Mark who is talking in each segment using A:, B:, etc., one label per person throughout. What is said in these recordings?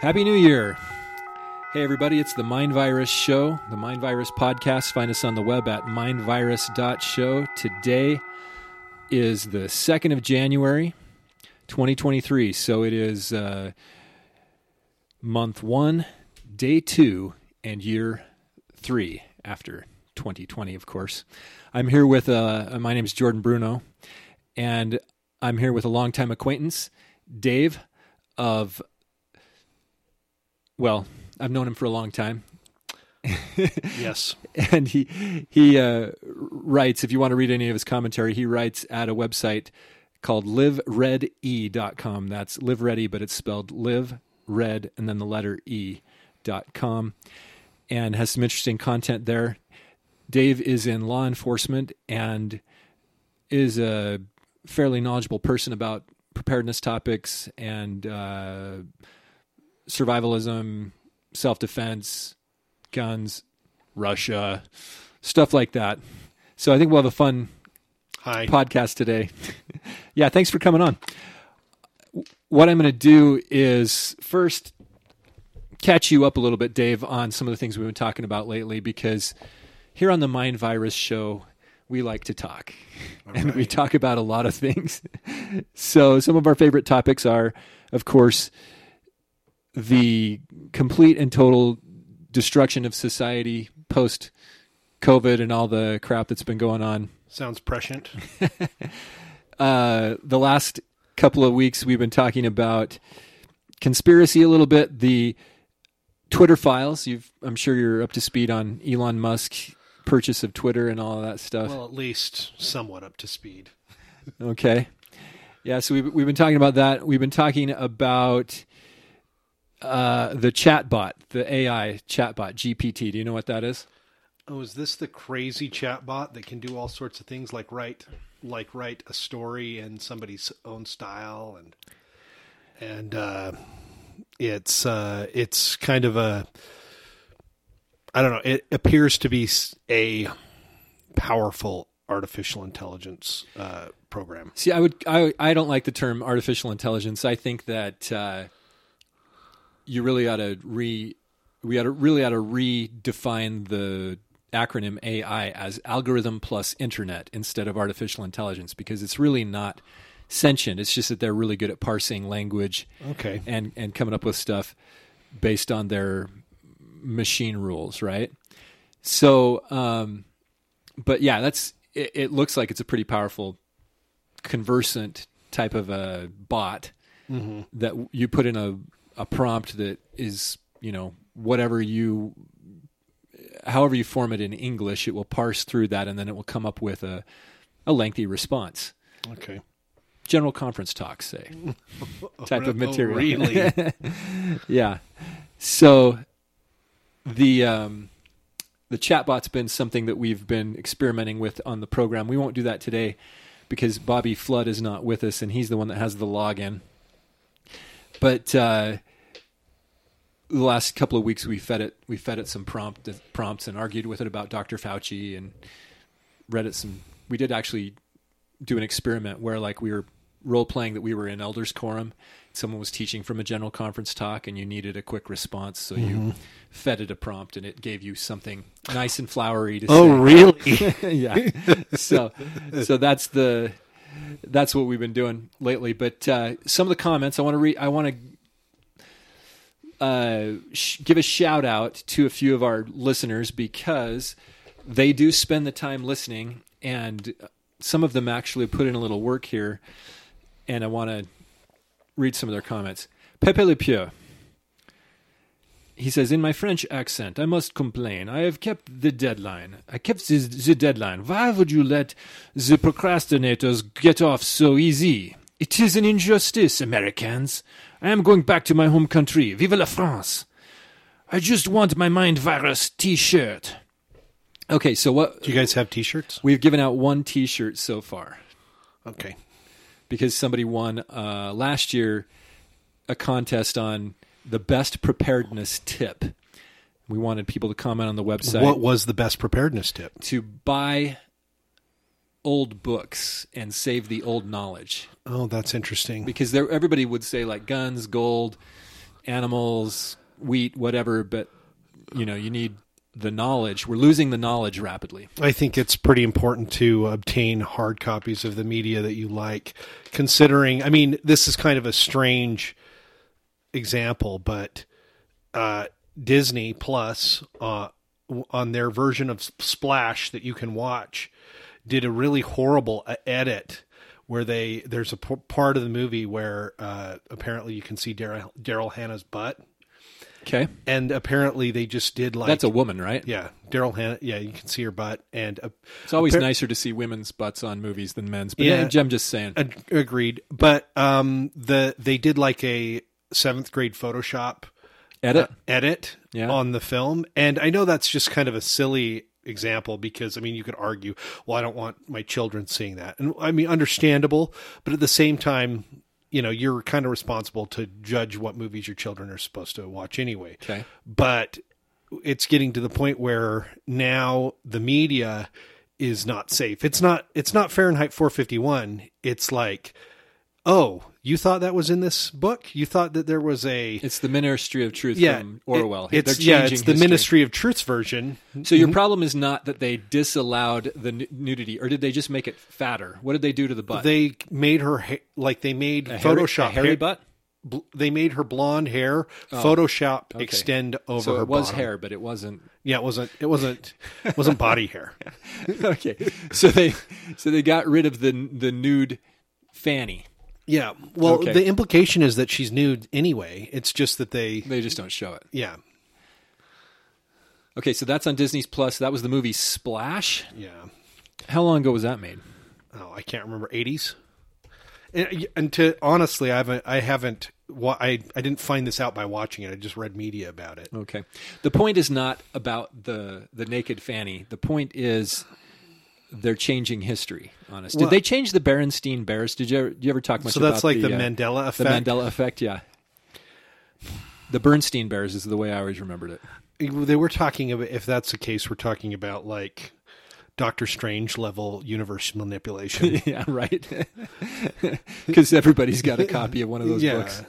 A: Happy New Year. Hey, everybody, it's the Mind Virus Show, the Mind Virus Podcast. Find us on the web at mindvirus.show. Today is the 2nd of January, 2023. So it is uh, month one, day two, and year three after 2020, of course. I'm here with, uh, my name is Jordan Bruno, and I'm here with a longtime acquaintance, Dave of well, I've known him for a long time,
B: Yes.
A: and he he uh, writes. If you want to read any of his commentary, he writes at a website called liverede.com. That's live ready, but it's spelled live red and then the letter e dot com, and has some interesting content there. Dave is in law enforcement and is a fairly knowledgeable person about preparedness topics and uh, survivalism, self defense, guns, Russia, stuff like that. So I think we'll have a fun
B: Hi.
A: podcast today. yeah, thanks for coming on. What I'm going to do is first catch you up a little bit, Dave, on some of the things we've been talking about lately because here on the Mind Virus show, we like to talk and we talk about a lot of things. so, some of our favorite topics are, of course, the complete and total destruction of society post COVID and all the crap that's been going on
B: Sounds prescient.
A: uh, the last couple of weeks we've been talking about conspiracy a little bit the twitter files you've i'm sure you're up to speed on elon musk purchase of twitter and all of that stuff
B: Well, at least somewhat up to speed.
A: Okay. Yeah, so we've, we've been talking about that. We've been talking about uh, the chatbot, the AI chatbot, GPT. Do you know what that is?
B: Oh, is this the crazy chatbot that can do all sorts of things like write like write a story in somebody's own style and and uh it's uh it's kind of a I don't know, it appears to be s- a powerful artificial intelligence uh program.
A: See, I would, I, I don't like the term artificial intelligence. I think that uh, you really ought to re, we ought to really ought to redefine the acronym AI as algorithm plus internet instead of artificial intelligence because it's really not sentient. It's just that they're really good at parsing language
B: Okay.
A: and and coming up with stuff based on their machine rules, right? So, um, but yeah, that's it, it. Looks like it's a pretty powerful, conversant type of a bot that you put in a a prompt that is you know whatever you however you form it in English, it will parse through that and then it will come up with a a lengthy response.
B: Okay.
A: General conference talks say type of
B: Oh,
A: material.
B: really?
A: yeah. So the um, the chatbot's been something that we've been experimenting with on the program. We won't do that today because Bobby Flood is not with us, and he's the one that has the login. But uh, the last couple of weeks, we fed it we fed it some prompt prompts and argued with it about Dr. Fauci and read it some. We did actually do an experiment where like we were role playing that we were in elders quorum someone was teaching from a general conference talk and you needed a quick response so you fed it a prompt and it gave you something nice and flowery to
B: Oh,
A: say
B: really?
A: yeah. So, so that's the that's what we've been doing lately. But uh, some of the comments I want to read. I want to uh, sh- give a shout out to a few of our listeners because they do spend the time listening, and some of them actually put in a little work here. And I want to read some of their comments. Pepe Le Pew. He says, in my French accent, I must complain. I have kept the deadline. I kept the, the deadline. Why would you let the procrastinators get off so easy? It is an injustice, Americans. I am going back to my home country. Vive la France. I just want my mind virus t shirt. Okay, so what
B: Do you guys have T-shirts?
A: we've given out one t shirt so far
B: Okay.
A: because somebody won uh, last year a contest on the best preparedness tip. We wanted people to comment on the website
B: What was the best preparedness tip?
A: to buy old books and save the old knowledge
B: Oh, that's interesting.
A: because there everybody would say like guns, gold, animals, wheat, whatever, but you know, you need the knowledge. We're losing the knowledge rapidly.
B: I think it's pretty important to obtain hard copies of the media that you like, considering, I mean, this is kind of a strange example, but uh, Disney Plus uh, w- on their version of S- Splash that you can watch did a really horrible uh, edit where they there's a p- part of the movie where uh, apparently you can see Daryl Daryl Hannah's butt,
A: Okay.
B: and apparently they just did like
A: That's a woman, right?
B: yeah Daryl Hannah yeah you can see her butt and uh,
A: It's always
B: Appar-
A: nicer to see women's butts on movies than men's. But
B: Yeah. Uh,
A: yeah, I'm just saying.
B: Ag- agreed but um the they did like a seventh grade Photoshop uh,
A: Edit.
B: edit
A: Yeah.
B: on the film. And I know that's just kind of a silly example because I mean you could argue, well, I don't want my children seeing that. And I mean understandable, but at the same time, you know, you're kind of responsible to judge what movies your children are supposed to watch anyway.
A: Okay.
B: But it's getting to the point where now the media is not safe. It's not it's not Fahrenheit 451. It's like oh, you thought that was in this book? You thought that there was a
A: It's the Ministry of Truth from Orwell.
B: it- it's,
A: They're
B: yeah,
A: changing
B: it's
A: history.
B: the
A: Uh,
B: Ministry of Mm-hmm. Truth's version.
A: So your problem is not that they disallowed the nu- nudity, or did they just make it fatter? What did they do to the butt?
B: They made her ha- like they made
A: A hairy-
B: Photoshop
A: a hairy
B: hair-
A: butt. Oh,
B: bl- they made her blonde hair Photoshop extend over
A: So
B: her
A: it was
B: bottom.
A: hair, but it wasn't.
B: Yeah, it wasn't it wasn't it wasn't body hair.
A: okay, so they so they got rid of the the nude fanny.
B: Yeah. Well,
A: Okay.
B: the implication is that she's nude anyway. It's just that they
A: They just don't show it.
B: yeah.
A: Okay, so that's on Disney's Plus. That was the movie Splash.
B: Yeah.
A: How long ago was that made?
B: oh, I can't remember eighties. And, and to honestly, I haven't. I haven't. Wa- I I didn't find this out by watching it. I just read media about it.
A: Okay. The point is not about the the naked fanny. The point is they're changing history on us. Did
B: Well-
A: they change the Berenstein Bears? Did you ever, did you ever talk much
B: So
A: about
B: that's like the,
A: uh,
B: Mandela
A: the
B: effect.
A: Mandela effect? Yeah. The Bernstein Bears is the way I always remembered it.
B: they were talking about if that's the case, we're talking about like Doctor Strange level universe manipulation.
A: yeah, right. Because everybody's got a copy of one of those
B: Yeah.
A: books.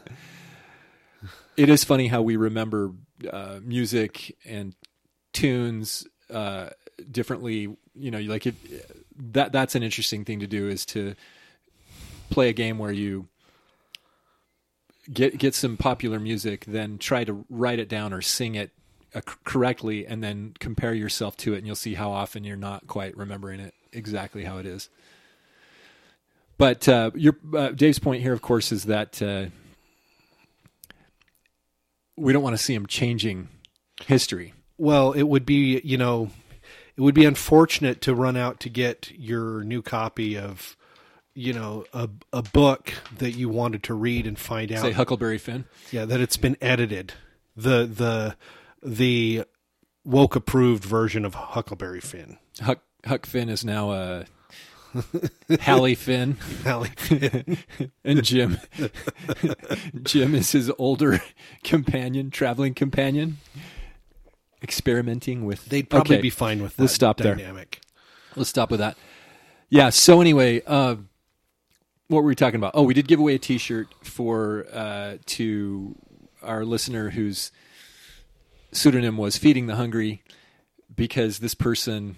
A: It is funny how we remember uh, music and tunes uh, differently. You know, you like it, that. That's an interesting thing to do is to play a game where you get get some popular music, then try to write it down or sing it uh, c- correctly, and then compare yourself to it, and you'll see how often you're not quite remembering it exactly how it is. But uh, your uh, Dave's point here, of course, is that uh, we don't want to see him changing history.
B: well, it would be you know, it would be unfortunate to run out to get your new copy of you know a a book that you wanted to read and find out
A: Say Huckleberry Finn.
B: yeah that it's been edited the the the woke approved version of Huckleberry Finn.
A: Huck Huck Finn is now a Hallie Finn,
B: Allie,
A: and Jim. Jim is his older companion, traveling companion, experimenting with.
B: they'd probably
A: Okay.
B: be fine with that.
A: We'll stop there.
B: dynamic.
A: Let's stop with that. Yeah. So anyway, uh, what were we talking about? Oh, we did give away a T-shirt for uh, to our listener whose pseudonym was "Feeding the Hungry," because this person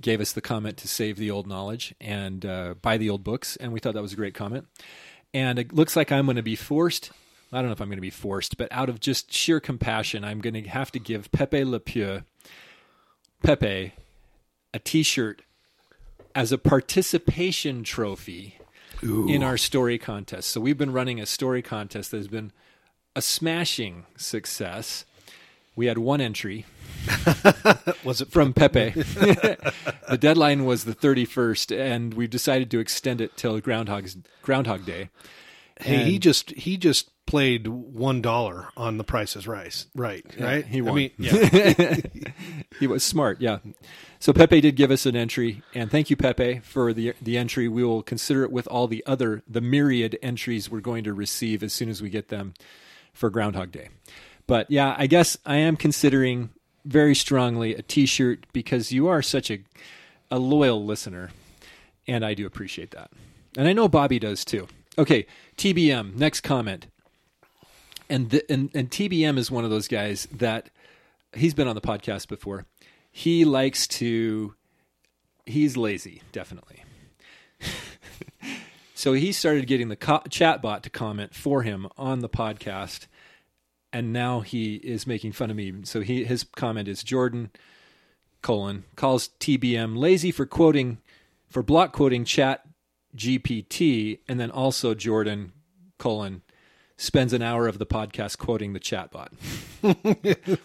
A: gave us the comment to save the old knowledge and uh, buy the old books, and we thought that was a great comment. And it looks like I'm going to be forced. I don't know if I'm going to be forced, but out of just sheer compassion, I'm going to have to give Pepe Le Pew Pepe a T-shirt as a participation trophy in our story contest. So we've been running a story contest that has been a smashing success. We had one entry,
B: Was it
A: from Pepe. the deadline was the 31st, and we've decided to extend it till Groundhog's Groundhog Day.
B: Hey, he
A: And-
B: just he just played one dollar on the Price is Rice. Right, right.
A: he
B: I
A: won.
B: mean, yeah,
A: He was smart, yeah. So Pepe did give us an entry, and thank you, Pepe, for the the entry. We will consider it with all the other the myriad entries we're going to receive as soon as we get them for Groundhog Day. But yeah, I guess I am considering very strongly a T-shirt because you are such a a loyal listener, and I do appreciate that, and I know Bobby does too. Okay, TBM. Next comment and the, and and TBM is one of those guys that he's been on the podcast before. He likes to he's lazy, definitely. so he started getting the co- chatbot to comment for him on the podcast and now he is making fun of me. So he his comment is Jordan colon calls TBM lazy for quoting for block quoting chat GPT and then also Jordan colon spends an hour of the podcast quoting the chatbot,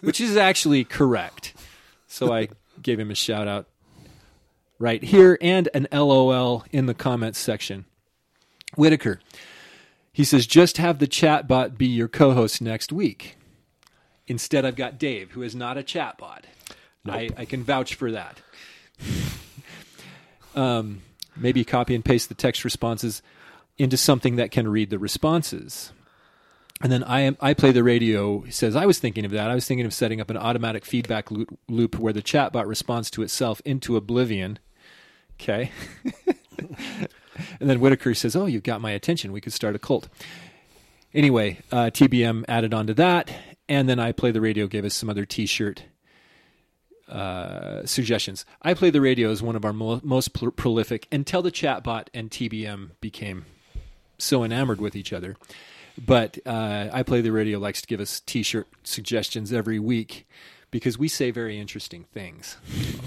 A: which is actually correct. So I gave him a shout out right here and an LOL in the comments section. Whitaker, he says, just have the chatbot be your co host next week. Instead, I've got Dave, who is not a chatbot. I, I can vouch for that. um, maybe copy and paste the text responses into something that can read the responses. And then I am, I play the radio. He says I was thinking of that. I was thinking of setting up an automatic feedback loop, loop where the chatbot responds to itself into oblivion. Okay. and then Whitaker says, "Oh, you've got my attention. We could start a cult." Anyway, uh, TBM added on to that, and then I play the radio gave us some other T-shirt uh, suggestions. I play the radio is one of our mo- most pl- prolific until the chatbot and TBM became so enamored with each other. But uh, I play the radio likes to give us T-shirt suggestions every week because we say very interesting things.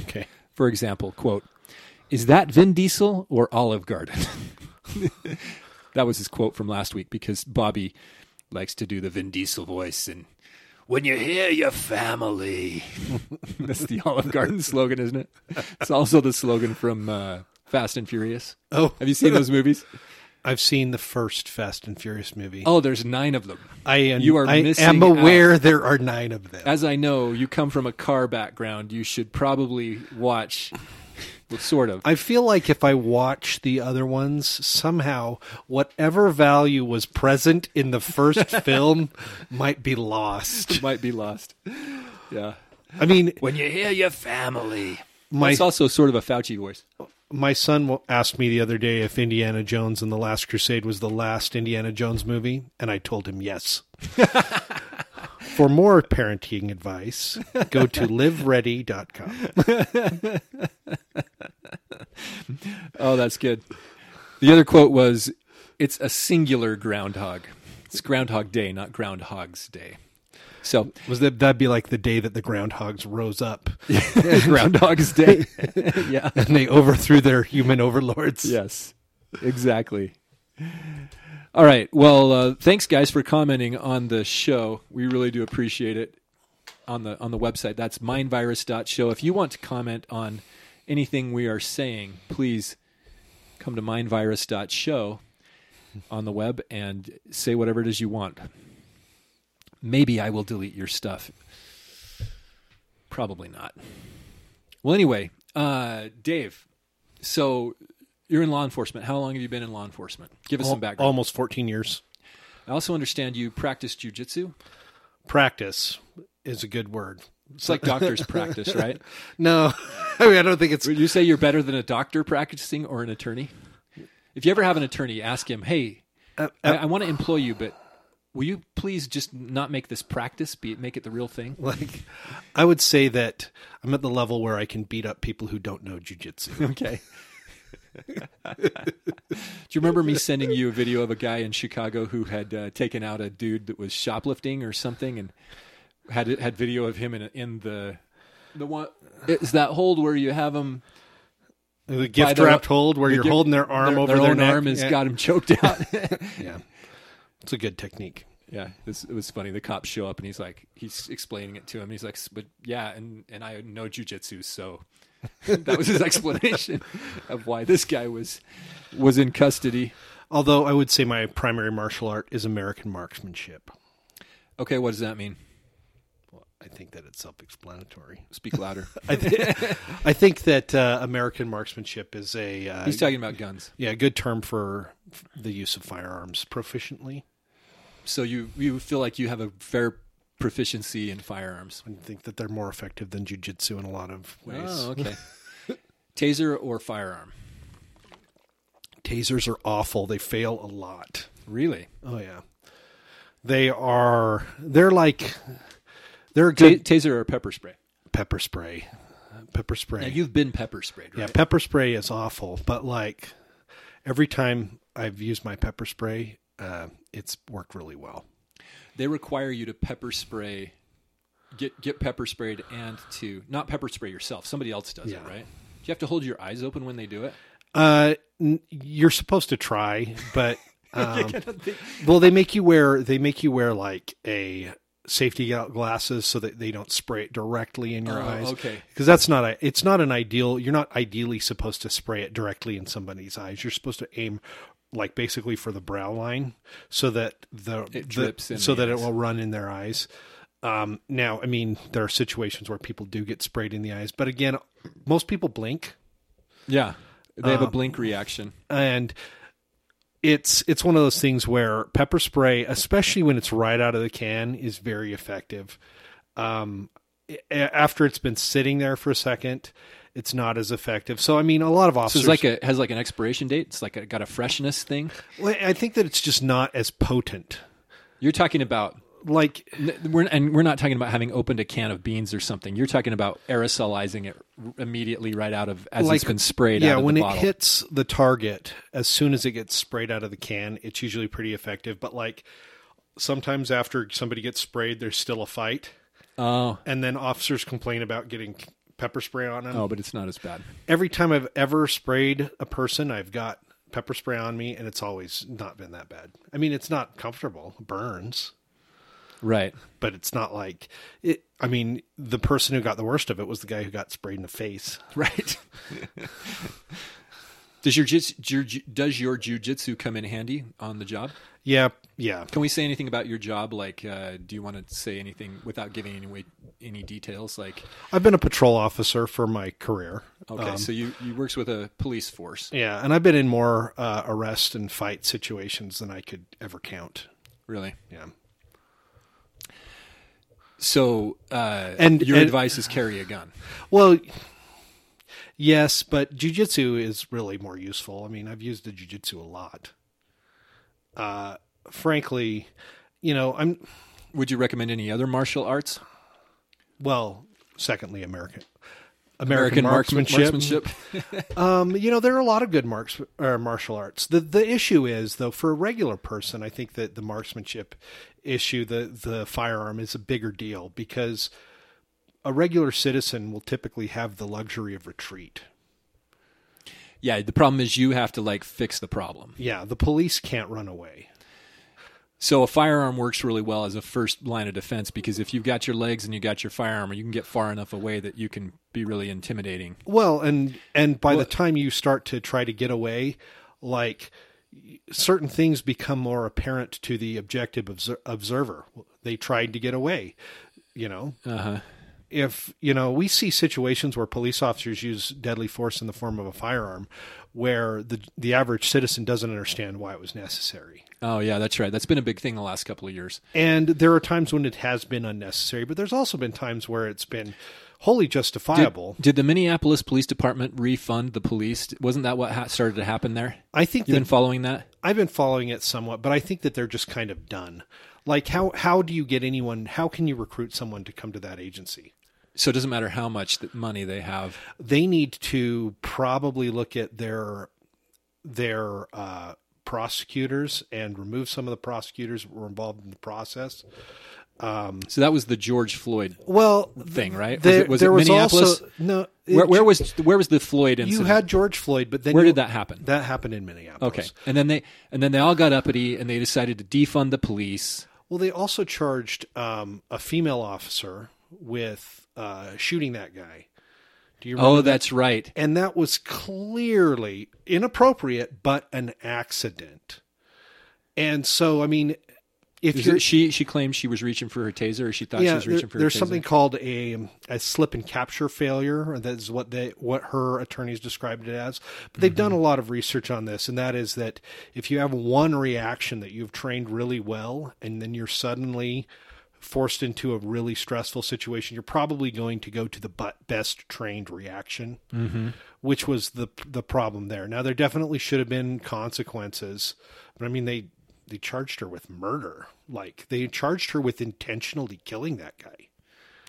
B: okay.
A: For example, quote, "Is that Vin Diesel or Olive Garden?" that was his quote from last week because Bobby likes to do the Vin Diesel voice and when you hear your family. That's the Olive Garden slogan, isn't it? It's also the slogan from uh, Fast and Furious.
B: Oh,
A: Have you seen those movies?
B: I've seen the first Fast and Furious movie.
A: Oh, there's nine of them.
B: I am,
A: you are
B: I
A: missing
B: am aware there are nine of them.
A: As I know, you come from a car background. You should probably watch, well, sort of.
B: I feel like if I watch the other ones, somehow whatever value was present in the first film might be lost.
A: Might be lost. Yeah.
B: I mean,
A: When you hear your family.
B: My-
A: It's also sort of a Fauci voice.
B: my son wa- asked me the other day if Indiana Jones and the Last Crusade was the last Indiana Jones movie, and I told him yes. For more parenting advice, go to liveready.com.
A: Oh, that's good. The other quote was, "It's a singular groundhog. It's Groundhog Day, not Groundhog's Day." So
B: Was that that'd be like the day that the groundhogs rose up
A: Groundhog's Day. yeah.
B: and they overthrew their human overlords?
A: Yes. Exactly. All right. Well, uh, thanks guys for commenting on the show. We really do appreciate it. On the on the website, that's mindvirus.show. If you want to comment on anything we are saying, please come to mindvirus.show on the web and say whatever it is you want. Maybe I will delete your stuff. Probably not. Well, anyway, uh, Dave, so you're in law enforcement. How long have you been in law enforcement? Give us some background.
B: Almost 14 years.
A: I also understand you practice jujitsu.
B: Practice is a good word.
A: It's like doctors practice, right?
B: No, I mean, I don't think it's.
A: Would you say you're better than a doctor practicing or an attorney? If you ever have an attorney, ask him, hey,
B: Uh,
A: I, I want to employ you, but will you please just not make this practice, be it, make it the real thing?
B: Like, I would say that I'm at the level where I can beat up people who don't know jujitsu.
A: Okay. Do you remember me sending you a video of a guy in Chicago who had uh, taken out a dude that was shoplifting or something, and had had video of him in in the the one it's that hold where you have him
B: The
A: by
B: gift
A: the-
B: wrapped hold where
A: the
B: you're
A: gift-
B: holding their arm over their,
A: own
B: neck.
A: arm has
B: yeah,
A: got him choked out.
B: yeah. It's a good technique.
A: Yeah, this, it was funny. The cops show up and he's like, he's explaining it to him. He's like, "S- but yeah, and and I know jujitsu, so that was his explanation of why this guy was was in custody.
B: Although I would say my primary martial art is American marksmanship.
A: Okay, what does that mean?
B: Well, I think that it's self-explanatory.
A: Speak louder.
B: I, th- I think that uh, American marksmanship is a uh,
A: He's talking about guns.
B: yeah a good term for f- the use of firearms proficiently.
A: So you you feel like you have a fair proficiency in firearms.
B: I think that they're more effective than jujitsu in a lot of ways.
A: Oh, okay. Taser or firearm?
B: Tasers are awful; they fail a lot.
A: Really?
B: Oh yeah, they are. They're like they're a
A: Ta-
B: good
A: taser or pepper spray?
B: pepper spray. Pepper spray.
A: Now you've been pepper sprayed,
B: Yeah,
A: right?
B: pepper spray is awful, but like every time I've used my pepper spray, uh, it's worked really well.
A: They require you to pepper spray, get get pepper sprayed, and to not pepper spray yourself. Somebody else does it,
B: Yeah.
A: right? Do you have to hold your eyes open when they do it?
B: Uh, n- you're supposed to try, but um, well, they make you wear they make you wear like a safety gla- glasses so that they don't spray it directly in your
A: Oh,
B: eyes.
A: okay.
B: because that's not a it's not an ideal. You're not ideally supposed to spray it directly in somebody's eyes. You're supposed to aim like basically for the brow line so that the,
A: It
B: the-
A: drips in
B: so
A: the
B: that
A: eyes.
B: it will run in their eyes. Um, now, I mean, there are situations where people do get sprayed in the eyes, but again, most people blink
A: Yeah, Um, they have a blink reaction.
B: and it's it's one of those things where pepper spray, especially when it's right out of the can, is very effective. Um, a- after it's been sitting there for a second, it's not as effective. So I mean, a lot of
A: So
B: officers.
A: it's like a has like an expiration date. It's like a, got a freshness thing.
B: Well, I think that it's just not as potent.
A: You're talking about.
B: Like
A: n- We're, and we're not talking about having opened a can of beans or something. You're talking about aerosolizing it r- immediately right out of as it's
B: Like-
A: been sprayed.
B: yeah,
A: out of
B: when
A: the
B: it
A: bottle.
B: hits the target, as soon as it gets sprayed out of the can, it's usually pretty effective. But like sometimes after somebody gets sprayed, there's still a fight,
A: Oh,
B: and then officers complain about getting pepper spray on them.
A: oh, but it's not as bad.
B: every time I've ever sprayed a person, I've got pepper spray on me, and it's always not been that bad. I mean, it's not comfortable, it burns,
A: Right.
B: but it's not like it. I mean, the person who got the worst of it was the guy who got sprayed in the face.
A: Right. does your, jits- your ju- does your jujitsu come in handy on the job?
B: Yeah, yeah.
A: Can we say anything about your job? Like, uh, do you want to say anything without giving any way, any details? Like,
B: I've been a patrol officer for my career.
A: okay, so you you works with a police force,
B: Yeah, and I've been in more uh, arrest and fight situations than I could ever count.
A: really?
B: Yeah.
A: So, uh,
B: And-
A: your
B: and-
A: advice is carry a gun.
B: Well, yes, but jujitsu is really more useful. I mean, I've used the jujitsu a lot. Uh, frankly, you know, I'm
A: Would you recommend any other martial arts?
B: well. Secondly, American
A: American
B: American,
A: marksman-
B: marksmanship.
A: marksmanship?
B: Um, you know, there are a lot of good marks or martial arts. The the issue is though, for a regular person, I think that the marksmanship issue, the the firearm, is a bigger deal because a regular citizen will typically have the luxury of retreat.
A: yeah. The problem is you have to like fix the problem.
B: Yeah, the police can't run away.
A: So a firearm works really well as a first line of defense because if you've got your legs and you got your firearm, you can get far enough away that you can be really intimidating.
B: Well, and and by the time you start to try to get away, like certain things become more apparent to the objective obser- observer. They tried to get away, you know.
A: Uh-huh.
B: If you know, we see situations where police officers use deadly force in the form of a firearm, where the the average citizen doesn't understand why it was necessary.
A: Oh yeah, that's right. That's been a big thing the last couple of years.
B: And there are times when it has been unnecessary, but there's also been times where it's been wholly justifiable.
A: Did the Minneapolis Police Department refund the police? Wasn't that what ha- started to happen there?
B: I think
A: You've
B: that
A: been following that?
B: I've been following it somewhat, but I think that they're just kind of done. Like how how do you get anyone? How can you recruit someone to come to that agency?
A: So it doesn't matter how much th- money they have.
B: They need to probably look at their their uh, prosecutors and remove some of the prosecutors that were involved in the process.
A: So that was the George Floyd
B: Well,
A: thing, right?
B: there
A: was it, was
B: there
A: it
B: was
A: Minneapolis?
B: also no. it-
A: where, where was where was the Floyd
B: you
A: incident?
B: had George Floyd, but then
A: where
B: you-
A: did that happen?
B: That happened in Minneapolis.
A: Okay, and then they and then they all got uppity and they decided to defund the police.
B: Well, they also charged um, a female officer with uh, shooting that guy. Do you remember?
A: Oh, that's right.
B: And that was clearly inappropriate, but an accident. And so, I mean, if
A: Is
B: you're
A: it- she she claimed she was reaching for her taser, or she thought she was
B: there-
A: reaching for her
B: there's
A: taser.
B: something called a a slip and capture failure. or That's what they what her attorneys described it as. But they've
A: Mm-hmm.
B: done a lot of research on this, and that is that if you have one reaction that you've trained really well, and then you're suddenly forced into a really stressful situation, you're probably going to go to the but- best trained reaction, which was the the problem there. Now there definitely should have been consequences, but I mean they they charged her with murder. Like they charged her with intentionally killing that guy.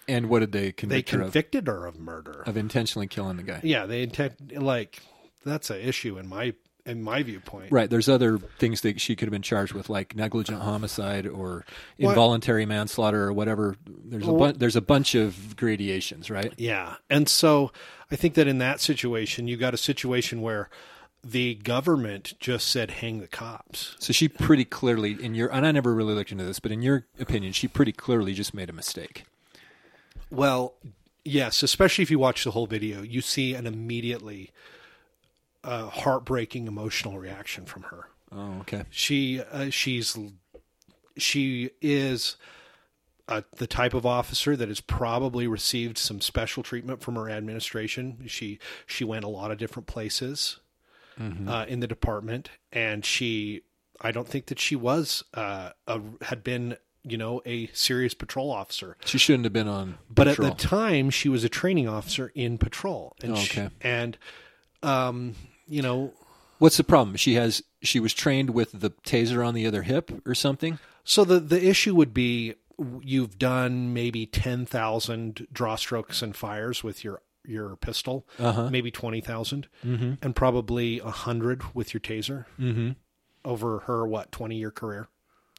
A: And what did they
B: They
A: convict her of?
B: convicted her of murder.
A: Of intentionally killing the guy.
B: yeah, they intent like that's an issue in my in my viewpoint.
A: Right. There's other things that she could have been charged with, like negligent homicide or
B: Well,
A: involuntary manslaughter or whatever. There's a
B: Well-
A: bu- there's a bunch of gradations, right?
B: Yeah. And so I think that in that situation you got a situation where the government just said hang the cops.
A: So she pretty clearly, in your and I never really looked into this, but in your opinion, she pretty clearly just made a mistake.
B: Well, yes, especially if you watch the whole video, you see an immediately uh, heartbreaking emotional reaction from her.
A: Oh, okay.
B: She uh, she's she is uh, the type of officer that has probably received some special treatment from her administration. She she went a lot of different places uh, in the department, and she I don't think that she was uh, a, had been you know a serious patrol officer.
A: She shouldn't have been on.
B: But
A: patrol.
B: at the time, she was a training officer in patrol, and
A: Oh,
B: she-
A: okay.
B: and um, you know,
A: What's the problem? She has she was trained with the taser on the other hip or something.
B: so the the issue would be w- you've done maybe ten thousand draw strokes and fires with your your pistol,
A: Uh-huh.
B: maybe twenty and probably hundred with your taser
A: Mm-hmm.
B: over her what twenty year career.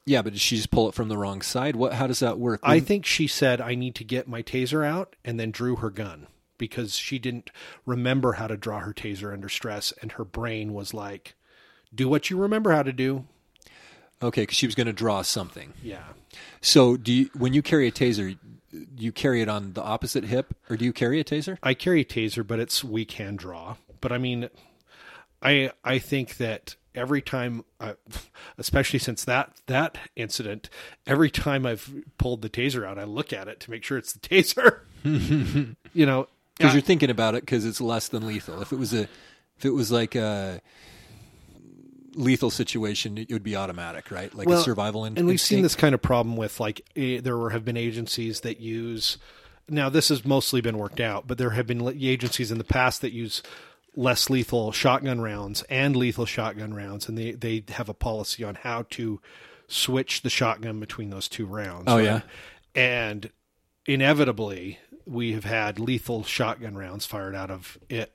A: Yeah, but did she just pull it from the wrong side? What? How does that work?
B: I think she said, "I need to get my taser out," and then drew her gun because she didn't remember how to draw her taser under stress, and her brain was like, "Do what you remember how to do."
A: okay, because she was going to draw something.
B: Yeah,
A: So, do you, when you carry a taser, you carry it on the opposite hip, or do you carry a taser?
B: I carry a taser, but it's we can draw. But I mean, I I think that every time, I, especially since that that incident, every time I've pulled the taser out, I look at it to make sure it's the taser. you know,
A: Because you're thinking about it because it's less than lethal. If it was a, if it was like a lethal situation, it would be automatic, right? Like
B: Well,
A: a survival in-
B: and we've seen
A: instinct?
B: this kind of problem with like eh, there were- have been agencies that use now this has mostly been worked out but there have been le- agencies in the past that use less lethal shotgun rounds and lethal shotgun rounds and they they have a policy on how to switch the shotgun between those two rounds
A: Oh, yeah.
B: and inevitably we have had lethal shotgun rounds fired out of it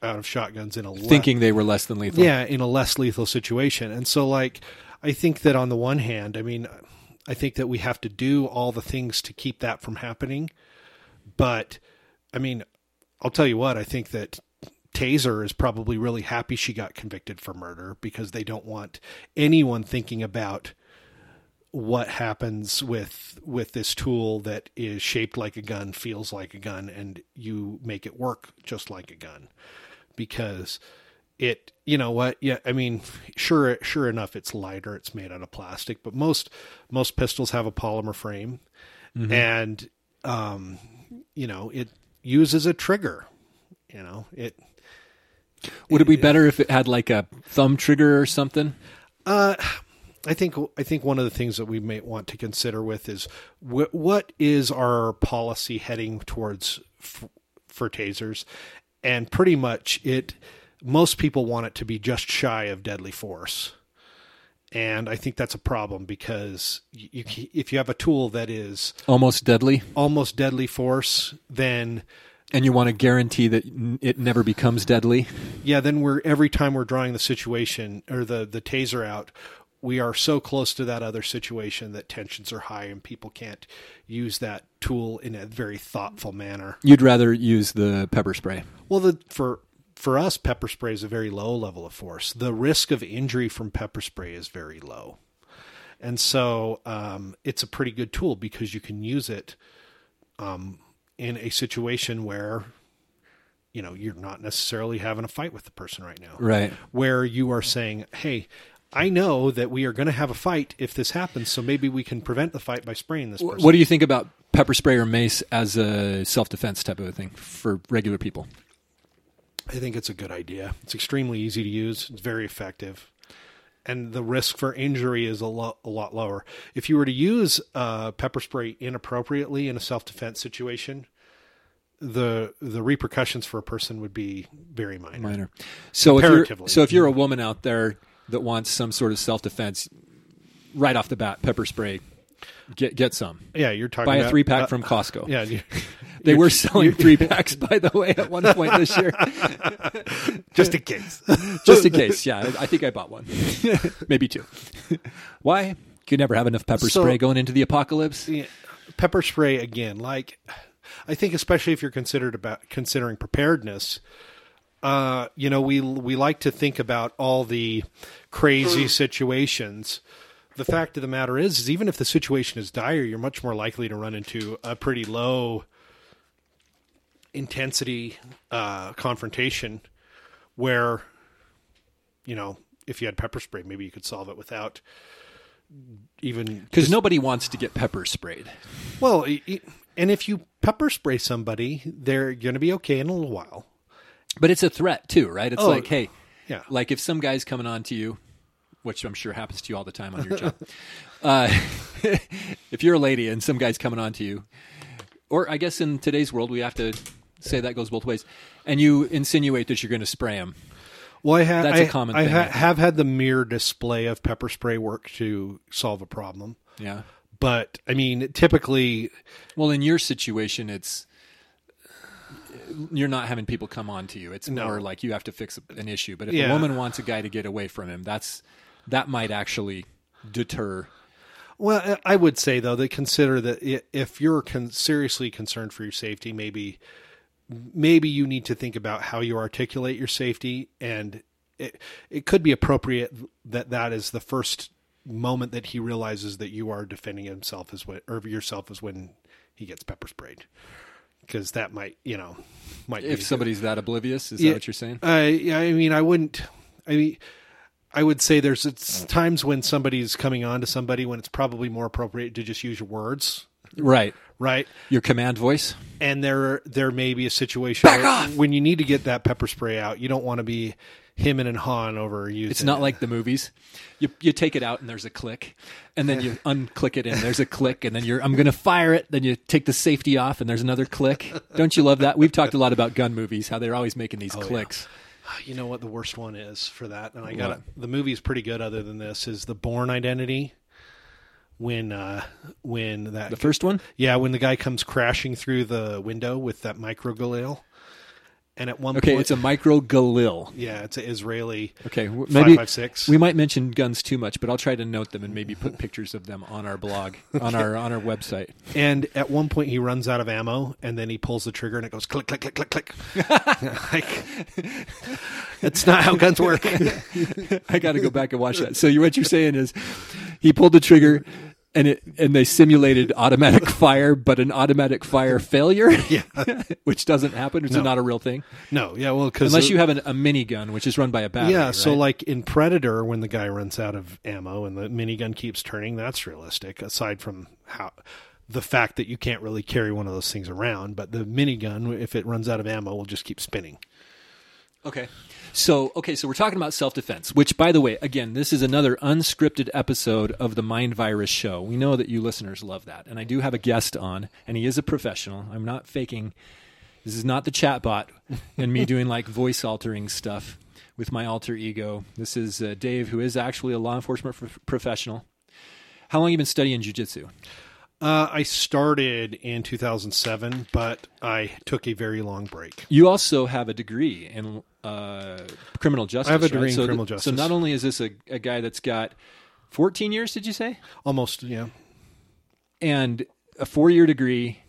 B: out of shotguns in a le-
A: thinking they were less than lethal.
B: yeah, in a less lethal situation. And so, like, I think that on the one hand, I mean, I think that we have to do all the things to keep that from happening. But, I mean, I'll tell you what, I think that Taser is probably really happy she got convicted for murder because they don't want anyone thinking about what happens with with this tool that is shaped like a gun feels like a gun and you make it work just like a gun because it you know what yeah i mean sure sure enough it's lighter it's made out of plastic but most most pistols have a polymer frame and um you know it uses a trigger you know it
A: Would it be better if it had like a thumb trigger or something?
B: I think I think one of the things that we may want to consider with is wh- what is our policy heading towards f- for tasers, and pretty much it. Most people want it to be just shy of deadly force, and I think that's a problem because you, you ca- if you have a tool that is
A: Almost deadly,
B: almost deadly force, then
A: and you want to guarantee that n- it never becomes deadly.
B: yeah, then we're every time we're drawing the situation or the the taser out, we are so close to that other situation that tensions are high and people can't use that tool in a very thoughtful manner.
A: You'd rather use the pepper spray.
B: Well, the for for us, pepper spray is a very low level of force. The risk of injury from pepper spray is very low. And so um, it's a pretty good tool because you can use it um, in a situation where, you know, you're not necessarily having a fight with the person right now.
A: Right.
B: Where you are saying, hey, I know that we are going to have a fight if this happens, so maybe we can prevent the fight by spraying this person.
A: What do you think about pepper spray or mace as a self defense type of a thing for regular people?
B: I think it's a good idea. It's extremely easy to use. It's very effective, and the risk for injury is a lot a lot lower. If you were to use uh, pepper spray inappropriately in a self defense situation, the the repercussions for a person would be very minor.
A: Minor. So if you're
B: Comparatively.
A: so if you're a woman out there that wants some sort of self defense, right off the bat, pepper spray. Get get some.
B: Yeah, you're talking
A: Buy
B: about
A: a three pack
B: uh,
A: from Costco.
B: Yeah, you-
A: They were selling three packs, by the way, at one point this year,
B: just in case.
A: just in case. Yeah, I- I think I bought one, maybe two. Why? You never have enough pepper
B: So-
A: spray going into the apocalypse.
B: Yeah. pepper spray again like i think especially if you're considered about considering preparedness uh you know we we like to think about all the crazy situations the fact of the matter is, is even if the situation is dire you're much more likely to run into a pretty low intensity uh confrontation where you know if you had pepper spray maybe you could solve it without even
A: Because nobody wants to get pepper sprayed.
B: Well, y- y- and if you pepper spray somebody, they're going to be okay in a little while.
A: But it's a threat too, right? It's
B: Oh,
A: like, hey,
B: yeah.
A: like if some guy's coming on to you, which I'm sure happens to you all the time on your job. uh, if you're a lady and some guy's coming on to you, or I guess in today's world we have to say that goes both ways, and you insinuate that you're going to spray him.
B: Well, I have
A: That's
B: I,
A: a common
B: I
A: thing, I
B: ha-
A: think.
B: have had the mere display of pepper spray work to solve a problem,
A: Yeah.
B: but I mean, typically,
A: Well, in your situation, it's you're not having people come on to you. It's more like you have to fix an issue. But if a
B: Yeah.
A: woman wants a guy to get away from him, that's that might actually deter.
B: well, I- I would say though that consider that i- if you're con- seriously concerned for your safety, maybe maybe you need to think about how you articulate your safety and it, it could be appropriate that that is the first moment that he realizes that you are defending himself is when or yourself is when he gets pepper sprayed because that might you know might
A: If
B: be
A: somebody's that oblivious, is
B: Yeah.
A: that what you're saying?
B: I yeah, I mean I wouldn't I mean I would say there's it's times when somebody's coming on to somebody when it's probably more appropriate to just use your words
A: Right.
B: right
A: Your command voice.
B: and there there may be a situation where- when you need to get that pepper spray out. You don't want to be him and hawing over using.
A: It's not like the movies. You you take it out and there's a click, and then you unclick it and there's a click, and then you're I'm going to fire it. Then you take the safety off and there's another click. Don't you love that? We've talked a lot about gun movies, how they're always making these clicks.
B: you know what the worst one is for that. And I got the movie's pretty good. Other than this, is the Born Identity when uh when that
A: The first one,
B: yeah when the guy comes crashing through the window with that micro galil, and at one
A: okay,
B: point
A: it's a micro Galil.
B: yeah it's an Israeli
A: Okay, w-
B: Five
A: maybe
B: five six.
A: we might mention guns too much, but I'll try to note them and maybe put pictures of them on our blog, on our on our website.
B: And at one point, he runs out of ammo, and then he pulls the trigger, and it goes click, click, click, click, click. like, it's not how guns work.
A: I got to go back and watch that. So you, what you're saying is, he pulled the trigger, and it and they simulated automatic fire, but an automatic fire failure,
B: yeah,
A: which doesn't happen. It's
B: No.
A: not a real thing
B: no, yeah, well, because
A: unless you have an, a minigun, which is run by a battery.
B: yeah. So
A: right?
B: like in Predator, when the guy runs out of ammo and the minigun keeps turning, that's realistic. Aside from how the fact that you can't really carry one of those things around, but the minigun, if it runs out of ammo, will just keep spinning.
A: Okay. So, okay, so we're talking about self defense, which, by the way, again, this is another unscripted episode of the Mind Virus Show. We know that you listeners love that. And I do have a guest on, and he is a professional. I'm not faking. This is not the chatbot and me doing like voice altering stuff with my alter ego. This is uh, Dave, who is actually a law enforcement prof- professional. How long you been studying jujitsu?
B: Uh, I started in 2007, but I took a very long break.
A: You also have a degree in uh, criminal justice.
B: have a
A: right?
B: degree in
A: So
B: criminal
A: So
B: justice.
A: not only is this a, a guy that's got 14 years, did you say?
B: Almost, yeah.
A: And a four year degree,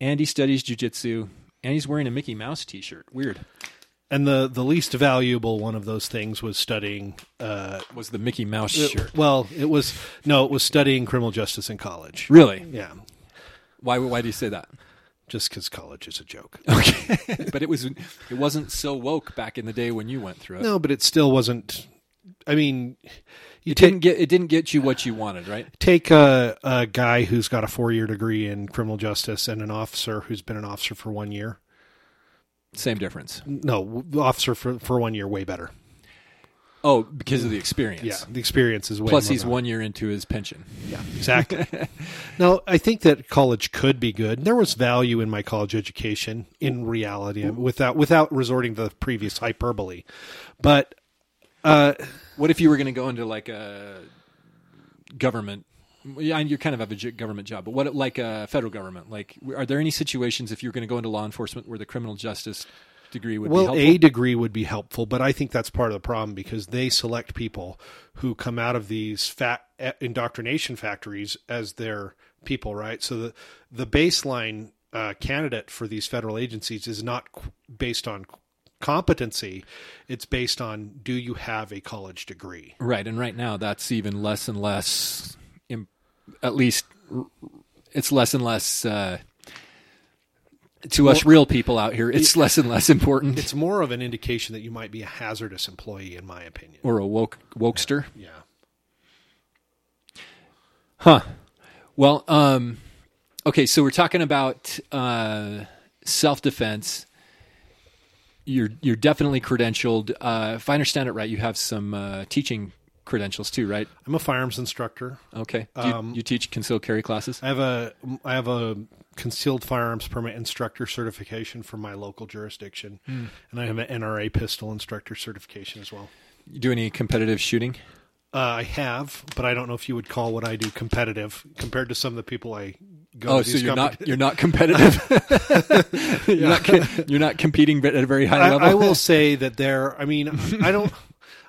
A: and he studies jujitsu, and he's wearing a Mickey Mouse t shirt. Weird.
B: And the the least valuable one of those things was studying. Uh,
A: Was the Mickey Mouse
B: it-
A: shirt
B: well, it was no, it was studying criminal justice in college.
A: really?
B: Yeah,
A: Why? Why do you say that?
B: just because college is a joke.
A: Okay, but it was it wasn't so woke back in the day when you went through it.
B: No, but it still wasn't. I mean, you
A: it
B: take
A: didn't get it didn't get you what you wanted, right?
B: take a, a guy who's got a four year degree in criminal justice and an officer who's been an officer for one year.
A: Same difference.
B: No, officer for, for one year, way better.
A: Oh, because of the experience.
B: Yeah, the experience is way.
A: Plus,
B: more
A: he's
B: valuable.
A: one year into his pension.
B: Yeah, exactly. now, I think that college could be good. There was value in my college education in reality, without without resorting to the previous hyperbole. But
A: What if you were going to go into like a government? Yeah, and you kind of have a j- government job, but what like a federal government? Like, w- are there any situations if you're going to go into law enforcement where the criminal justice degree would be
B: well,
A: helpful?
B: a degree would be helpful, but I think that's part of the problem because they select people who come out of these fat eh, indoctrination factories as their people, right? So the the baseline uh, candidate for these federal agencies is not qu- based on competency; it's based on do you have a college degree?
A: right, and right now that's even less and less. Im- at least r- it's less and less. Uh, to us real people out here, it's less and less important.
B: it's more of an indication that you might be a hazardous employee, in my opinion.
A: or a woke wokester.
B: Yeah.
A: Huh. Well, um, okay, so we're talking about uh, self defense. You're you're definitely credentialed. Uh, if I understand it right, you have some uh, teaching credentials too, right?
B: I'm a firearms instructor.
A: Okay. Do you,
B: Um,
A: you teach concealed carry classes.
B: I have a I have a concealed firearms permit instructor certification from my local jurisdiction,
A: Hmm.
B: and I have an NRA pistol instructor certification as well.
A: You do any competitive shooting?
B: Uh, I have, but I don't know if you would call what I do competitive compared to some of the people I go.
A: Oh,
B: to
A: so
B: these
A: you're
B: compet-
A: not you're not competitive. you're, not, co- you're not competing but at a very high level.
B: I, I will say that there. I mean, I don't.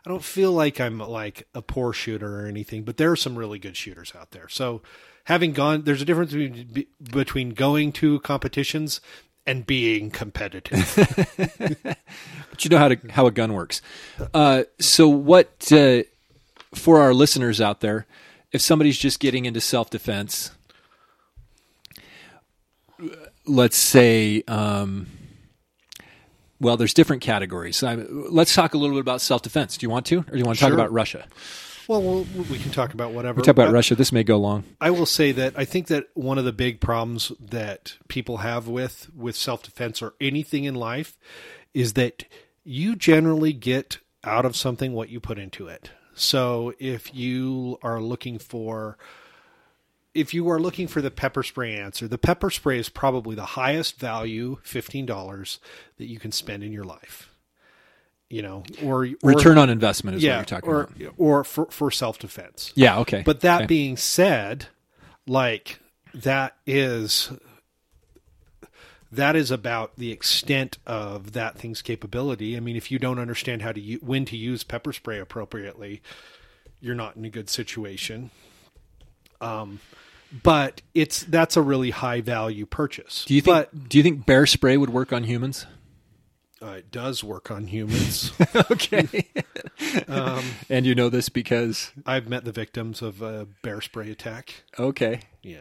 B: I don't feel like I'm like a poor shooter or anything, but there are some really good shooters out there. So, having gone, there's a difference between, between going to competitions and being competitive.
A: but you know how to how a gun works. Uh, so what uh, for our listeners out there, if somebody's just getting into self defense, let's say, um, well, there's different categories. I, let's talk a little bit about self defense. Do you want to, or do you want to talk
B: Sure. Uh,
A: about Russia?
B: well, we'll, we can talk about whatever.
A: Talk about
B: I-
A: Russia. This may go long.
B: I will say that I think that one of the big problems that people have with with self defense or anything in life is that you generally get out of something what you put into it. So if you are looking for if you are looking for the pepper spray answer, the pepper spray is probably the highest value $15 that you can spend in your life. You know, or, or
A: Return on investment is what
B: yeah,
A: you're talking
B: or,
A: about.
B: or for, for self defense.
A: Yeah. Okay.
B: But that
A: Okay.
B: being said, like that is that is about the extent of that thing's capability. I mean, if you don't understand how to u- when to use pepper spray appropriately, you're not in a good situation. Um, but it's that's a really high value purchase.
A: do you think
B: But,
A: do you think bear spray would work on humans?
B: uh, it does work on humans?
A: okay. and you know this because
B: I've met the victims of a bear spray attack.
A: okay,
B: Yeah,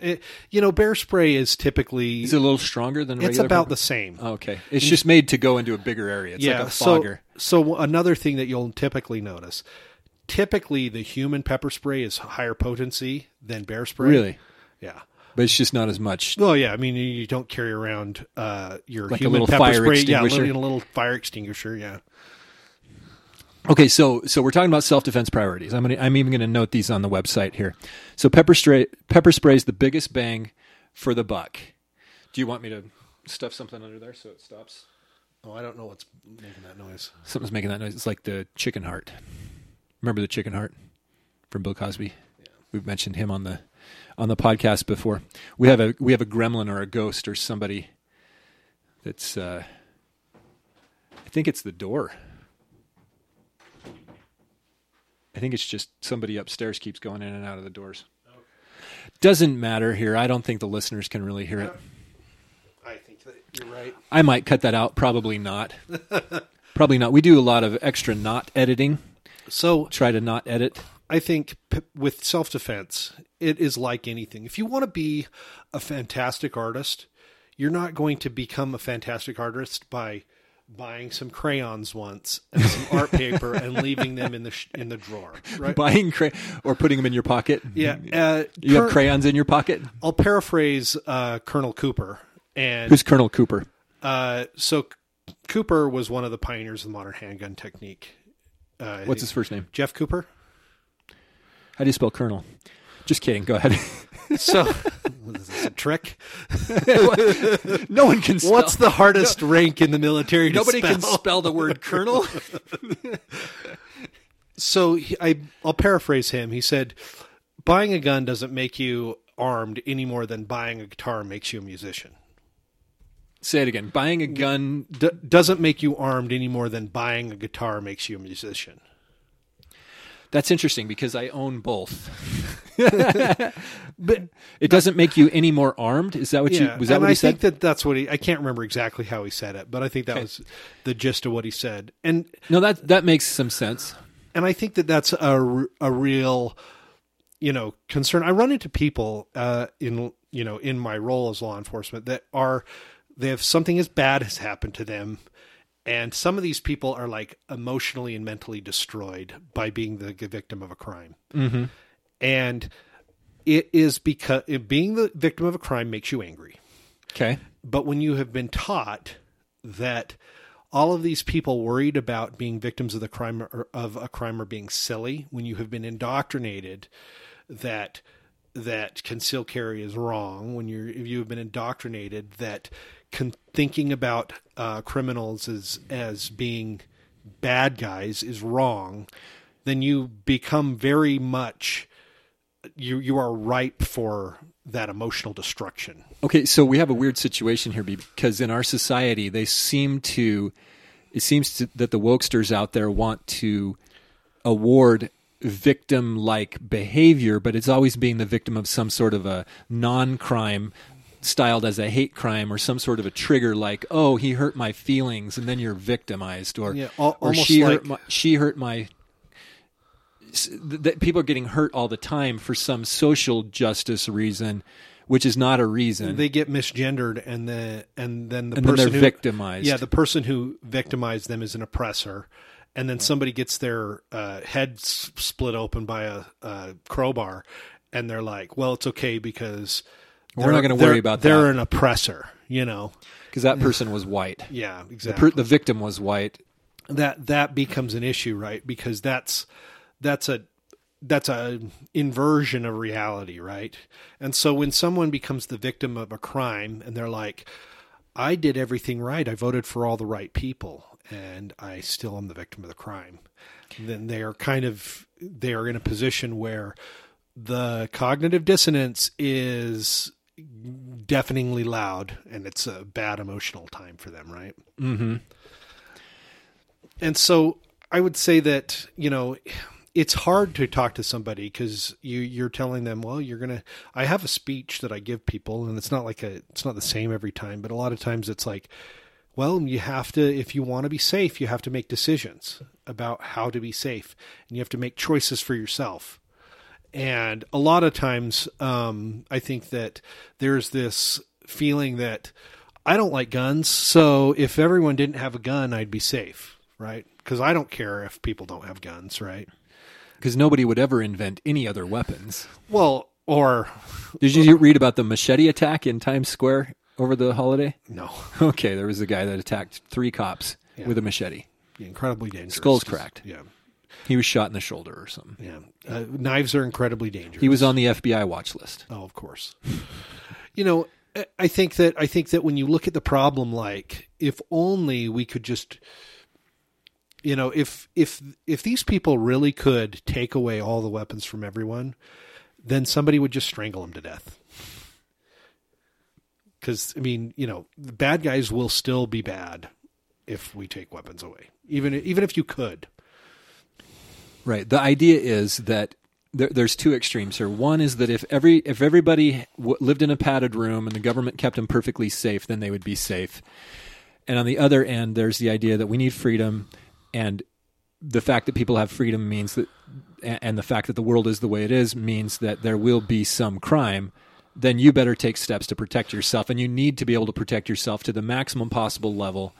B: it, you know, bear spray is typically
A: is it a little stronger than
B: it's
A: regular
B: about
A: pepper?
B: the same.
A: okay. It's just made to go into a bigger area. It's like a fogger.
B: So, so another thing that you'll typically notice, typically the human pepper spray is higher potency than bear spray.
A: Really,
B: Yeah.
A: but it's just not as much.
B: Well, yeah. I mean, you don't carry around uh, your
A: Like a
B: human
A: little
B: pepper
A: fire
B: spray. Yeah,
A: extinguisher.
B: in a little fire extinguisher. Yeah.
A: Okay, so so we're talking about self defense priorities. I'm gonna, I'm even going to note these on the website here. So pepper spray pepper spray is the biggest bang for the buck. Do you want me to stuff something under there so it stops?
B: Oh, I don't know what's making that noise.
A: Something's making that noise. It's like the chicken heart. Remember the chicken heart from Bill Cosby? We've mentioned him on the on the podcast before. We have a we have a gremlin or a ghost or somebody that's uh I think it's the door. I think it's just somebody upstairs keeps going in and out of the doors. Doesn't matter here. I don't think the listeners can really hear it.
B: I think with it. You're right.
A: I might cut that out. Probably not. Probably not. We do a lot of extra not editing.
B: So
A: Try to not edit.
B: I think p- with self defense, it is like anything. If you want to be a fantastic artist, you're not going to become a fantastic artist by buying some crayons once and some art paper and leaving them in the sh- in the drawer, right?
A: Buying cray or putting them in your pocket.
B: yeah, uh,
A: You have
B: Cur-
A: crayons in your pocket.
B: I'll paraphrase uh, Colonel Cooper, and
A: Who's Colonel Cooper?
B: uh, so C- Cooper was one of the pioneers of the modern handgun technique. Uh,
A: What's his first name?
B: Jeff Cooper?
A: How do you spell Colonel? Just kidding. Go ahead.
B: So, is this a trick?
A: no one can. Spell.
B: What's the hardest rank in the military? To
A: Nobody
B: spell?
A: can spell the word Colonel.
B: So he, I, I'll paraphrase him. He said, "Buying a gun doesn't make you armed any more than buying a guitar makes you a musician.
A: Say it again. Buying a gun.
B: D- doesn't make you armed any more than buying a guitar makes you a musician."
A: That's interesting because I own both. but it doesn't make you any more armed. Is that what you? Was that
B: and
A: what
B: I
A: he said?
B: think that that's what he. I can't remember exactly how he said it, but I think that was the gist of what he said. And
A: no, that that makes some sense.
B: and I think that that's a r- a real you know concern. I run into people uh, in you know in my role as law enforcement that are they have something as bad has happened to them, and some of these people are like emotionally and mentally destroyed by being the g- victim of a crime, and it is because being the victim of a crime makes you angry
A: Okay.
B: but when you have been taught that all of these people worried about being victims of the crime or of a crime are being silly when you have been indoctrinated that that conceal carry is wrong when you're if you have been indoctrinated that con- thinking about uh, criminals as as being bad guys is wrong then you become very much you you are ripe for that emotional destruction
A: Okay, so we have a weird situation here because in our society, they seem to, it seems to, that the wokesters out there want to award victim like behavior, but it's always being the victim of some sort of a non crime styled as a hate crime or some sort of a trigger like, oh, he hurt my feelings, and then you're victimized, or,
B: Yeah, al-
A: or
B: almost
A: she,
B: like-
A: hurt my, she hurt my s- th- that people are getting hurt all the time for some social justice reason, which is not a reason.
B: they get misgendered and the and then
A: And
B: the
A: then
B: person
A: they're
B: who,
A: victimized.
B: Yeah, the person who victimized them is an oppressor, and then somebody gets their uh, head s- split open by a, a crowbar, and they're like, "Well, it's okay because
A: We're
B: they're-
A: not gonna worry
B: they're-
A: about
B: They're
A: that."
B: an oppressor, you know.
A: because that person was white.
B: Yeah,
A: Per-
B: exactly.
A: the victim was white.
B: that that becomes an issue, right? Because that's that's a that's a inversion of reality, right? And so when someone becomes the victim of a crime and they're like, I did everything right, I voted for all the right people, and I still am the victim of the crime, then they are kind of they are in a position where the cognitive dissonance is deafeningly loud and it's a bad emotional time for them, right? and so I would say that you know it's hard to talk to somebody because you you're telling them well you're gonna I have a speech that I give people and it's not like a it's not the same every time but a lot of times it's like well you have to if you want to be safe you have to make decisions about how to be safe and you have to make choices for yourself and a lot of times um, i think that there's this feeling that i don't like guns so if everyone didn't have a gun i'd be safe right because i don't care if people don't have guns right
A: Because nobody would ever invent any other weapons.
B: well or
A: Did you read about the machete attack in Times Square over the holiday?
B: no
A: Okay, there was a guy that attacked three cops with a machete.
B: incredibly dangerous
A: Skull's cracked.
B: yeah
A: He was shot in the shoulder or something.
B: yeah uh, knives are incredibly dangerous
A: He was on the FBI watch list.
B: Oh, of course. you know, I- I think that I think that when you look at the problem, like if only we could just, you know, if if if these people really could take away all the weapons from everyone, then somebody would just strangle them to death. Because I mean, you know, the bad guys will still be bad if we take weapons away, even even if you could.
A: Right. The idea is that there, there's two extremes here. One is that if every if everybody w- lived in a padded room and the government kept them perfectly safe, then they would be safe. And on the other end, there's the idea that we need freedom, and the fact that people have freedom means that, a- and the fact that the world is the way it is means that there will be some crime. Then you better take steps to protect yourself, and you need to be able to protect yourself to the maximum possible level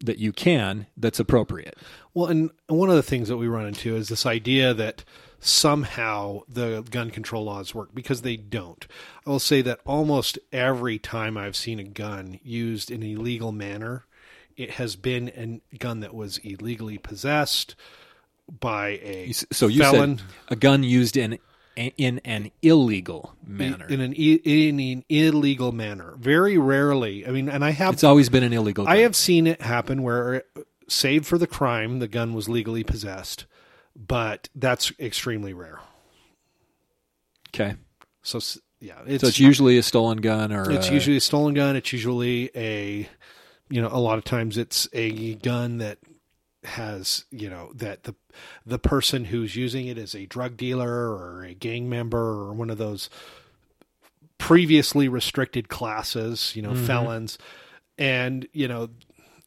A: that you can. That's appropriate.
B: Well, and one of the things that we run into is this idea that somehow the gun control laws work because they don't. I will say that almost every time I've seen a gun used in an illegal manner, it has been a gun that was illegally possessed by a
A: You s- So you
B: felon.
A: said a gun used in in an illegal manner.
B: in an i- in an illegal manner. Very rarely, I mean, and I have
A: it's always been an illegal.
B: I
A: gun.
B: have seen it happen where, save for the crime, the gun was legally possessed, but that's extremely rare.
A: okay,
B: So s- yeah, it's
A: so it's usually a stolen gun or uh,
B: it's
A: a-
B: usually a stolen gun. It's usually a you know a lot of times it's a gun that has you know that the the person who's using it is a drug dealer or a gang member or one of those previously restricted classes, you know,
A: Mm-hmm.
B: felons, and you know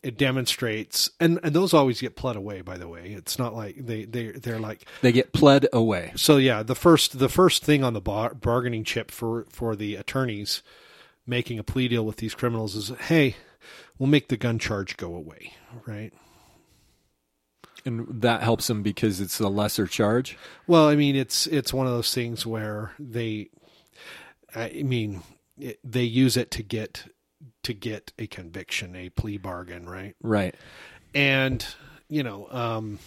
B: it demonstrates and and those always get pled away by the way it's not like they they they're like
A: they get pled away.
B: so yeah, the first the first thing on the bar- bargaining chip for for the attorneys making a plea deal with these criminals is, hey, we'll make the gun charge go away, right?
A: and that helps them because it's a lesser charge.
B: Well, I mean, it's it's one of those things where they, I mean, it, they use it to get to get a conviction, a plea bargain, right?
A: Right.
B: and you know um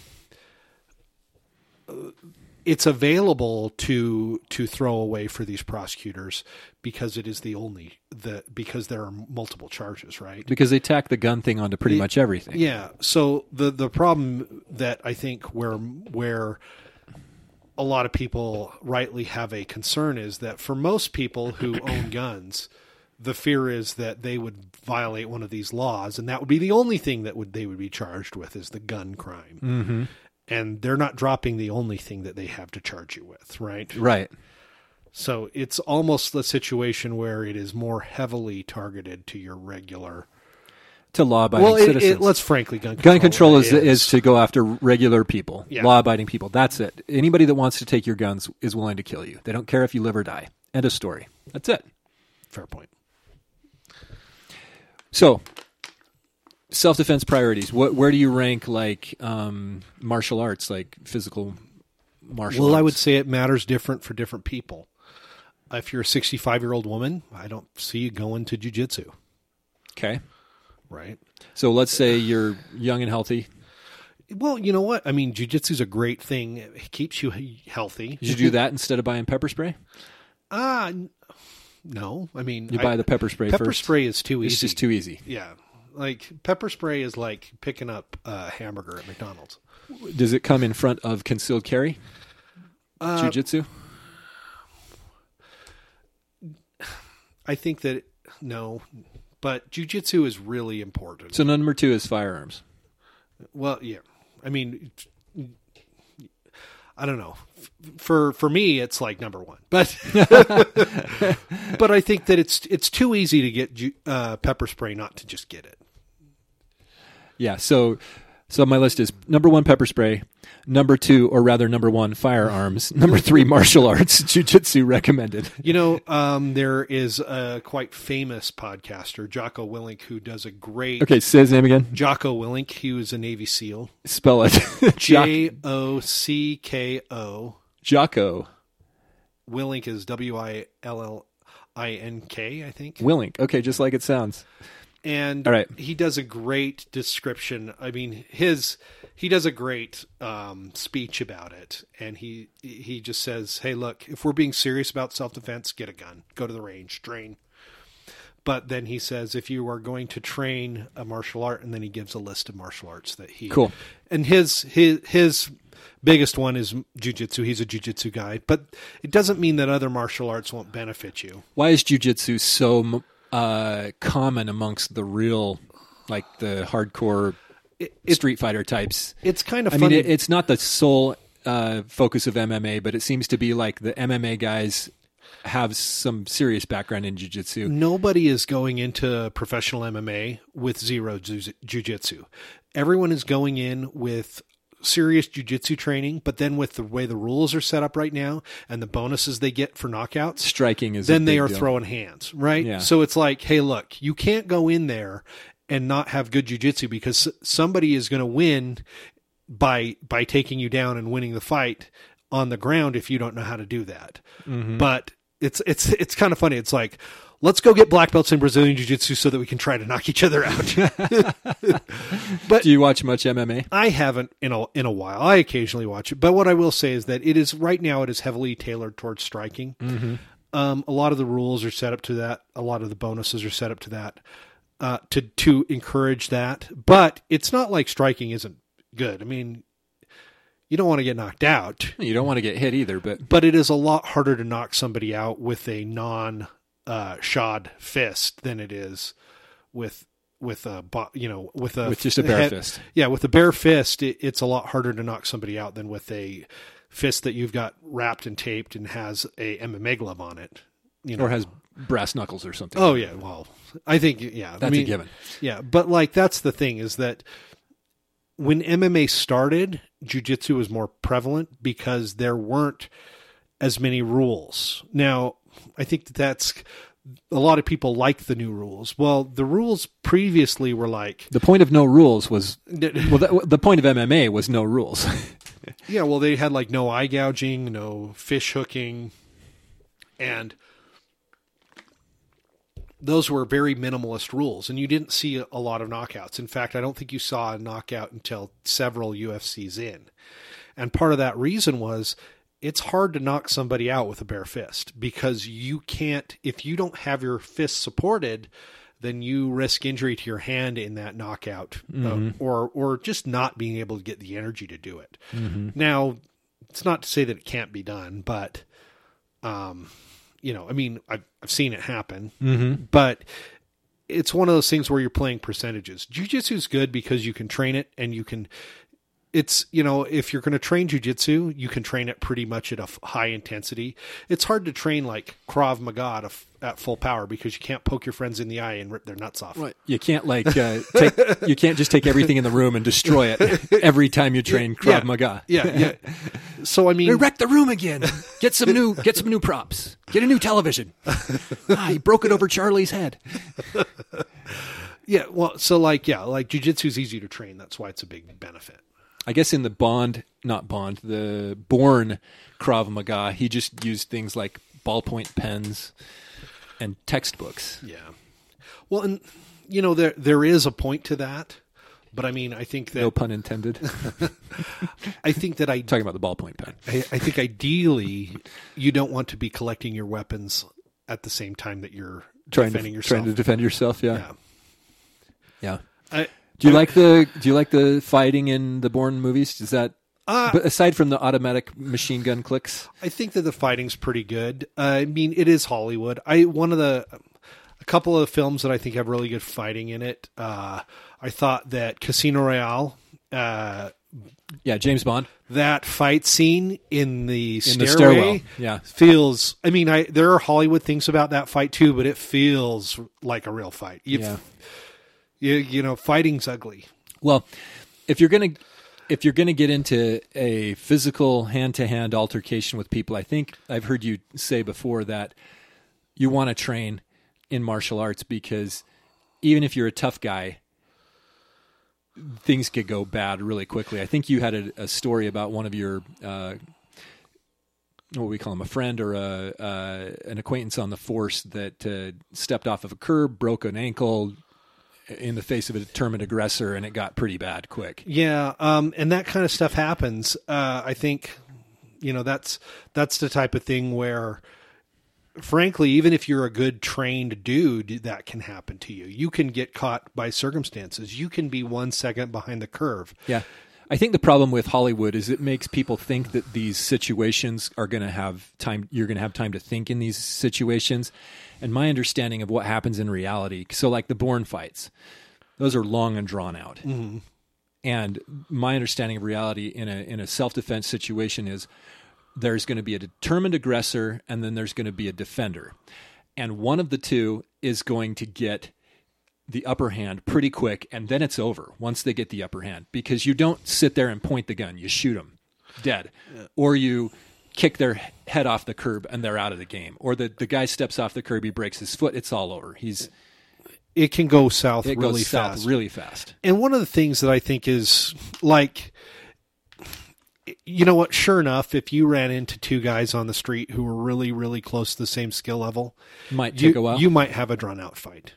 B: it's available to to throw away for these prosecutors because it is the only the because there are multiple charges right
A: Because they tack the gun thing onto pretty much everything.
B: yeah so the the problem that i think where where a lot of people rightly have a concern is that for most people who own guns the fear is that they would violate one of these laws and that would be the only thing that would they would be charged with is the gun crime
A: Mm-hmm.
B: and they're not dropping the only thing that they have to charge you with right
A: Right.
B: so it's almost the situation where it is more heavily targeted to your regular
A: To law abiding
B: well it,
A: citizens.
B: it, let's frankly gun control
A: gun control is,
B: is.
A: is to go after regular people,
B: Yeah.
A: law abiding people. That's it. Anybody that wants to take your guns is willing to kill you. They don't care if you live or die. End of story. That's it.
B: fair point
A: So, self defense priorities. What, where do you rank like um, martial arts, like physical martial
B: Well,
A: arts?
B: I would say it matters different for different people. If you're a 65 year old woman, I don't see you going to jujitsu,
A: Okay.
B: right?
A: So, let's say you're young and healthy.
B: Well, you know what? I mean, jujitsu is a great thing. It keeps you he- healthy.
A: Did you do that instead of buying pepper spray?
B: Ah, n- no. I mean,
A: You
B: I-
A: buy the pepper spray
B: pepper
A: first.
B: spray is too easy.
A: It's just too easy.
B: yeah. Like pepper spray is like picking up a hamburger at McDonald's.
A: Does it come in front of concealed carry?
B: Uh,
A: Jiu Jitsu?
B: I think that no, but jujitsu is really important.
A: So number two is firearms.
B: Well, yeah. I mean, I don't know. For for me, it's like number one, but but I think that it's it's too easy to get ju- uh, pepper spray not to just get it.
A: Yeah. So so my list is number one pepper spray, number two, or rather number one, firearms, number three, martial arts, Jiu Jitsu recommended.
B: You know, um, there is a quite famous podcaster, Jocko Willink, who does a great
A: Okay, say his name again.
B: Jocko Willink. He was a Navy SEAL.
A: Spell it. Jock-
B: J O C K O.
A: Jocko
B: Willink is W I L L I N K, I think.
A: Willink. Okay, just like it sounds.
B: and
A: All right.
B: he does a great description i mean his he does a great um, speech about it and he he just says hey look if we're being serious about self-defense get a gun go to the range train but then he says if you are going to train a martial art and then he gives a list of martial arts that he
A: Cool.
B: and his his his biggest one is jujitsu he's a jujitsu guy but it doesn't mean that other martial arts won't benefit you
A: Why is Jiu Jitsu so m- uh, common amongst the real, like the hardcore
B: it,
A: Street Fighter types?
B: it's kind of
A: I
B: funny
A: mean, it, it's not the sole uh, focus of MMA, but it seems to be like the MMA guys have some serious background in jujitsu.
B: Nobody is going into professional MMA with zero ju- jujitsu. Everyone is going in with serious jujitsu training, but then with the way the rules are set up right now and the bonuses they get for knockouts,
A: Striking is a
B: then they
A: big
B: are
A: deal.
B: throwing hands, right?
A: Yeah.
B: So it's like, hey, look, you can't go in there and not have good jujitsu because s- somebody is going to win by by taking you down and winning the fight on the ground if you don't know how to do that.
A: Mm-hmm.
B: But it's it's it's kind of funny. It's like. Let's go get black belts in Brazilian jiu-jitsu so that we can try to knock each other out.
A: Do you watch much MMA?
B: I haven't in a in a while. I occasionally watch it, but what I will say is that it is right now it is heavily tailored towards striking. Um, a lot of the rules are set up to that. A lot of the bonuses are set up to that uh, to to encourage that. But it's not like striking isn't good. I mean, you don't want to get knocked out,
A: You don't want to get hit either, but
B: but it is a lot harder to knock somebody out with a non uh, shod fist than it is with with a bo- you know with a
A: with just a bare
B: head-
A: fist.
B: yeah, with a bare fist, it, it's a lot harder to knock somebody out than with a fist that you've got wrapped and taped and has a MMA glove on it. You know.
A: or has brass knuckles or something.
B: oh yeah, well, I think yeah, I
A: that's
B: mean,
A: a given.
B: Yeah, but like that's the thing is that when MMA started, jujitsu was more prevalent because there weren't as many rules. Now, I think that that's a lot of people like the new rules. Well, the rules previously were like
A: The point of no rules was well. That, the point of MMA was no rules.
B: Yeah, well, they had like no eye gouging, no fish hooking, and those were very minimalist rules. And you didn't see a lot of knockouts. In fact, I don't think you saw a knockout until several UFCs in. And part of that reason was it's hard to knock somebody out with a bare fist because you can't, if you don't have your fist supported, then you risk injury to your hand in that knockout uh, or, or just not being able to get the energy to do it. Now, it's not to say that it can't be done, but, um, you know, I mean, I've, I've seen it happen,
A: mm-hmm.
B: but it's one of those things where you're playing percentages. Jiu-jitsu is good because you can train it and you can it's you know if you're going to train jiu-jitsu you can train it pretty much at a f- high intensity it's hard to train like krav maga at, a f- at full power because you can't poke your friends in the eye and rip their nuts off
A: Right. You can't like uh, take. You can't just take everything in the room and destroy it every time you train Krav
B: Yeah.
A: Maga.
B: yeah yeah so i mean
A: They wrecked the room again. Get some new. Get some new props. Get a new television. ah, he broke it over Charlie's head.
B: yeah well so like yeah like jiu-jitsu is easy to train that's why it's a big benefit
A: I guess in the Bond, not Bond, the Born Krav Maga, he just used things like ballpoint pens and textbooks.
B: yeah well and you know there there is a point to that but i mean i think that
A: No pun intended.
B: i think that i
A: Talking about the ballpoint pen.
B: I, I think ideally you don't want to be collecting your weapons at the same time that you're
A: Trying
B: defending
A: to
B: yourself.
A: trying to defend yourself. Yeah.
B: yeah.
A: yeah.
B: I,
A: Do you like the Do you like the fighting in the Born movies? Is that
B: uh,
A: but aside from the automatic machine gun clicks?
B: I think that the fighting's pretty good. I mean, it is Hollywood. I one of the a couple of films that I think have really good fighting in it. Uh, I thought that Casino Royale. Uh,
A: Yeah, James Bond.
B: that fight scene in the
A: In the
B: stairway,
A: stairwell, yeah.
B: feels i mean i there are hollywood things about that fight too but it feels like a real fight You-
A: Yeah.
B: you, you know fighting's ugly
A: Well, if you're gonna if you're gonna get into a physical hand to hand altercation with people, I think I've heard you say before that you want to train in martial arts because even if you're a tough guy, things could go bad really quickly. I think you had a, a story about one of your uh, what we call him a friend or a uh, an acquaintance on the force that uh, stepped off of a curb, broke an ankle in the face of a determined aggressor, and it got pretty bad quick.
B: Yeah, um, and that kind of stuff happens. Uh, I think, you know, that's that's the type of thing where, frankly, even if you're a good trained dude, that can happen to you. You can get caught by circumstances. You can be one second behind the curve.
A: Yeah. I think the problem with Hollywood is it makes people think that these situations are going to have time you're going to have time to think in these situations. And my understanding of what happens in reality, so like the Bourne fights, those are long and drawn out. And my understanding of reality in a in a self defense situation is there's going to be a determined aggressor and then there's going to be a defender. And one of the two is going to get the upper hand pretty quick and then it's over once they get the upper hand because you don't sit there and point the gun, you shoot them dead. Or you kick their head off the curb and they're out of the game. Or the the guy steps off the curb, he breaks his foot, it's all over. He's
B: It can go south
A: it
B: really
A: goes south
B: fast.
A: really fast.
B: and one of the things that I think is like, you know what? Sure enough, if you ran into two guys on the street who were really, really close to the same skill level,
A: Might
B: you,
A: take a while.
B: you might have a drawn out fight.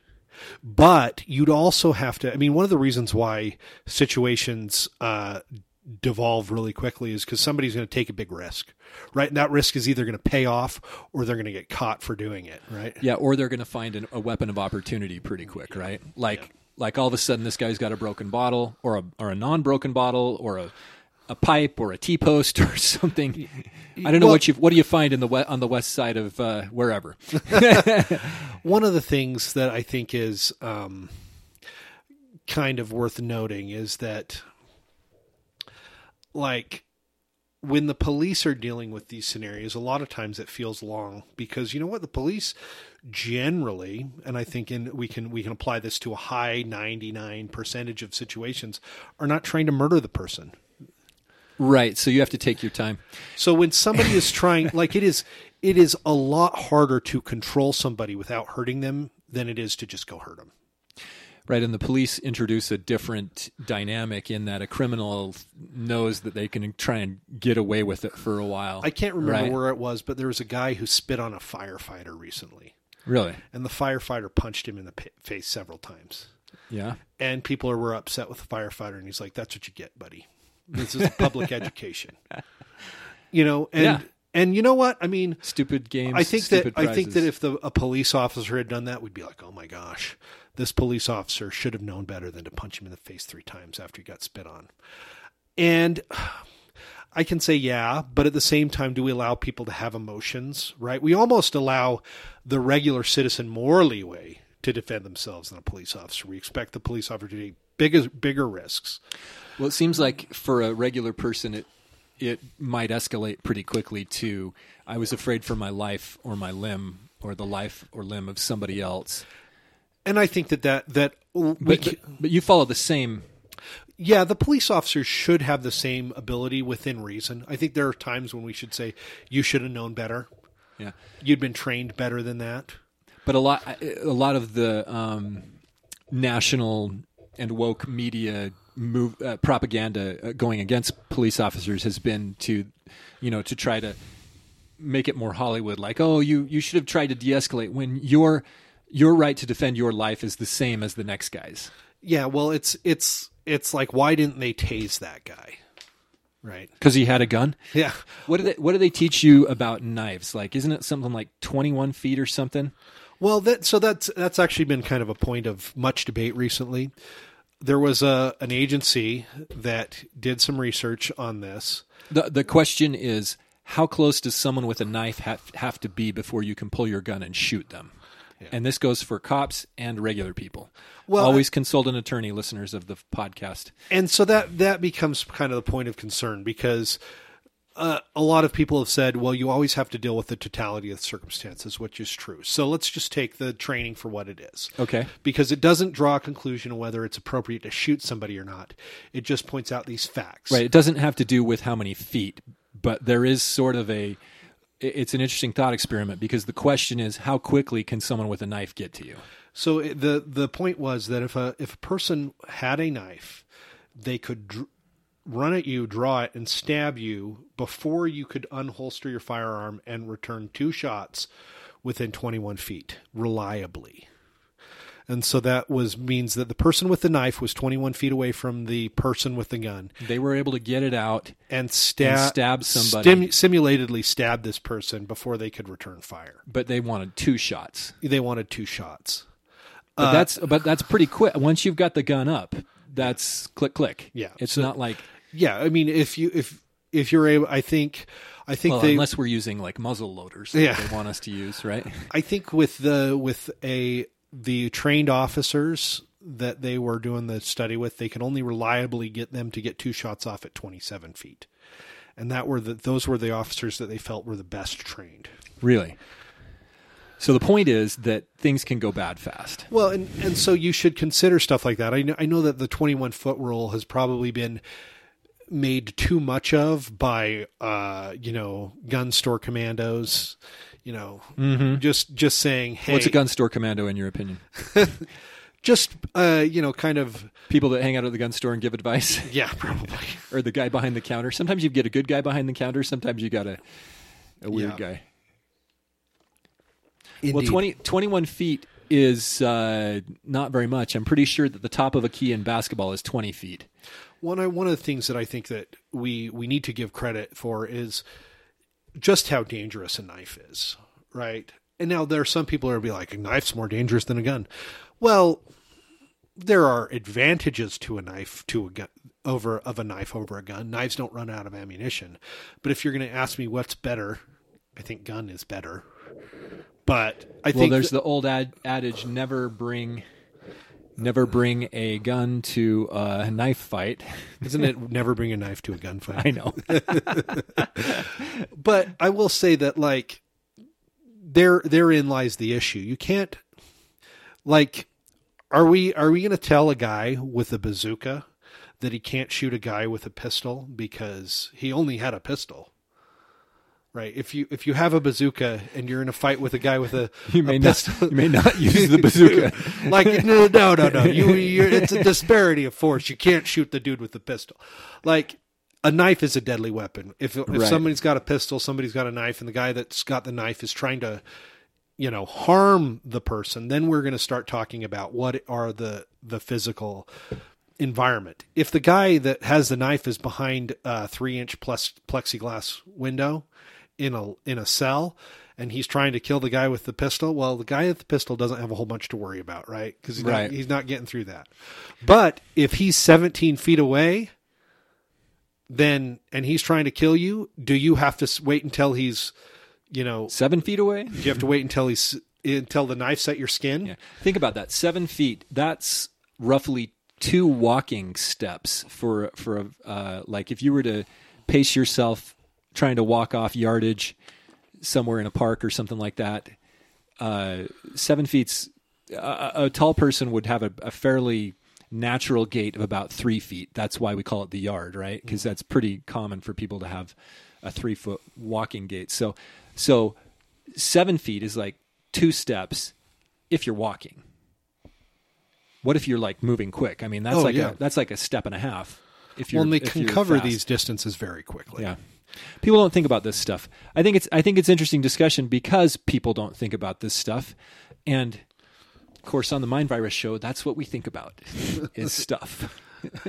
B: But you'd also have to, I mean, one of the reasons why situations uh, devolve really quickly is because somebody's going to take a big risk, right? And that risk is either going to pay off or they're going to get caught for doing it, right?
A: Yeah, or they're going to find an, a weapon of opportunity pretty quick, right? Like, like all of a sudden, this guy's got a broken bottle, or a or a non-broken bottle, or a a pipe, or a T post, or something. I don't know
B: Well-
A: what you what do you find in the we, on the west side of uh, wherever.
B: one of the things that I think is um, kind of worth noting is that, like, when the police are dealing with these scenarios, a lot of times it feels long because you know what the police generally, and I think in we can we can apply this to a high ninety nine percentage of situations, are not trying to murder the person.
A: right, so you have to take your time.
B: So when somebody is trying, like it is, it is a lot harder to control somebody without hurting them than it is to just go hurt them.
A: Right, and the police introduce a different dynamic in that a criminal knows that they can try and get away with it for a while.
B: I can't remember
A: Right.
B: where it was, but there was a guy who spit on a firefighter recently,
A: really,
B: and the firefighter punched him in the pa- face several times.
A: yeah.
B: And people were upset with the firefighter, and he's like, "That's what you get, buddy. This is public education." You know, and
A: Yeah.
B: and you know what? I mean,
A: Stupid games.
B: I think that
A: stupid
B: I think
A: prizes.
B: that if the a police officer had done that, we'd be like, "Oh my gosh, this police officer should have known better than to punch him in the face three times after he got spit on." And I can say yeah, but at the same time, do we allow people to have emotions? Right? We almost allow the regular citizen more leeway to defend themselves than a police officer. We expect the police officer to take bigger bigger risks.
A: Well, it seems like for a regular person, it it might escalate pretty quickly to I was afraid for my life or my limb or the life or limb of somebody else.
B: And I think that that that we
A: But,
B: ca-
A: but, but you follow the same.
B: Yeah, the police officers should have the same ability within reason. I think there are times when we should say, "You should have known better.
A: Yeah.
B: You'd been trained better than that."
A: But a lot a lot of the um, national and woke media move uh, propaganda uh, going against police officers has been to you know to try to make it more Hollywood. Like, oh, you you should have tried to de-escalate when your your right to defend your life is the same as the next guy's.
B: Yeah, well, it's it's it's like, why didn't they tase that guy? Right?
A: Because he had a gun.
B: Yeah.
A: What do they What do they teach you about knives? Like, isn't it something like twenty one feet or something?
B: Well, that so that's that's actually been kind of a point of much debate recently. There was a an agency that did some research on this.
A: The The question is, how close does someone with a knife have have to be before you can pull your gun and shoot them? And this goes for cops and regular people.
B: Well,
A: always consult an attorney, listeners of the podcast.
B: and so that that becomes kind of the point of concern because uh, a lot of people have said, well, you always have to deal with the totality of the circumstances, which is true. So let's just take the training for what it is.
A: Okay.
B: Because it doesn't draw a conclusion whether it's appropriate to shoot somebody or not. It just points out these facts.
A: Right. It doesn't have to do with how many feet, but there is sort of a. it- It's an interesting thought experiment because the question is, how quickly can someone with a knife get to you?
B: So it, the the point was that if a if a person had a knife, they could dr- run at you, draw it, and stab you before you could unholster your firearm and return two shots within 21 feet reliably. And so that was means that the person with the knife was 21 feet away from the person with the gun
A: They were able to get it out.
B: and, stab,
A: And stab somebody.
B: simulatedly stabbed this person before they could return fire.
A: but they wanted two shots.
B: They wanted two shots.
A: But
B: Uh,
A: that's but that's pretty quick. Once you've got the gun up, that's click click.
B: Yeah.
A: it's
B: So-
A: not like
B: Yeah, I mean, if you if if you're able, I think, I think
A: well,
B: they,
A: unless we're using like muzzle loaders. That
B: Yeah.
A: they want us to use right.
B: I think with the with a the trained officers, that they were doing the study with, they could only reliably get them to get two shots off at 27 feet. And that were the, those were the officers that they felt were the best trained.
A: Really. So the point is that things can go bad fast.
B: Well, and, and so you should consider stuff like that. I know, I know that the 21 foot rule has probably been made too much of by, uh, you know, gun store commandos, you know, just, just saying, Hey,
A: Mm-hmm. What's a gun store commando in your opinion?
B: just, uh, you know, kind of,
A: People that hang out at the gun store and give advice,
B: yeah, probably.
A: or the guy behind the counter. Sometimes you get a good guy behind the counter. Sometimes you got a, a weird
B: Yeah.
A: guy.
B: Indeed.
A: Well, 20, 21 feet is uh, not very much. I'm pretty sure that the top of a key in basketball is 20 feet.
B: One I- one of the things that I think that we we need to give credit for is just how dangerous a knife is, right? And now there are some people who will be like, a knife's more dangerous than a gun. Well, there are advantages to a knife to a gun over of a knife over a gun. Knives don't run out of ammunition. But if you're going to ask me what's better, I think gun is better. But I
A: Well,
B: think
A: there's the old ad- adage: never bring, never bring a gun to a knife fight.
B: isn't it never bring a knife to a gunfight?
A: I know.
B: but I will say that like there therein lies the issue. You can't like are we are we going to tell a guy with a bazooka that he can't shoot a guy with a pistol because he only had a pistol? Right. If you if you have a bazooka and you're in a fight with a guy with a,
A: You
B: a
A: may not.
B: pistol,
A: You may not use the bazooka.
B: like no no no no you you're, it's a disparity of force you can't shoot the dude with the pistol like a knife is a deadly weapon if if
A: Right.
B: somebody's got a pistol somebody's got a knife and the guy that's got the knife is trying to you know harm the person then we're going to start talking about what are the the physical environment if the guy that has the knife is behind a 3 inch plus plexiglass window in a in a cell and he's trying to kill the guy with the pistol well the guy with the pistol doesn't have a whole bunch to worry about right cuz he's, not-
A: Right.
B: he's not getting through that but if he's 17 feet away then and he's trying to kill you do you have to s- wait until he's you know
A: Seven feet away.
B: do you have to wait until he's until the knife's at your skin?
A: Yeah. Think about that. Seven feet. That's roughly two walking steps for for a uh, like if you were to pace yourself trying to walk off yardage somewhere in a park or something like that. Uh, seven feet's a, a tall person would have a, a fairly natural gait of about three feet. That's why we call it the yard,
B: Mm-hmm.
A: right? Because that's pretty common for people to have a three foot walking gait. So, so seven feet is like two steps if you're walking. What if you're like moving quick? I mean, that's
B: Oh,
A: like
B: yeah.
A: a, that's like a step and a half. If you're
B: Well, and they
A: if
B: can
A: you're
B: cover
A: fast.
B: these distances very quickly.
A: Yeah. People don't think about this stuff. I think it's I think it's interesting discussion because people don't think about this stuff. And of course on the Mind Virus show, that's what we think about is stuff.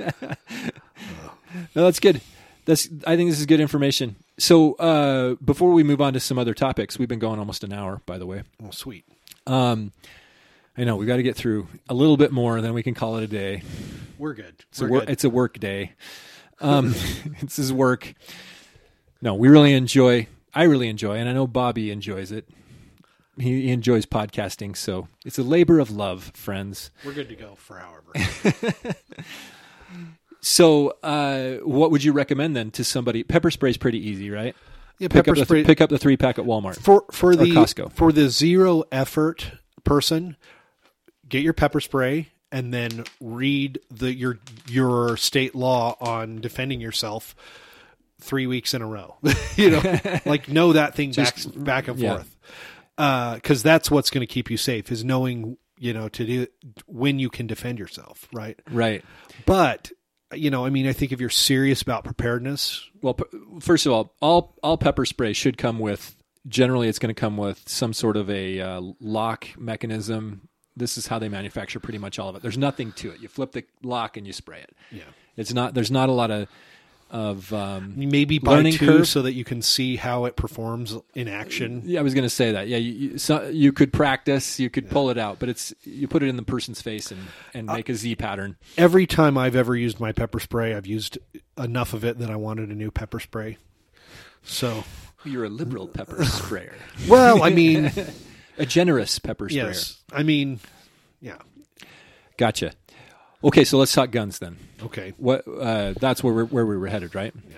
A: no, that's good. That's I think this is good information. So uh, before we move on to some other topics, we've been going almost an hour, by the way.
B: Oh, sweet.
A: I know we've got to get through a little bit more, then we can call it a day.
B: We're good.
A: It's a,
B: We're
A: wor-
B: good.
A: it's a work day. Um, this is work. No, we really enjoy. I really enjoy, and I know Bobby enjoys it. He, he enjoys podcasting, so it's a labor of love, friends.
B: We're good to go for however.
A: So, uh, what would you recommend then to somebody? Pepper spray's pretty easy, right?
B: yeah,
A: Pick
B: pepper
A: up the
B: spray
A: pick up the three pack at Walmart.
B: for for the
A: Costco.
B: for the zero effort person. Get your pepper spray and then read the your your state law on defending yourself three weeks in a row. you know, like know that thing back back and
A: yeah.
B: forth. because that's what's going to keep you safe is knowing you know to do when you can defend yourself right
A: Right.
B: but you know i mean i think if you're serious about preparedness
A: Well, p- first of all, all all pepper spray should come with. Generally, it's going to come with some sort of a uh, lock mechanism. This is how they manufacture pretty much all of it. There's nothing to it. You flip the lock and you spray it.
B: yeah
A: It's not. There's not a lot of of. Um,
B: maybe buy
A: Learning
B: two
A: curve.
B: so that you can see how it performs in action
A: yeah, I was going to say that. Yeah, you you, so, you could practice. You could pull it out, but it's you put it in the person's face and and make a Z pattern.
B: every time i've ever used my pepper spray i've used enough of it that i wanted a new pepper spray so
A: You're a liberal pepper sprayer,
B: well i mean
A: a generous pepper sprayer.
B: yes i mean yeah
A: Gotcha. Okay, so let's talk guns then.
B: Okay.
A: What uh, that's where we're, where we were headed, right?
B: Yeah.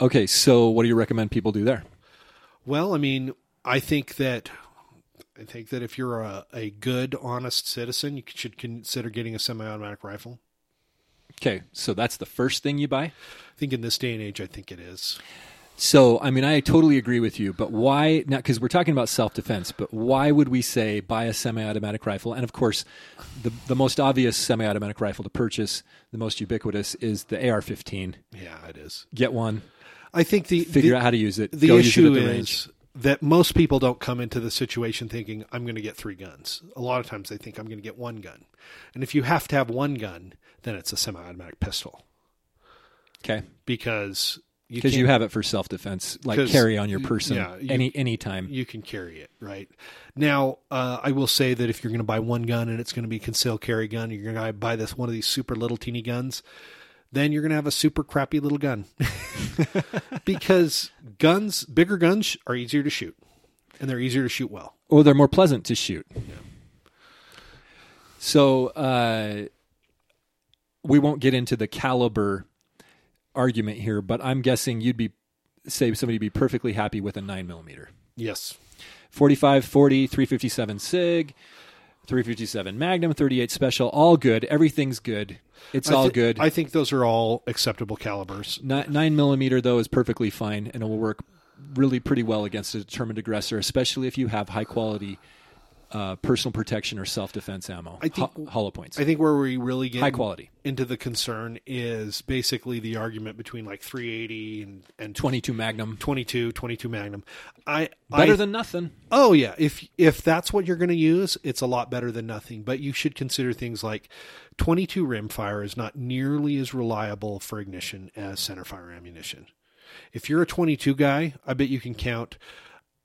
A: Okay, so what do you recommend people do there?
B: Well, I mean, I think that I think that if you're a, a good, honest citizen, you should consider getting a semi-automatic rifle.
A: Okay, so that's the first thing you buy.
B: I think in this day and age, I think it is.
A: So I mean, I totally agree with you, but why? Not because we're talking about self defense, but why would we say buy a semi-automatic rifle? And of course, the the most obvious semi-automatic rifle to purchase, the most ubiquitous, is the AR-15.
B: Yeah, it is.
A: Get one,
B: I think the
A: figure
B: the,
A: out how to use it.
B: the
A: go
B: issue
A: use it at the range.
B: is that most people don't come into the situation thinking I'm going to get three guns. A lot of times they think I'm going to get one gun, and if you have to have one gun, then it's a semi-automatic pistol
A: okay
B: because you
A: because
B: can't-
A: you have it for self defense, like
B: 'Cause,
A: carry on your person
B: yeah, you-
A: any any time.
B: you can carry it right now uh, i will say that if you're going to buy one gun and it's going to be concealed carry gun you're going to buy this one of these super little teeny guns then you're going to have a super crappy little gun because guns bigger guns are easier to shoot and they're easier to shoot well
A: Or they're more pleasant to shoot. So uh, we won't get into the caliber argument here, but I'm guessing you'd be say somebody would be perfectly happy with a nine millimeter.
B: yes
A: 45, 40, 357 SIG, 357 Magnum, 38 Special, all good. Everything's good. It's
B: I
A: all
B: thi-
A: good.
B: i think those are all acceptable calibers
A: Ni- nine millimeter though is perfectly fine and it will work really pretty well against a determined aggressor, especially if you have high quality uh, personal protection or self defense ammo.
B: I think-
A: Ho- hollow points,
B: i think where we really get
A: high quality,
B: into the concern is basically the argument between like 380 and, and
A: twenty two Magnum,
B: 22 22 magnum i
A: better
B: I,
A: than nothing.
B: Oh yeah, if if that's what you're going to use, it's a lot better than nothing, but you should consider things like 22 rimfire is not nearly as reliable for ignition as centerfire ammunition. If you're a 22 guy, I bet you can count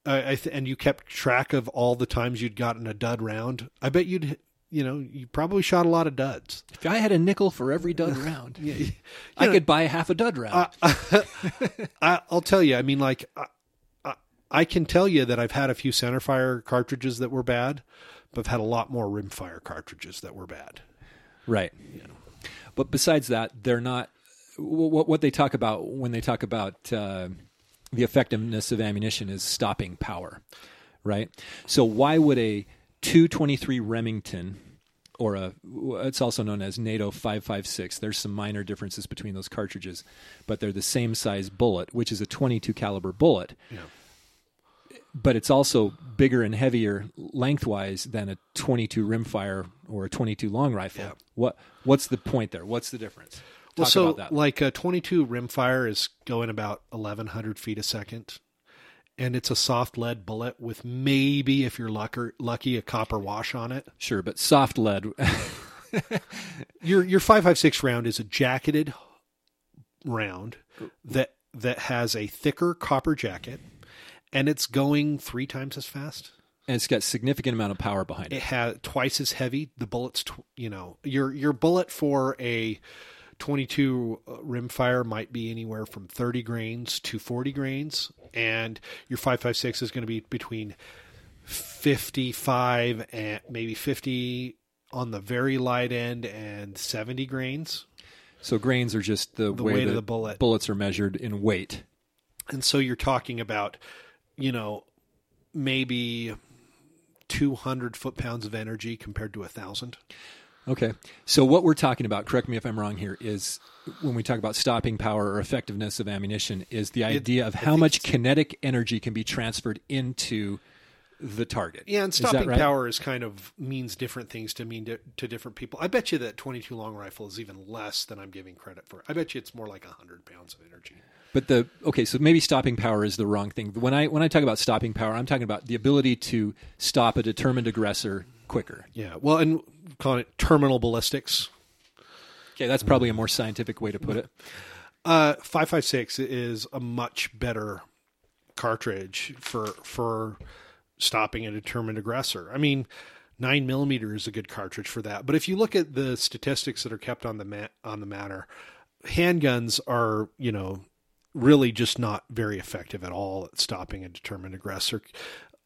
B: uh, I th- and you kept track of all the times you'd gotten a dud round. I bet you'd you know, you probably shot a lot of duds.
A: If I had a nickel for every dud round,
B: Yeah. uh,
A: I could buy half a dud round.
B: I, I'll tell you. I mean, like, I, I, I can tell you that I've had a few centerfire cartridges that were bad, but I've had a lot more rimfire cartridges that were bad.
A: Right. But besides that, they're not what what they talk about when they talk about uh, the effectiveness of ammunition is stopping power, right? So why would a 223 Remington or a it's also known as NATO 556. There's some minor differences between those cartridges, but they're the same size bullet, which is a 22 caliber bullet
B: Yeah.
A: but it's also bigger and heavier lengthwise than a 22 rimfire or a 22 long rifle.
B: Yeah.
A: What what's the point there? What's the difference? Talk
B: Well, so
A: about that.
B: like a 22 rimfire is going about 1100 feet a second, and it's a soft lead bullet with maybe, if you're lucker, lucky, a copper wash on it.
A: sure, but soft lead.
B: your your five five six round is a jacketed round that that has a thicker copper jacket and it's going three times as fast
A: and it's got significant amount of power behind it.
B: it has twice as heavy the bullets tw- you know your your bullet for a 22 rimfire might be anywhere from 30 grains to 40 grains and your 556 is going to be between 55 and maybe 50 on the very light end and 70 grains
A: So grains are just the, way
B: weight of
A: that
B: the bullet.
A: bullets are measured in weight.
B: And so you're talking about, you know, maybe 200 foot pounds of energy compared to a thousand.
A: Okay. So what we're talking about, correct me if I'm wrong here, is when we talk about stopping power or effectiveness of ammunition is the idea of how much kinetic energy can be transferred into the target.
B: Yeah, and
A: Is that
B: stopping
A: right?
B: power is kind of means different things to mean to, to different people. I bet you that 22 long rifle is even less than I'm giving credit for. I bet you it's more like 100 pounds of energy.
A: But the okay, so maybe stopping power is the wrong thing. When I when I talk about stopping power, I'm talking about the ability to stop a determined aggressor quicker.
B: Yeah. Well, and calling it terminal ballistics.
A: Okay, that's probably a more scientific way to put it.
B: Uh, 556 is a much better cartridge for for stopping a determined aggressor. I mean, 9 millimeter is a good cartridge for that. But if you look at the statistics that are kept on the ma- on the matter, handguns are, you know, really just not very effective at all at stopping a determined aggressor.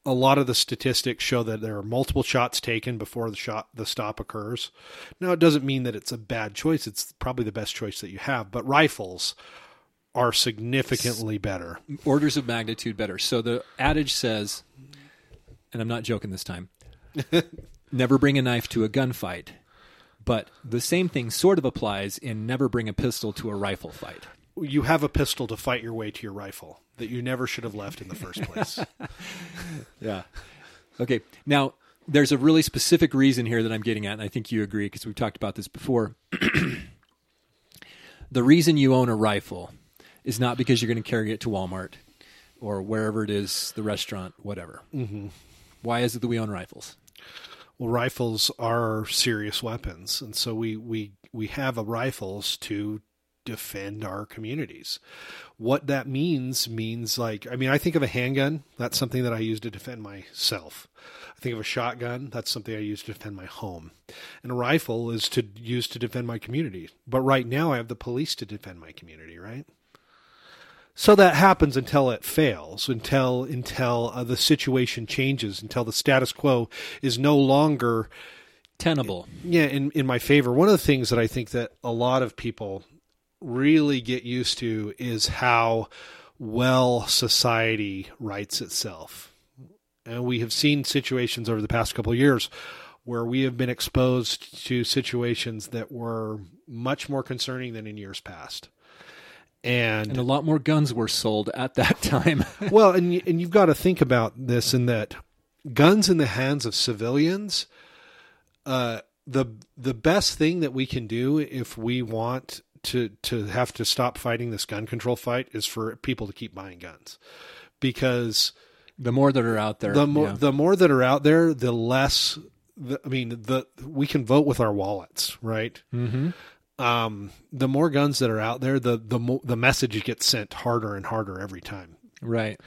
B: a lot of the statistics show that there are multiple shots taken before the shot the stop occurs. Now it doesn't mean that it's a bad choice. It's probably the best choice that you have, but rifles are significantly better.
A: orders of magnitude better. So the adage says, and I'm not joking this time, never bring a knife to a gunfight. But the same thing sort of applies in never bring a pistol to a rifle fight.
B: You have a pistol to fight your way to your rifle that you never should have left in the first place.
A: Yeah. Okay. Now, there's a really specific reason here that I'm getting at, and I think you agree because we've talked about this before. the reason you own a rifle is not because you're going to carry it to Walmart or wherever it is, the restaurant, whatever. Mm-hmm. Why is it that we own rifles?
B: well, rifles are serious weapons, and so we we we have a rifles to defend our communities. What that means means like I mean I think of a handgun, that's something that I use to defend myself. I think of a shotgun, that's something I use to defend my home. And a rifle is to use to defend my community. But right now I have the police to defend my community, right? So that happens until it fails, until until uh, the situation changes, until the status quo is no longer
A: Tenable.
B: yeah in in my favor one of the things that i think that a lot of people really get used to is how well society writes itself and we have seen situations over the past couple of years where we have been exposed to situations that were much more concerning than in years past and
A: And a lot more guns were sold at that time.
B: well, and you- and you've got to think about this in that guns in the hands of civilians. Uh, the the best thing that we can do if we want to to have to stop fighting this gun control fight is for people to keep buying guns, because
A: the more that are out there,
B: the more
A: yeah.
B: the more that are out there, the less. The, I mean, the we can vote with our wallets, right?
A: Mhm.
B: Um, the more guns that are out there, the the mo- the message gets sent harder and harder every time.
A: right.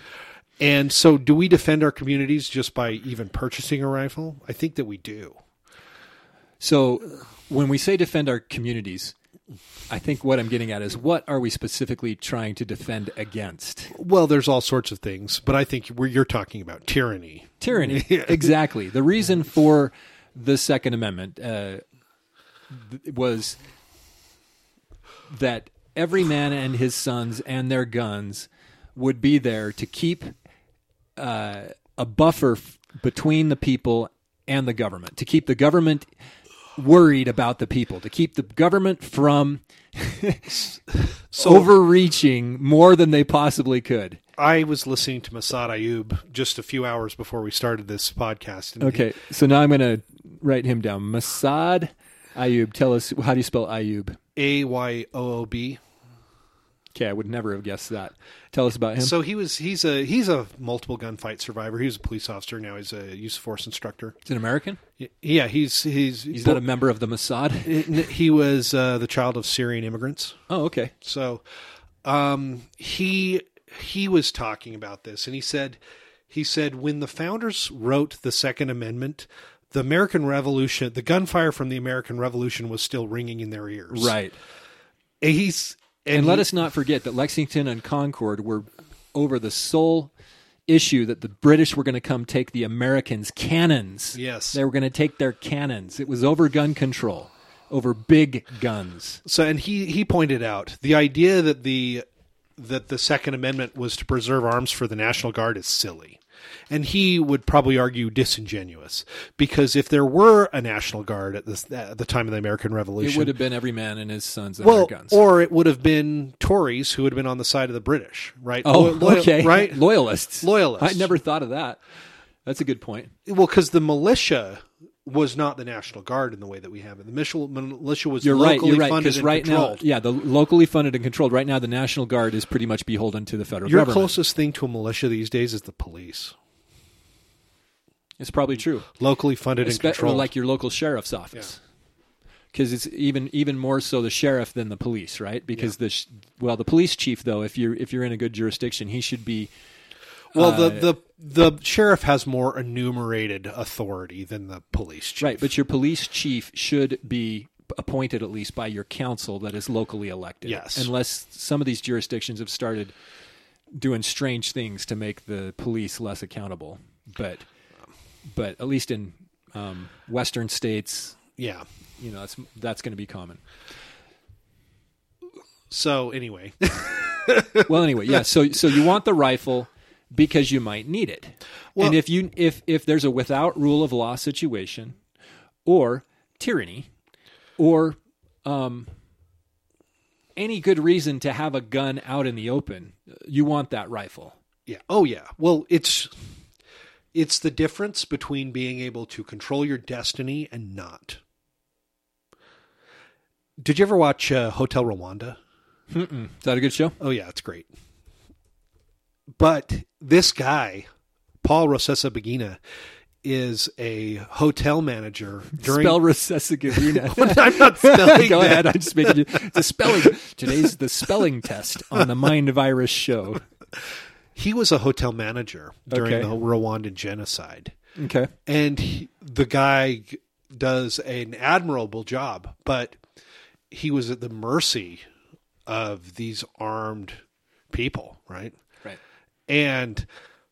B: And so, do we defend our communities just by even purchasing a rifle? I think that we do.
A: So when we say defend our communities, I think what I'm getting at is what are we specifically trying to defend against?
B: Well, there's all sorts of things, but I think we're, you're talking about tyranny.
A: Tyranny. Exactly. The reason for the Second Amendment uh, th- was that every man and his sons and their guns would be there to keep uh, a buffer f- between the people and the government, to keep the government worried about the people, to keep the government from overreaching more than they possibly could.
B: I was listening to Masad Ayub just a few hours before we started this podcast. And
A: Okay, so now I'm going to write him down. Masad Ayub. Tell us how do you spell Ayub?
B: A Y O O B.
A: Okay, I would never have guessed that. Tell us about him.
B: So he was he's a he's a multiple gunfight survivor. He was a police officer. Now he's a use of force instructor.
A: He's an American.
B: Y- Yeah, he's he's
A: He's not a member of the Mossad.
B: he was uh, the child of Syrian immigrants.
A: Oh, okay.
B: So um, he he was talking about this, and he said he said when the founders wrote the Second Amendment, the American Revolution, the gunfire from the American Revolution was still ringing in their ears.
A: Right.
B: And he's and,
A: And let
B: he-
A: us not forget that Lexington and Concord were over the sole issue that the British were going to come take the Americans' cannons.
B: Yes.
A: They were going to take their cannons. It was over gun control, over big guns.
B: so and he he pointed out the idea that the that the Second Amendment was to preserve arms for the National Guard is silly. And he would probably argue disingenuous because if there were a National Guard at, this, at the time of the American
A: It
B: Revolution,
A: would have been every man and his sons and
B: well,
A: their guns.
B: or it would have been Tories who would have been on the side of the British, right?
A: Oh,
B: Lo- loyal-
A: okay.
B: right.
A: Loyalists.
B: Loyalists.
A: I never thought of that. That's a good point.
B: well, because the militia was not the National Guard in the way that we have it. The mili- militia was
A: You're right.
B: locally
A: You're right.
B: funded
A: Because
B: and
A: right now,
B: controlled.
A: yeah, the locally funded and controlled. Right now, the National Guard is pretty much beholden to the federal
B: Your
A: government.
B: closest thing to a militia these days is the police,
A: It's probably true.
B: locally funded and
A: Especially
B: controlled.
A: like your local sheriff's office. Because it's even even more so the sheriff than the police, right? Because the sh- well, the police chief though, if you're if you're in a good jurisdiction, he should be
B: well,
A: uh,
B: the, the the sheriff has more enumerated authority than the police chief.
A: right. But your police chief should be appointed at least by your council that is locally elected.
B: Yes.
A: Unless some of these jurisdictions have started doing strange things to make the police less accountable. but but at least in um, Western states,
B: Yeah.
A: you know, that's that's going to be common.
B: So anyway,
A: well anyway yeah so so you want the rifle because you might need it
B: Well-
A: and if you if if there's a without rule of law situation or tyranny or um any good reason to have a gun out in the open you want that rifle
B: yeah. Oh yeah. Well, it's it's the difference between being able to control your destiny and not. Did you ever watch uh, Hotel Rwanda?
A: Mm-mm. is that a good show
B: Oh yeah, it's great. But this guy, Paul Rosessa Begina, is a hotel manager during.
A: spell recessive
B: I'm not spelling
A: Go
B: that.
A: ahead. I'm just making you the spelling. Today's the spelling test on the Mind Virus show.
B: He was a hotel manager during
A: Okay.
B: the Rwandan genocide,
A: Okay.
B: and he, the guy does an admirable job, but he was at the mercy of these armed people, right?
A: Right.
B: And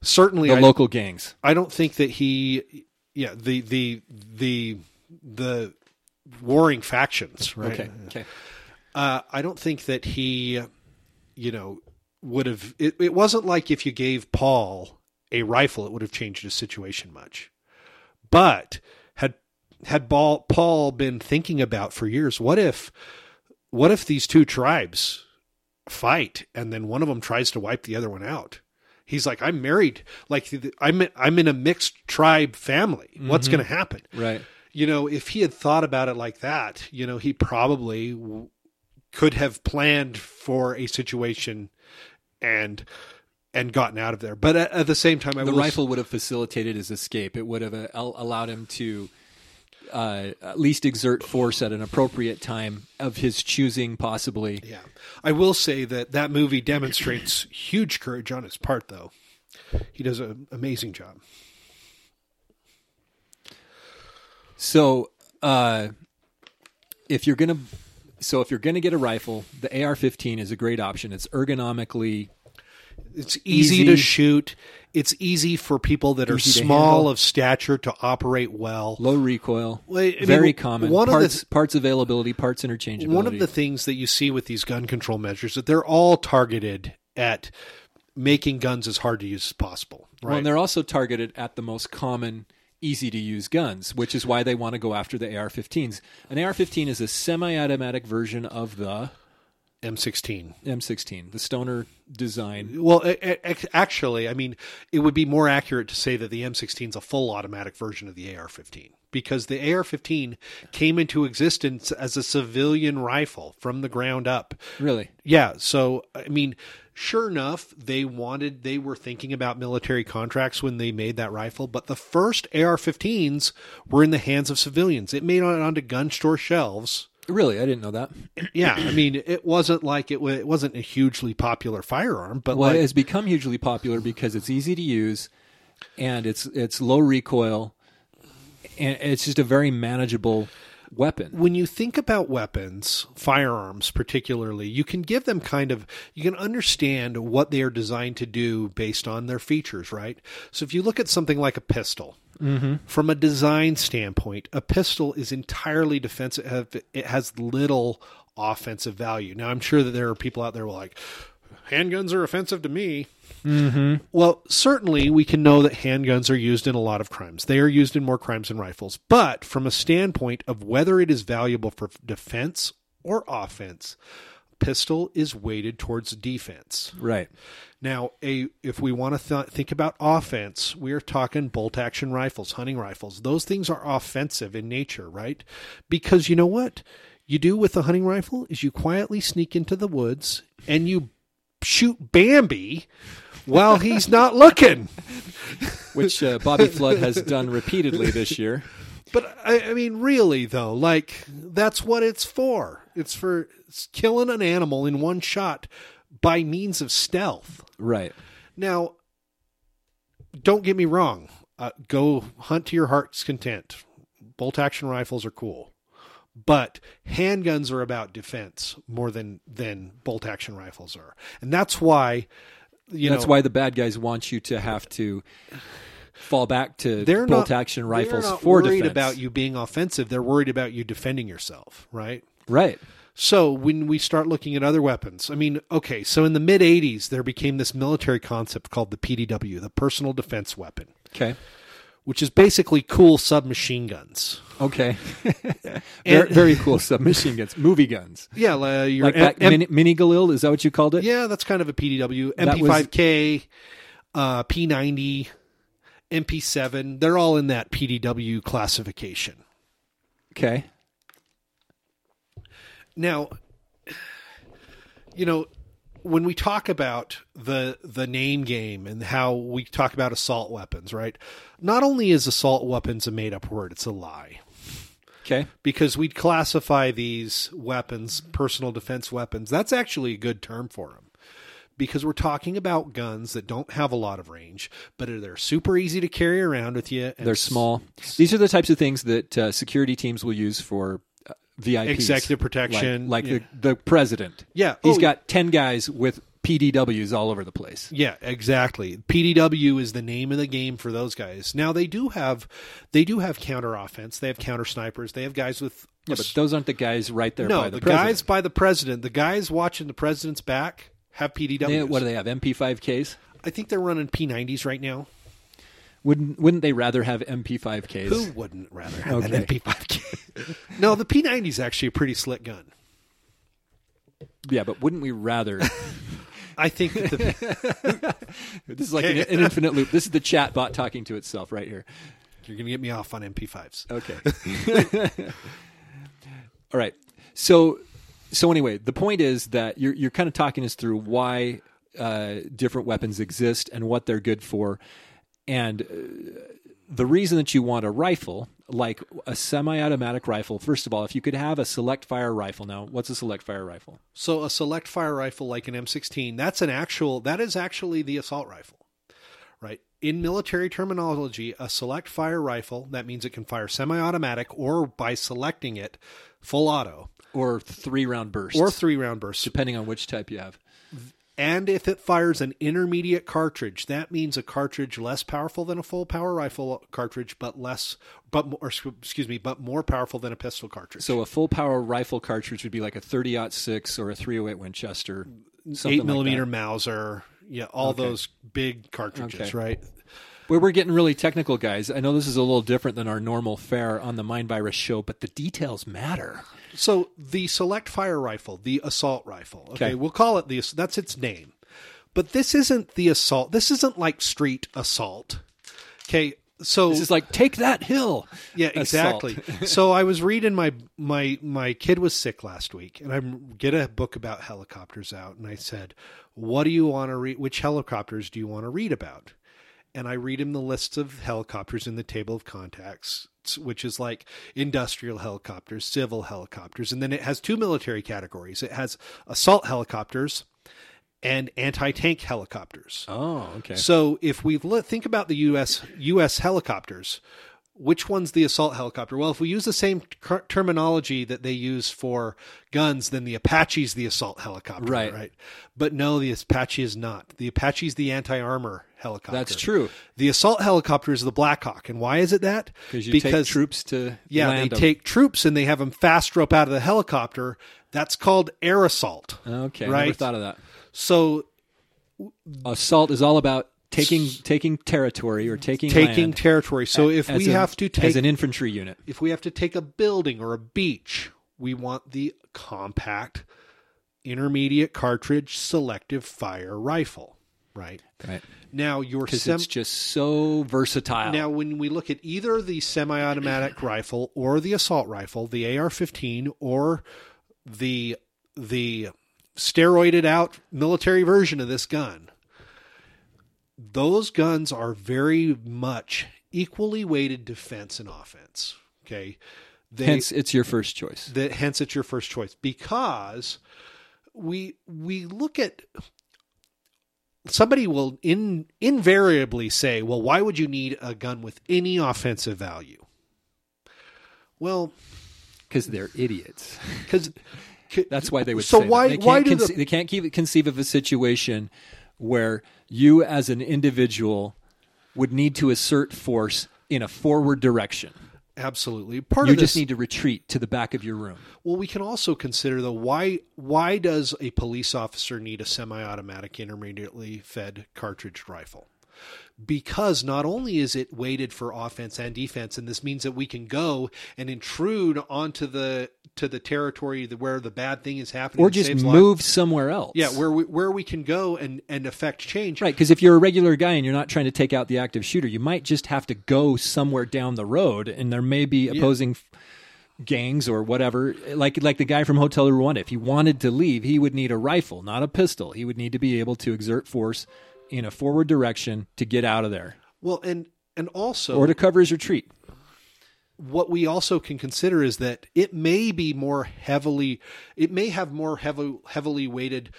B: certainly,
A: The
B: I-
A: local gangs.
B: I don't think that he, yeah, the the the the warring factions, right?
A: Okay. Okay.
B: Uh, I don't think that he, you know, would have. It, it wasn't like if you gave Paul a rifle, it would have changed his situation much. But had had Paul, Paul been thinking about for years, what if, what if these two tribes fight and then one of them tries to wipe the other one out? He's like, I'm married. Like I'm I'm in a mixed tribe family. What's going to happen?
A: Right.
B: you know, if he had thought about it like that, you know, he probably w- could have planned for a situation and and gotten out of there. But at, at the same time, I
A: the
B: will s-
A: rifle would have facilitated his escape. It would have uh, al- allowed him to uh, at least exert force at an appropriate time of his choosing, possibly.
B: Yeah, I will say that that movie demonstrates huge courage on his part, though. He does an amazing job.
A: So, uh, if you're gonna, so if you're gonna get a rifle, the AR-15 is a great option. It's ergonomically
B: It's easy,
A: Easy.
B: to shoot. It's easy for people that are
A: Easy to handle.
B: small of stature to operate well.
A: low recoil,
B: Well, I mean,
A: very common.
B: one of the-
A: parts parts availability, parts interchangeability.
B: One of the things that you see with these gun control measures that they're all targeted at making guns as hard to use as possible.
A: Well,
B: Right.
A: and they're also targeted at the most common, easy to use guns, which is why they want to go after the AR 15s. An AR 15 is a semi automatic version of the
B: M16.
A: M16, the stoner design.
B: Well, a- a- ac- actually, I mean, it would be more accurate to say that the M16 is a full automatic version of the AR-15 because the AR-15 came into existence as a civilian rifle from the ground up.
A: Really?
B: Yeah, so I mean, sure enough, they wanted they were thinking about military contracts when they made that rifle, but the first AR-15s were in the hands of civilians. It made it onto gun store shelves.
A: Really? I didn't know that.
B: Yeah, I mean, it wasn't like it, wa it wasn't a hugely popular firearm, but
A: Well, it
B: like,
A: has become hugely popular because it's easy to use and it's it's low recoil and it's just a very manageable weapon.
B: when you think about weapons, firearms particularly, you can give them kind of, you can understand what they are designed to do based on their features, right? So if you look at something like a pistol, from a design standpoint, a pistol is entirely defensive. It has little offensive value. Now, I'm sure that there are people out there who are like, handguns are offensive to me. Well, certainly we can know that handguns are used in a lot of crimes. They are used in more crimes than rifles. But from a standpoint of whether it is valuable for defense or offense, pistol is weighted towards defense.
A: Right.
B: Now, a if we want to th- think about offense, we are talking bolt action rifles, hunting rifles. Those things are offensive in nature, right? Because you know what you do with a hunting rifle is you quietly sneak into the woods and you shoot Bambi while he's not looking.
A: Which uh, Bobby Flood has done repeatedly this year.
B: But I, I mean, really though, like that's what it's for. It's for killing an animal in one shot by means of stealth.
A: Right.
B: Now, don't get me wrong. Uh, go hunt to your heart's content. Bolt action rifles are cool, but handguns are about defense more than than bolt action rifles are, and that's why you
A: That's
B: know
A: why the bad guys want you to have to fall back to
B: They're
A: bolt
B: not-
A: action rifles
B: They're not
A: for
B: worried
A: defense.
B: about you being offensive. They're worried about you defending yourself, right?
A: Right.
B: So when we start looking at other weapons, I mean, okay, so in the mid 80s, there became this military concept called the PDW, the personal defense weapon,
A: Okay.
B: which is basically cool submachine guns.
A: Okay. very,
B: And-
A: very cool submachine guns, movie guns.
B: Yeah, uh, your
A: Like
B: M-
A: that
B: M-
A: mini, mini Galil, is that what you called it?
B: yeah, that's kind of a PDW.
A: That was-
B: MP5K, uh, P90, MP7, they're all in that PDW classification.
A: Okay.
B: Now, you know, when we talk about the the name game and how we talk about assault weapons, right? Not only is assault weapons a made up word, it's a lie
A: Okay.
B: because we'd classify these weapons, personal defense weapons. That's actually a good term for them because we're talking about guns that don't have a lot of range, but they're super easy to carry around with you. And
A: They're small. These are the types of things that uh, security teams will use for uh, VIPs.
B: Executive
A: Like-
B: protection,
A: Like,
B: yeah.
A: the, the president.
B: Yeah.
A: he's
B: Oh,
A: got 10 guys with PDWs all over the place.
B: Yeah, exactly. PDW is the name of the game for those guys. Now they do have they do have counter offense. They have counter snipers. They have guys with
A: Yeah, but those aren't the guys right there
B: no,
A: by
B: the,
A: the,
B: guys
A: president.
B: by the president, the guys watching the president's back have PDWs.
A: They- what do they have? MP5Ks?
B: I think they're running P90s right now.
A: Wouldn't wouldn't they rather have MP5Ks?
B: Who wouldn't rather have an
A: Okay.
B: MP5K? no, the P90 is actually a pretty slick gun.
A: Yeah, but wouldn't we rather?
B: I think that the
A: this is like an, an infinite loop. This is the chat bot talking to itself right here.
B: you're going to get me off on MP5s.
A: Okay. All right. So, so anyway, the point is that you're you're kind of talking us through why uh, different weapons exist and what they're good for, and uh, the reason that you want a rifle, like a semi-automatic rifle. First of all, if you could have a select fire rifle, now what's a select fire rifle?
B: So a select fire rifle like an M16, that's an actual that is actually the assault rifle. Right? In military terminology, a select fire rifle, that means it can fire semi-automatic or by selecting it full auto
A: Or three-round bursts,
B: or 3-round bursts.
A: depending on which type you have.
B: And if it fires an intermediate cartridge, that means a cartridge less powerful than a full power rifle cartridge but less but more excuse me, but more powerful than a pistol cartridge.
A: So a full power rifle cartridge would be like a thirty six or a three hundred eight Winchester, something
B: Eight
A: like
B: millimeter
A: that.
B: Mauser, yeah, all those big cartridges,
A: Okay.
B: right?
A: Well, we're getting really technical, guys. I know this is a little different than our normal fare on the Mind Virus show, but the details matter.
B: So the select fire rifle, the assault rifle. Okay,
A: Okay.
B: we'll call it the that's its name. But this isn't the assault. This isn't like street assault. Okay, so
A: This is like take that hill.
B: yeah,
A: assault.
B: exactly. so I was reading my my my kid was sick last week, and I get a book about helicopters out, and I said, "What do you want to read? Which helicopters do you want to read about?" And I read him the list of helicopters in the table of contacts, which is like industrial helicopters, civil helicopters, and then it has two military categories. It has assault helicopters and anti-tank helicopters.
A: Oh, okay.
B: So if we look, think about the U.S. U.S. helicopters, which one's the assault helicopter? Well, if we use the same ter- terminology that they use for guns, then the Apache's the assault helicopter,
A: Right.
B: But no, the Apache is not. The Apache's the anti-armor helicopter.
A: That's true
B: The assault helicopter is the Black Hawk, and why is it that?
A: because you take troops to
B: yeah,
A: land
B: they
A: 'em.
B: take troops and they have them fast rope out of the helicopter. That's called air assault.
A: Okay, I never
B: right.
A: thought of that.
B: So
A: Assault is all about taking taking territory or taking
B: taking
A: land
B: territory. So if
A: as
B: we
A: an-
B: have to take
A: as an infantry unit.
B: if we have to take a building or a beach, we want the compact intermediate cartridge selective fire rifle, right?
A: Right.
B: Now your
A: Because
B: sem-
A: it's just so versatile.
B: now when we look at either the semi-automatic rifle or the assault rifle, the AR-15 or the the steroided out military version of this gun, those guns are very much equally weighted defense and offense. Okay. They,
A: Hence, it's your first choice.
B: that hence it's your first choice because we we look at somebody will in invariably say well why would you need a gun with any offensive value well
A: Because they're idiots.
B: because
A: That's why they would.
B: So
A: say that.
B: why-
A: they can't
B: why do the-
A: they can't keep, conceive of a situation where you, as an individual, would need to assert force in a forward direction.
B: Absolutely. Part
A: You
B: of this,
A: just need to retreat to the back of your room.
B: well, we can also consider though why why does a police officer need a semi-automatic intermediately fed cartridge rifle? Because not only is it weighted for offense and defense, and this means that we can go and intrude onto the to the territory that- where the bad thing is happening,
A: Or
B: and
A: just
B: saves lives.
A: move somewhere else.
B: Yeah, where we where we can go and and affect change.
A: Right, because if you're a regular guy and you're not trying to take out the active shooter, you might just have to go somewhere down the road, and there may be opposing f gangs or whatever. Like like the guy from Hotel Rwanda, if he wanted to leave, he would need a rifle, not a pistol. He would need to be able to exert force in a forward direction to get out of there
B: Well, and and also
A: or to cover his retreat.
B: what we also can consider is that it may be more heavily it may have more heavy, heavily weighted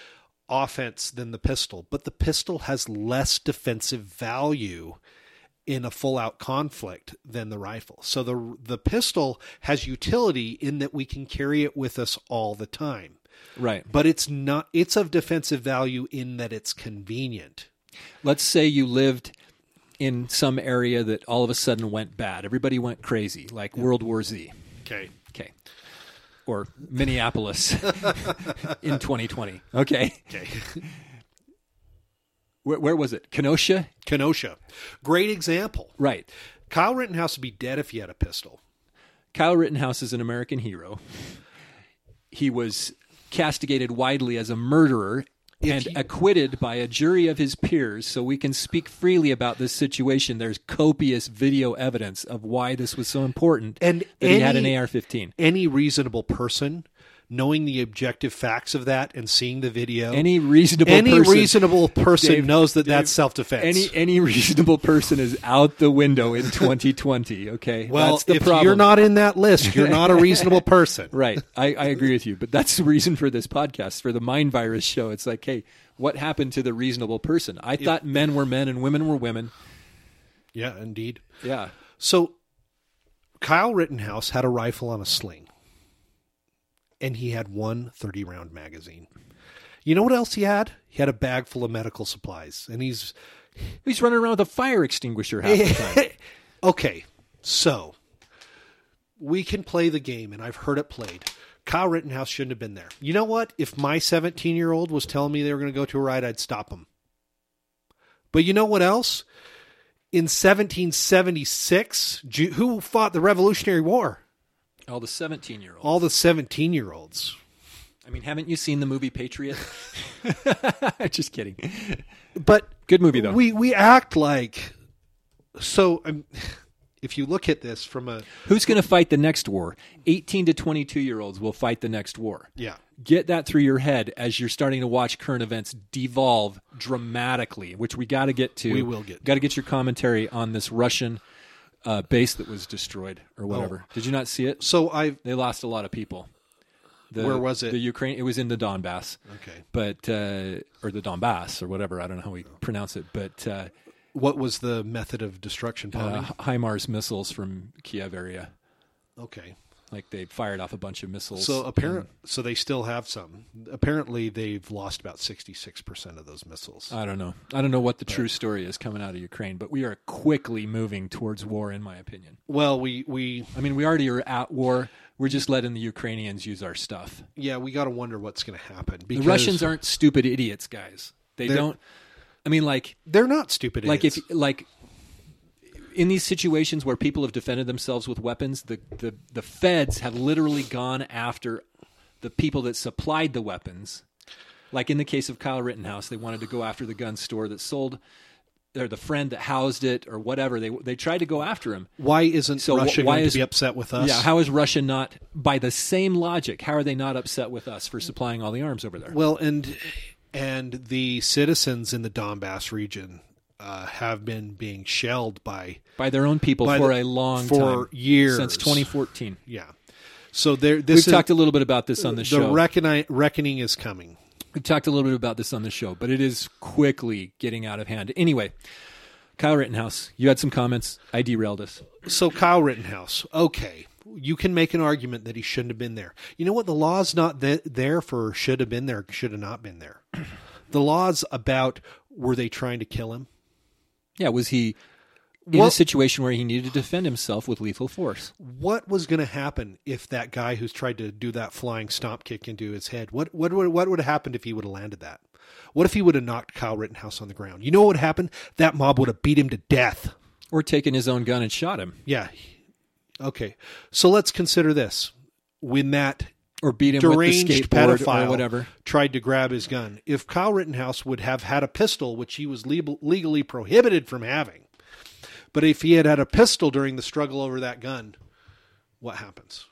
B: offense than the pistol but the pistol has less defensive value in a full out conflict than the rifle so the the pistol has utility in that we can carry it with us all the time
A: Right.
B: but it's not it's of defensive value in that it's convenient
A: Let's say you lived in some area that all of a sudden went bad. Everybody went crazy, like World War Z.
B: okay
A: Okay. Or Minneapolis in 2020. Okay.
B: okay
A: Where, where was it? Kenosha?
B: kenosha great example
A: Right.
B: kyle rittenhouse would be dead if he had a pistol
A: Kyle Rittenhouse is an American hero. He was castigated widely as a murderer and
B: he-
A: acquitted by a jury of his peers, so we can speak freely about this situation. There's copious video evidence of why this was so important
B: And
A: that he had an
B: any-
A: AR 15.
B: any reasonable person knowing the objective facts of that and seeing the video
A: Any reasonable
B: any
A: person.
B: reasonable person
A: Dave-
B: knows that
A: Dave,
B: that's self-defense
A: any any reasonable person is out the window in 2020. Okay,
B: well
A: that's the
B: if
A: problem.
B: you're not in that list you're not a reasonable person
A: right, I, I agree with you, but that's the reason for this podcast for the Mind Virus show. It's like, hey, what happened to the reasonable person? I thought men were men and women were women.
B: yeah indeed
A: Yeah,
B: so kyle rittenhouse had a rifle on a sling and he had one 30 round magazine you know what else he had he had a bag full of medical supplies and he's
A: he's running around with a fire extinguisher half the time.
B: okay, so we can play the game, and I've heard it played. Kyle Rittenhouse shouldn't have been there. You know what? If my 17 year old was telling me they were going to go to a ride, I'd stop him. But you know what else? In 1776, Ju- who fought the Revolutionary War?
A: All the 17 year old.
B: All the 17 year olds.
A: I mean, haven't you seen the movie Patriot? Just kidding.
B: But
A: Good movie though.
B: we, we act like. So um, if you look at this from a.
A: Who's going to fight the next war? 18 to 22 year olds will fight the next war.
B: Yeah.
A: get that through your head as you're starting to watch current events devolve dramatically, which we got to get to.
B: We will get
A: got to get your commentary on this Russian uh, base that was destroyed or whatever.
B: Oh.
A: Did you not see it?
B: So I've.
A: They lost a lot of people. The,
B: Where was it?
A: The Ukraine. It was in the Donbass,
B: Okay.
A: but uh, or the Donbass or whatever. I don't know how we pronounce it, but uh,
B: What was the method of destruction
A: uh,
B: bombing?
A: HIMARS missiles from Kiev area.
B: okay.
A: Like they fired off a bunch of missiles.
B: So apparent so they still have some. Apparently they've lost about 66% of those missiles.
A: I don't know. I don't know what the true story is coming out of Ukraine, but we are quickly moving towards war, in my opinion.
B: well, we we
A: I mean, we already are at war. We're just letting the Ukrainians use our stuff.
B: yeah, we got to wonder what's going to happen
A: The
B: because
A: Russians aren't stupid idiots, guys. They
B: They're-
A: don't. I mean, like,
B: they're not stupid
A: like if
B: idiots.
A: like in these situations where people have defended themselves with weapons, the the the feds have literally gone after the people that supplied the weapons. Like in the case of Kyle Rittenhouse, they wanted to go after the gun store that sold or the friend that housed it or whatever. They they tried to go after him.
B: why isn't
A: So
B: Russia
A: wh- why
B: going
A: is-
B: to be upset with us?
A: Yeah, how is Russia not by the same logic, how are they not upset with us for supplying all the arms over there?
B: well, and and the citizens in the Donbass region uh, have been being shelled by
A: By their own people
B: By
A: for
B: the-
A: a long
B: for
A: time.
B: years.
A: Since 2014.
B: yeah. So there this
A: We've
B: is
A: talked a little bit about this on the,
B: the
A: show.
B: reckoning reckoning is coming.
A: We talked a little bit about this on the show, but it is quickly getting out of hand. Anyway, Kyle Rittenhouse, you had some comments. I derailed us.
B: So Kyle Rittenhouse, okay, you can make an argument that he shouldn't have been there. You know what? The law's not th- there for should have been there, should have not been there. The law's about were they trying to kill him?
A: Yeah, was he in
B: Well-
A: a situation where he needed to defend himself with lethal force.
B: What was going to happen if that guy who's tried to do that flying stomp kick into his head? What what would what would have happened if he would have landed that? What if he would have knocked Kyle Rittenhouse on the ground? You know what would happen? That mob would have beat him to death.
A: Or taken his own gun and shot him.
B: Yeah. Okay. So let's consider this. When that
A: Or beat him
B: deranged
A: with the skateboard
B: pedophile
A: or whatever.
B: tried to grab his gun. If Kyle Rittenhouse would have had a pistol, which he was legal, legally prohibited from having, but if he had had a pistol during the struggle over that gun, what happens?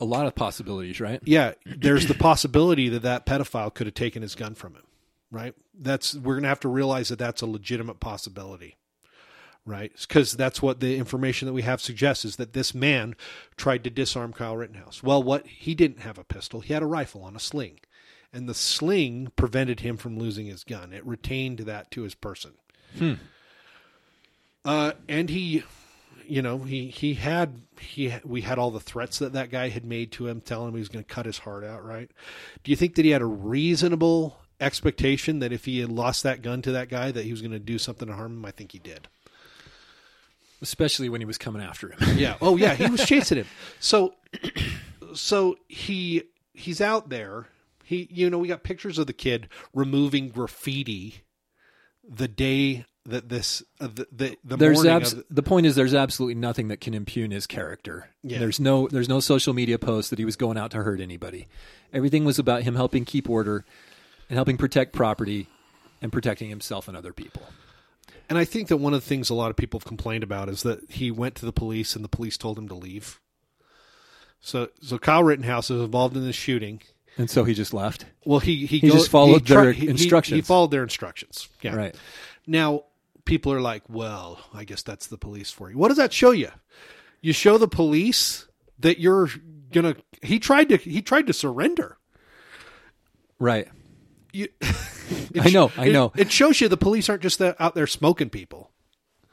A: A lot of possibilities, right?
B: Yeah, there's the possibility that that pedophile could have taken his gun from him, right? That's we're going to have to realize that that's a legitimate possibility. Right, because that's what the information that we have suggests is that this man tried to disarm Kyle Rittenhouse. Well, what he didn't have a pistol; he had a rifle on a sling, and the sling prevented him from losing his gun. It retained that to his person, uh, and he you know he he had he we had all the threats that that guy had made to him telling him he was going to cut his heart out right do you think that he had a reasonable expectation that if he had lost that gun to that guy that he was going to do something to harm him i think he did
A: Especially when he was coming after him.
B: yeah oh yeah he was chasing him so so he he's out there he you know we got pictures of the kid removing graffiti the day that this uh, the the, the
A: There's
B: morning
A: abs-
B: of,
A: the point is there's absolutely nothing that can impugn his character.
B: Yeah.
A: There's no there's no social media post that he was going out to hurt anybody. Everything was about him helping keep order and helping protect property and protecting himself and other people.
B: And I think that one of the things a lot of people have complained about is that he went to the police and the police told him to leave. So so Kyle Rittenhouse is involved in this shooting.
A: And so he just left.
B: Well, he he,
A: just followed
B: tri-
A: their
B: he- he- He,
A: instructions.
B: followed their instructions. Yeah.
A: Right.
B: Now people are like, "Well, I guess that's the police for you." What does that show you? You show the police that you're gonna. He tried to he tried to surrender.
A: Right.
B: You,
A: I know, I know.
B: It, it shows you the police aren't just that out there smoking people.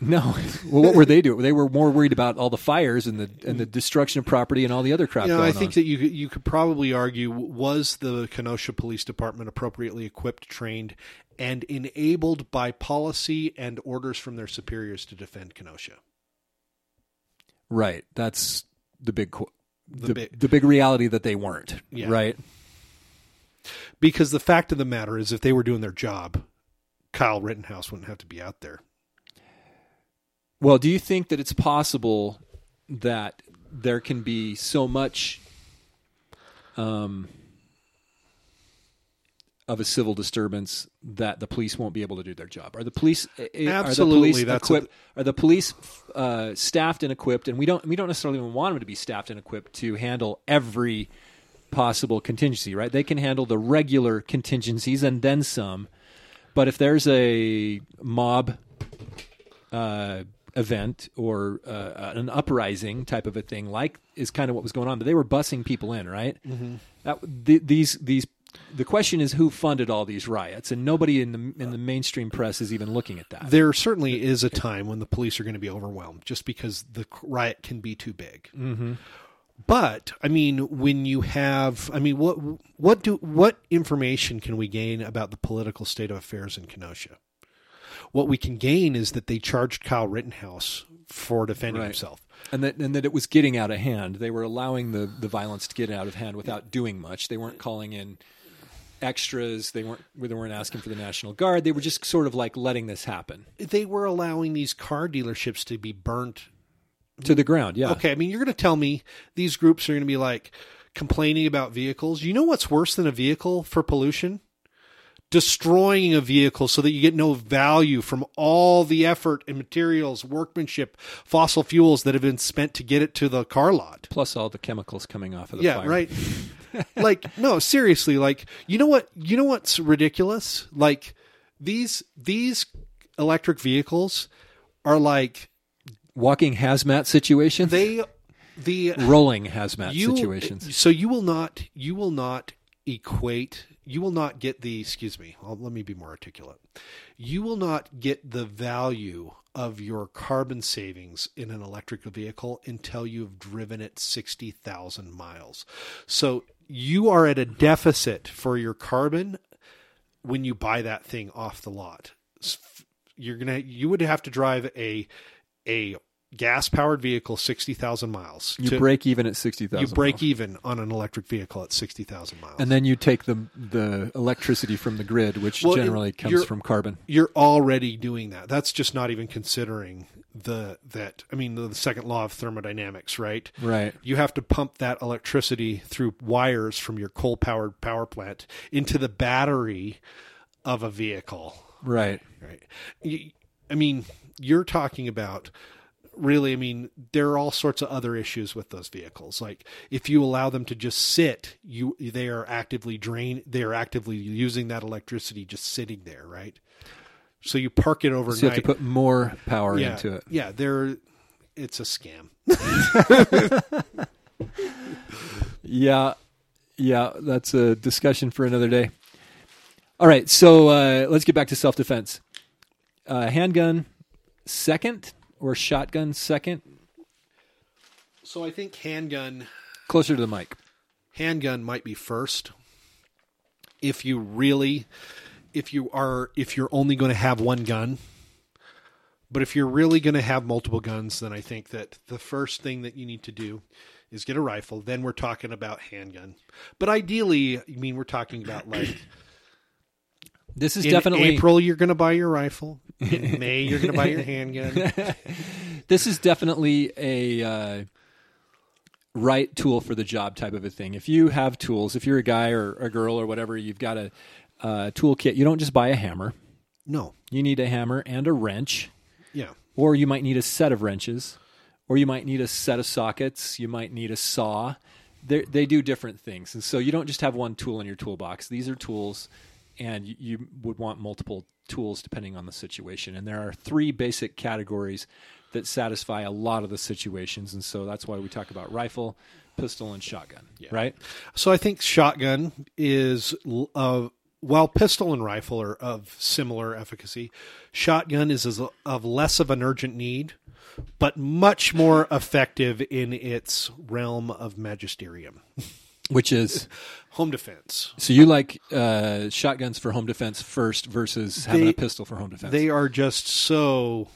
A: No. Well, what were they doing? They were more worried about all the fires and the and the destruction of property and all the other crap
B: You know,
A: going
B: I think
A: on.
B: that you you could probably argue was the Kenosha Police Department appropriately equipped, trained, and enabled by policy and orders from their superiors to defend Kenosha.
A: right. That's the big qu- the, the,
B: big-
A: big, reality that they weren't.
B: Yeah.
A: Right.
B: Because the fact of the matter is, if they were doing their job, Kyle Rittenhouse wouldn't have to be out there.
A: Well, do you think that it's possible that there can be so much um, of a civil disturbance that the police won't be able to do their job? Are the police eh, eh,
B: Absolutely,
A: Are the police,
B: that's
A: equipped, are the police uh, staffed and equipped? And we don't we don't necessarily even want them to be staffed and equipped to handle every possible contingency. Right? They can handle the regular contingencies and then some. But if there's a mob uh, event or uh, an uprising type of a thing, like is kind of what was going on. But they were bussing people in, right?
B: Mm-hmm.
A: That, th- these these the question is who funded all these riots, and nobody in the in the mainstream press is even looking at that.
B: There certainly is a time when the police are going to be overwhelmed, just because the riot can be too big. But I mean, when you have, I mean, what what do what information can we gain about the political state of affairs in Kenosha? What we can gain is that they charged Kyle Rittenhouse for defending
A: Right.
B: himself.
A: And that and that it was getting out of hand. They were allowing the the violence to get out of hand without doing much. They weren't calling in extras. They weren't they weren't asking for the national guard. They were just sort of like letting this happen
B: They were allowing these car dealerships to be burnt
A: to the ground. Yeah.
B: Okay, I mean, you're going to tell me these groups are going to be like complaining about vehicles. You know what's worse than a vehicle for pollution? Destroying a vehicle so that you get no value from all the effort and materials, workmanship, fossil fuels that have been spent to get it to the car lot.
A: Plus all the chemicals coming off of the
B: Yeah,
A: fire.
B: right. like no, seriously, like you know what you know what's ridiculous? Like these these electric vehicles are like
A: Walking hazmat situations.
B: they the
A: rolling hazmat
B: you,
A: situations.
B: So you will not you will not equate you will not get the excuse me, I'll, let me be more articulate. You will not get the value of your carbon savings in an electric vehicle until you've driven it 60,000 miles. So you are at a deficit for your carbon when you buy that thing off the lot. S- You're going to you would have to drive a a gas powered vehicle 60,000 miles.
A: You
B: to-
A: break even at sixty thousand.
B: you break even on an electric vehicle at 60,000 miles.
A: and then you take the the electricity from the grid, which
B: Well, it-
A: generally comes
B: you're-
A: from carbon.
B: you're already doing that. That's just not even considering the that I mean the, the second law of thermodynamics, right?
A: Right.
B: You have to pump that electricity through wires from your coal-powered power plant into the battery of a vehicle,
A: Right.
B: right? You, I mean, you're talking about really, I mean, there are all sorts of other issues with those vehicles. Like if you allow them to just sit, you they are actively drain they are actively using that electricity just sitting there, right? So you park it overnight.
A: So you have to put more power
B: yeah,
A: into it.
B: Yeah, they're it's a scam.
A: Yeah, yeah, that's a discussion for another day. All right, so uh, let's get back to self defense. Uh, handgun second or shotgun second?
B: So I think handgun
A: Closer to the mic.
B: handgun might be first if you really if you are if you're only going to have one gun but if you're really going to have multiple guns then i think that the first thing that you need to do is get a rifle then we're talking about handgun but ideally i mean we're talking about like
A: This is
B: in
A: definitely
B: april you're going to buy your rifle in may you're going to buy your handgun
A: this is definitely a uh, right tool for the job type of a thing. If you have tools, if you're a guy or a girl or whatever, you've got a uh, toolkit. You don't just buy a hammer.
B: no
A: You need a hammer and a wrench.
B: yeah
A: or you might need a set of wrenches, or you might need a set of sockets, you might need a saw. They're, they do different things. And so you don't just have one tool in your toolbox. These are tools, and you, you would want multiple tools depending on the situation. And there are three basic categories that satisfy a lot of the situations. And so that's why we talk about rifle, pistol, and shotgun, right?
B: So I think shotgun is l- uh, while pistol and rifle are of similar efficacy, shotgun is as- of less of an urgent need, but much more effective in its realm of magisterium,
A: Which is,
B: home defense.
A: so you like uh, shotguns for home defense first versus having
B: They-
A: a pistol for home defense?
B: They are just so.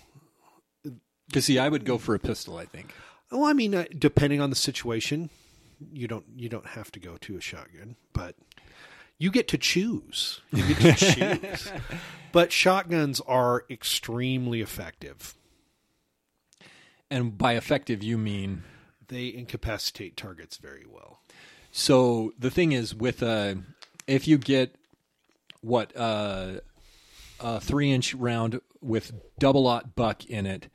A: Because, see, I would go for a pistol, I think.
B: Well, I mean, uh, depending on the situation, you don't you don't have to go to a shotgun, but you get to choose. You get to choose. But shotguns are extremely effective.
A: And by effective, you mean
B: they incapacitate targets very well.
A: so the thing is with uh if you get what uh a three inch round with double aught buck in it,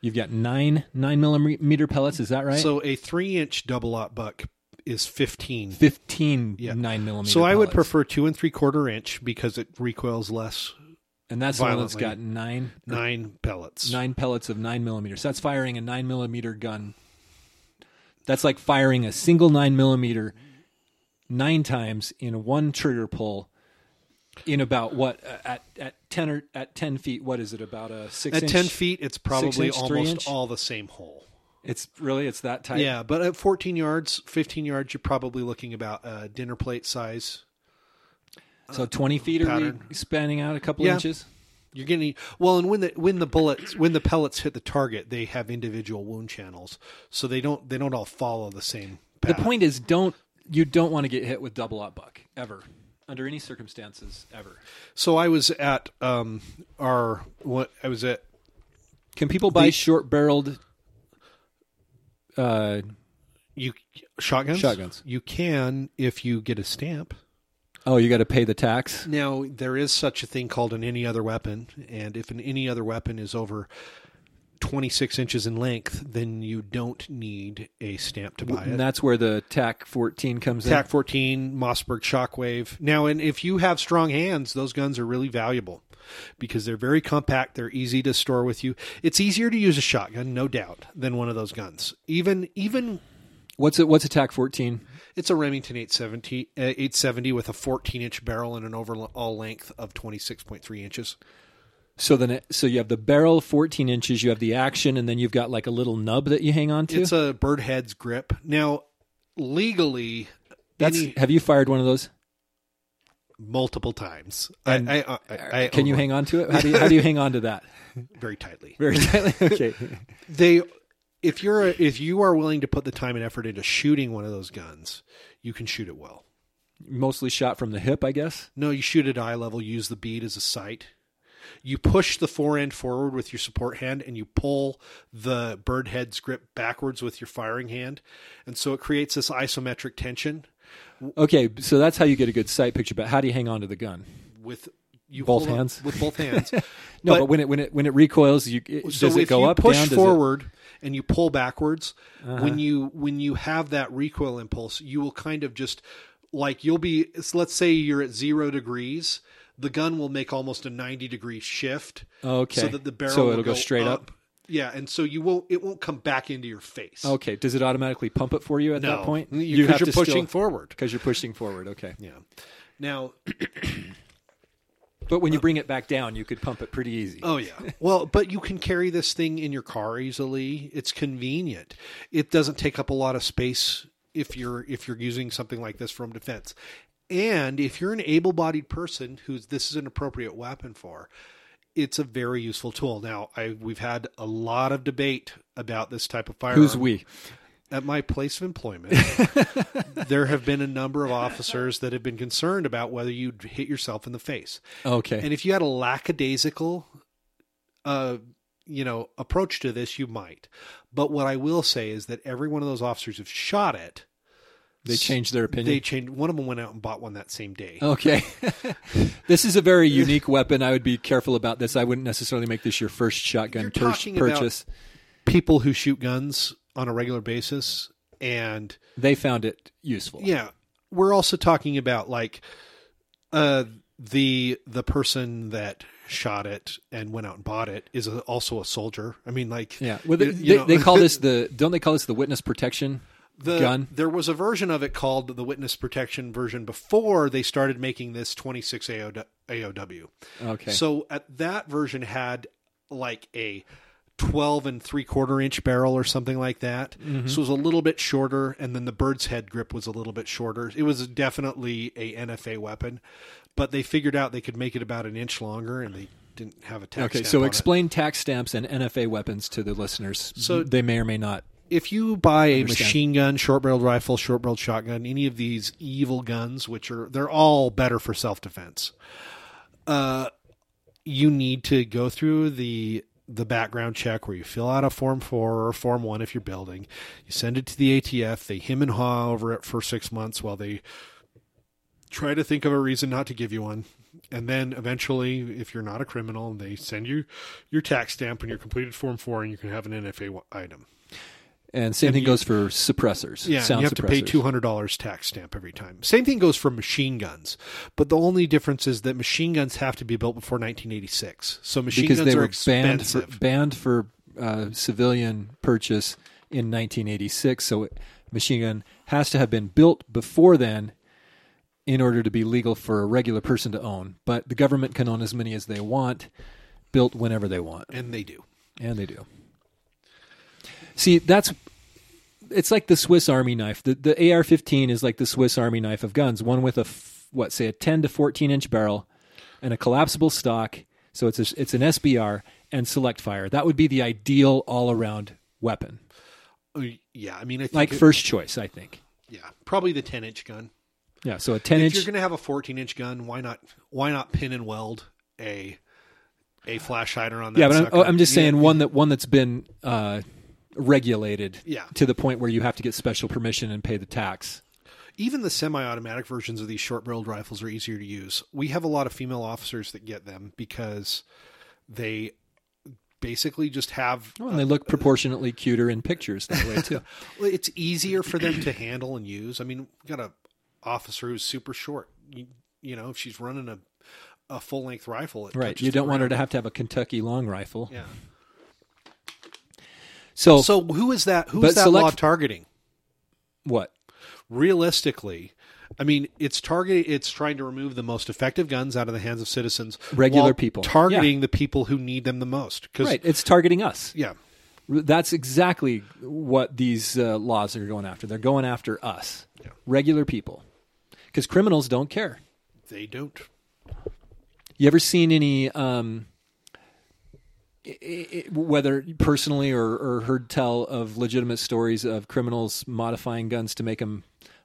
A: you've got nine nine millimeter pellets. Is that right?
B: So a three inch double aught buck is fifteen.
A: fifteen
B: Yeah.
A: nine millimeter.
B: So I would
A: pellets.
B: prefer two and three quarter inch because it recoils less.
A: and that's the one that's got
B: violently.
A: nine
B: Nine pellets.
A: nine pellets of nine millimeters. That's firing a nine millimeter gun. That's like firing a single nine millimeter nine times in one trigger pull. In about what uh, at at ten or at ten feet? What is it about a six?
B: At
A: inch?
B: ten feet, it's probably
A: inch, three
B: almost
A: inch?
B: all the same hole.
A: It's really it's that tight.
B: Yeah, but at fourteen yards, fifteen yards, you're probably looking about uh, dinner plate size.
A: So twenty feet are
B: Pattern.
A: we spanning out a couple
B: Yeah.
A: inches?
B: You're getting well, and when the when the bullets when the pellets hit the target, they have individual wound channels, so they don't they don't all follow the same.
A: The
B: Path.
A: point is, don't you don't want to get hit with double up buck ever under any circumstances ever.
B: So I was at um our what I was at
A: Can people buy
B: The-
A: short barreled? Uh,
B: you shotguns.
A: Shotguns.
B: You can if you get a stamp.
A: oh, you got to pay the tax.
B: Now there is such a thing called an any other weapon, and if an any other weapon is over twenty six inches in length, then you don't need a stamp to buy
A: And
B: it.
A: that's where the TAC 14 comes
B: TAC 14, Mossberg Shockwave. Now, and if you have strong hands, those guns are really valuable because they're very compact. They're easy to store with you. It's easier to use a shotgun, no doubt, than one of those guns. Even even
A: in. What's it? What's a TAC 14?
B: it's a Remington 870, uh, 870 with a 14 inch barrel and an overall length of 26.3 inches.
A: So then, it, so you have the barrel 14 inches, you have the action, and then you've got like a little nub that you hang on to.
B: It's a bird head's grip. Now, legally,
A: That's
B: any-
A: have you fired one of those?
B: multiple times.
A: And-
B: I, I, I, I
A: Can you hang on to it? How do you, how do you hang on to that?
B: very tightly?
A: Very tightly. Okay.
B: They, if you're a, if you are willing to put the time and effort into shooting one of those guns, you can shoot it well.
A: Mostly shot from the hip, I guess.
B: No, you shoot at eye level. Use the bead as a sight. You push the fore end forward with your support hand, and you pull the bird head's grip backwards with your firing hand, and so it creates this isometric tension
A: Okay, so that's how you get a good sight picture. But how do you hang on to the gun?
B: with you
A: Both
B: hold on-
A: hands?
B: with both hands.
A: No, but,
B: But-
A: when it when it when it recoils, you it,
B: so
A: does
B: if
A: it go
B: you
A: up,
B: push
A: down? Does it- Uh-huh.
B: forward and you pull backwards when you when you have that recoil impulse you will kind of just like you'll be it's- let's say you're at zero degrees the gun will make almost a 90 degree shift
A: Okay.
B: so that the barrel
A: So
B: will
A: it'll go straight up?
B: yeah and so you won't it won't come back into your face
A: Okay, does it automatically pump it for you at that point?
B: you, because you're pushing forward
A: because you're pushing forward. Okay,
B: yeah now
A: but when you bring it back down, you could pump it pretty easy.
B: Oh yeah. Well, but you can carry this thing in your car easily. It's convenient. It doesn't take up a lot of space if you're if you're using something like this from defense. And if you're an able-bodied person who's this is an appropriate weapon for, it's a very useful tool. Now, I we've had a lot of debate about this type of firearm
A: Who's we?
B: at my place of employment, there have been a number of officers that have been concerned about whether you'd hit yourself in the face.
A: Okay,
B: And if you had a lackadaisical, uh, you know, approach to this, you might. But what I will say is that every one of those officers who've shot it,
A: they changed their
B: they
A: opinion.
B: changed. One of them went out and bought one that same day.
A: okay, this is a very unique weapon. I would be careful about this. I wouldn't necessarily make this your first shotgun
B: You're
A: pur-
B: talking about-
A: purchase.
B: People who shoot guns on a regular basis, and
A: They found it useful.
B: yeah, we're also talking about like uh, the the person that shot it and went out and bought it is a, also a soldier. I mean, like
A: yeah. Well, they,
B: you- you
A: they-
B: know.
A: they call this the don't they call this the witness protection
B: the
A: gun?
B: There was a version of it called the witness protection version before they started making this 26 AO, AOW.
A: Okay,
B: So at that version had like a 12 and three quarter inch barrel or something like that.
A: Mm-hmm.
B: So it was a little bit shorter, and then the bird's head grip was a little bit shorter. It was definitely a NFA weapon, but they figured out they could make it about an inch longer, and they didn't have a tax
A: okay.
B: stamp
A: So
B: on it.
A: explain tax stamps and NFA weapons to the listeners.
B: So-
A: they may or may not
B: if you buy a machine gun, short barreled rifle, short barreled shotgun, any of these evil guns, which are they're all better for self defense, uh, you need to go through the the background check where you fill out a form four or form one if you're building. You send it to the ATF. They him and haw over it for six months while they try to think of a reason not to give you one. And then eventually, if you're not a criminal, they send you your tax stamp and your completed form four, and you can have an NFA item.
A: And same thing goes for suppressors.
B: Yeah, and
A: sound
B: you have to pay
A: suppressors.
B: two hundred dollars tax stamp every time. Same thing goes for machine guns, but the only difference is that machine guns have to be built before 1986. So machine
A: because
B: guns
A: they
B: are
A: were banned for,
B: expensive.
A: banned for uh, civilian purchase in 1986. So it, machine gun has to have been built before then in order to be legal for a regular person to own. But the government can own as many as they want, built whenever they want,
B: and they do.
A: and they do. See, that's it's like the Swiss Army knife. The the AR-15 is like the Swiss Army knife of guns. One with a f- what say a 10 to 14 inch barrel and a collapsible stock. So it's a, it's an SBR and select fire. That would be the ideal all around weapon,
B: Uh, Yeah, I mean, I think
A: like
B: it-
A: first choice, I think.
B: yeah, probably the 10 inch gun.
A: Yeah. So a 10
B: If you're
A: inch.
B: going to have a 14 inch gun, why not? Why not pin and weld a a flash hider on that?
A: Yeah, but I'm,
B: sucker?
A: oh, I'm just
B: Yeah.
A: saying one that one that's been uh, regulated
B: Yeah.
A: to the point where you have to get special permission and pay the tax.
B: even the semi-automatic versions of these short-barreled rifles are easier to use. We have a lot of female officers that get them because they basically just have
A: Well, and they look proportionately cuter in pictures that way too.
B: well, it's easier for them to handle and use. I mean, we got a officer who's super short. You, you know, if she's running a a full-length rifle, it
A: right.
B: touches
A: You don't
B: the
A: want her to have to have a Kentucky long rifle.
B: ground.
A: So,
B: Yeah. So who is that? Who
A: But
B: is that
A: select-
B: law targeting?
A: what?
B: realistically, I mean, it's targeting. It's trying to remove the most effective guns out of the hands of citizens,
A: Regular
B: while
A: people.
B: targeting the people who need them the most. 'Cause-
A: Right. It's targeting us.
B: yeah,
A: That's exactly what these uh, laws are going after. They're going after us, regular people, because criminals don't care.
B: They don't.
A: You ever seen any, um, i- i- i- whether personally or, or heard tell of legitimate stories of criminals modifying guns to make them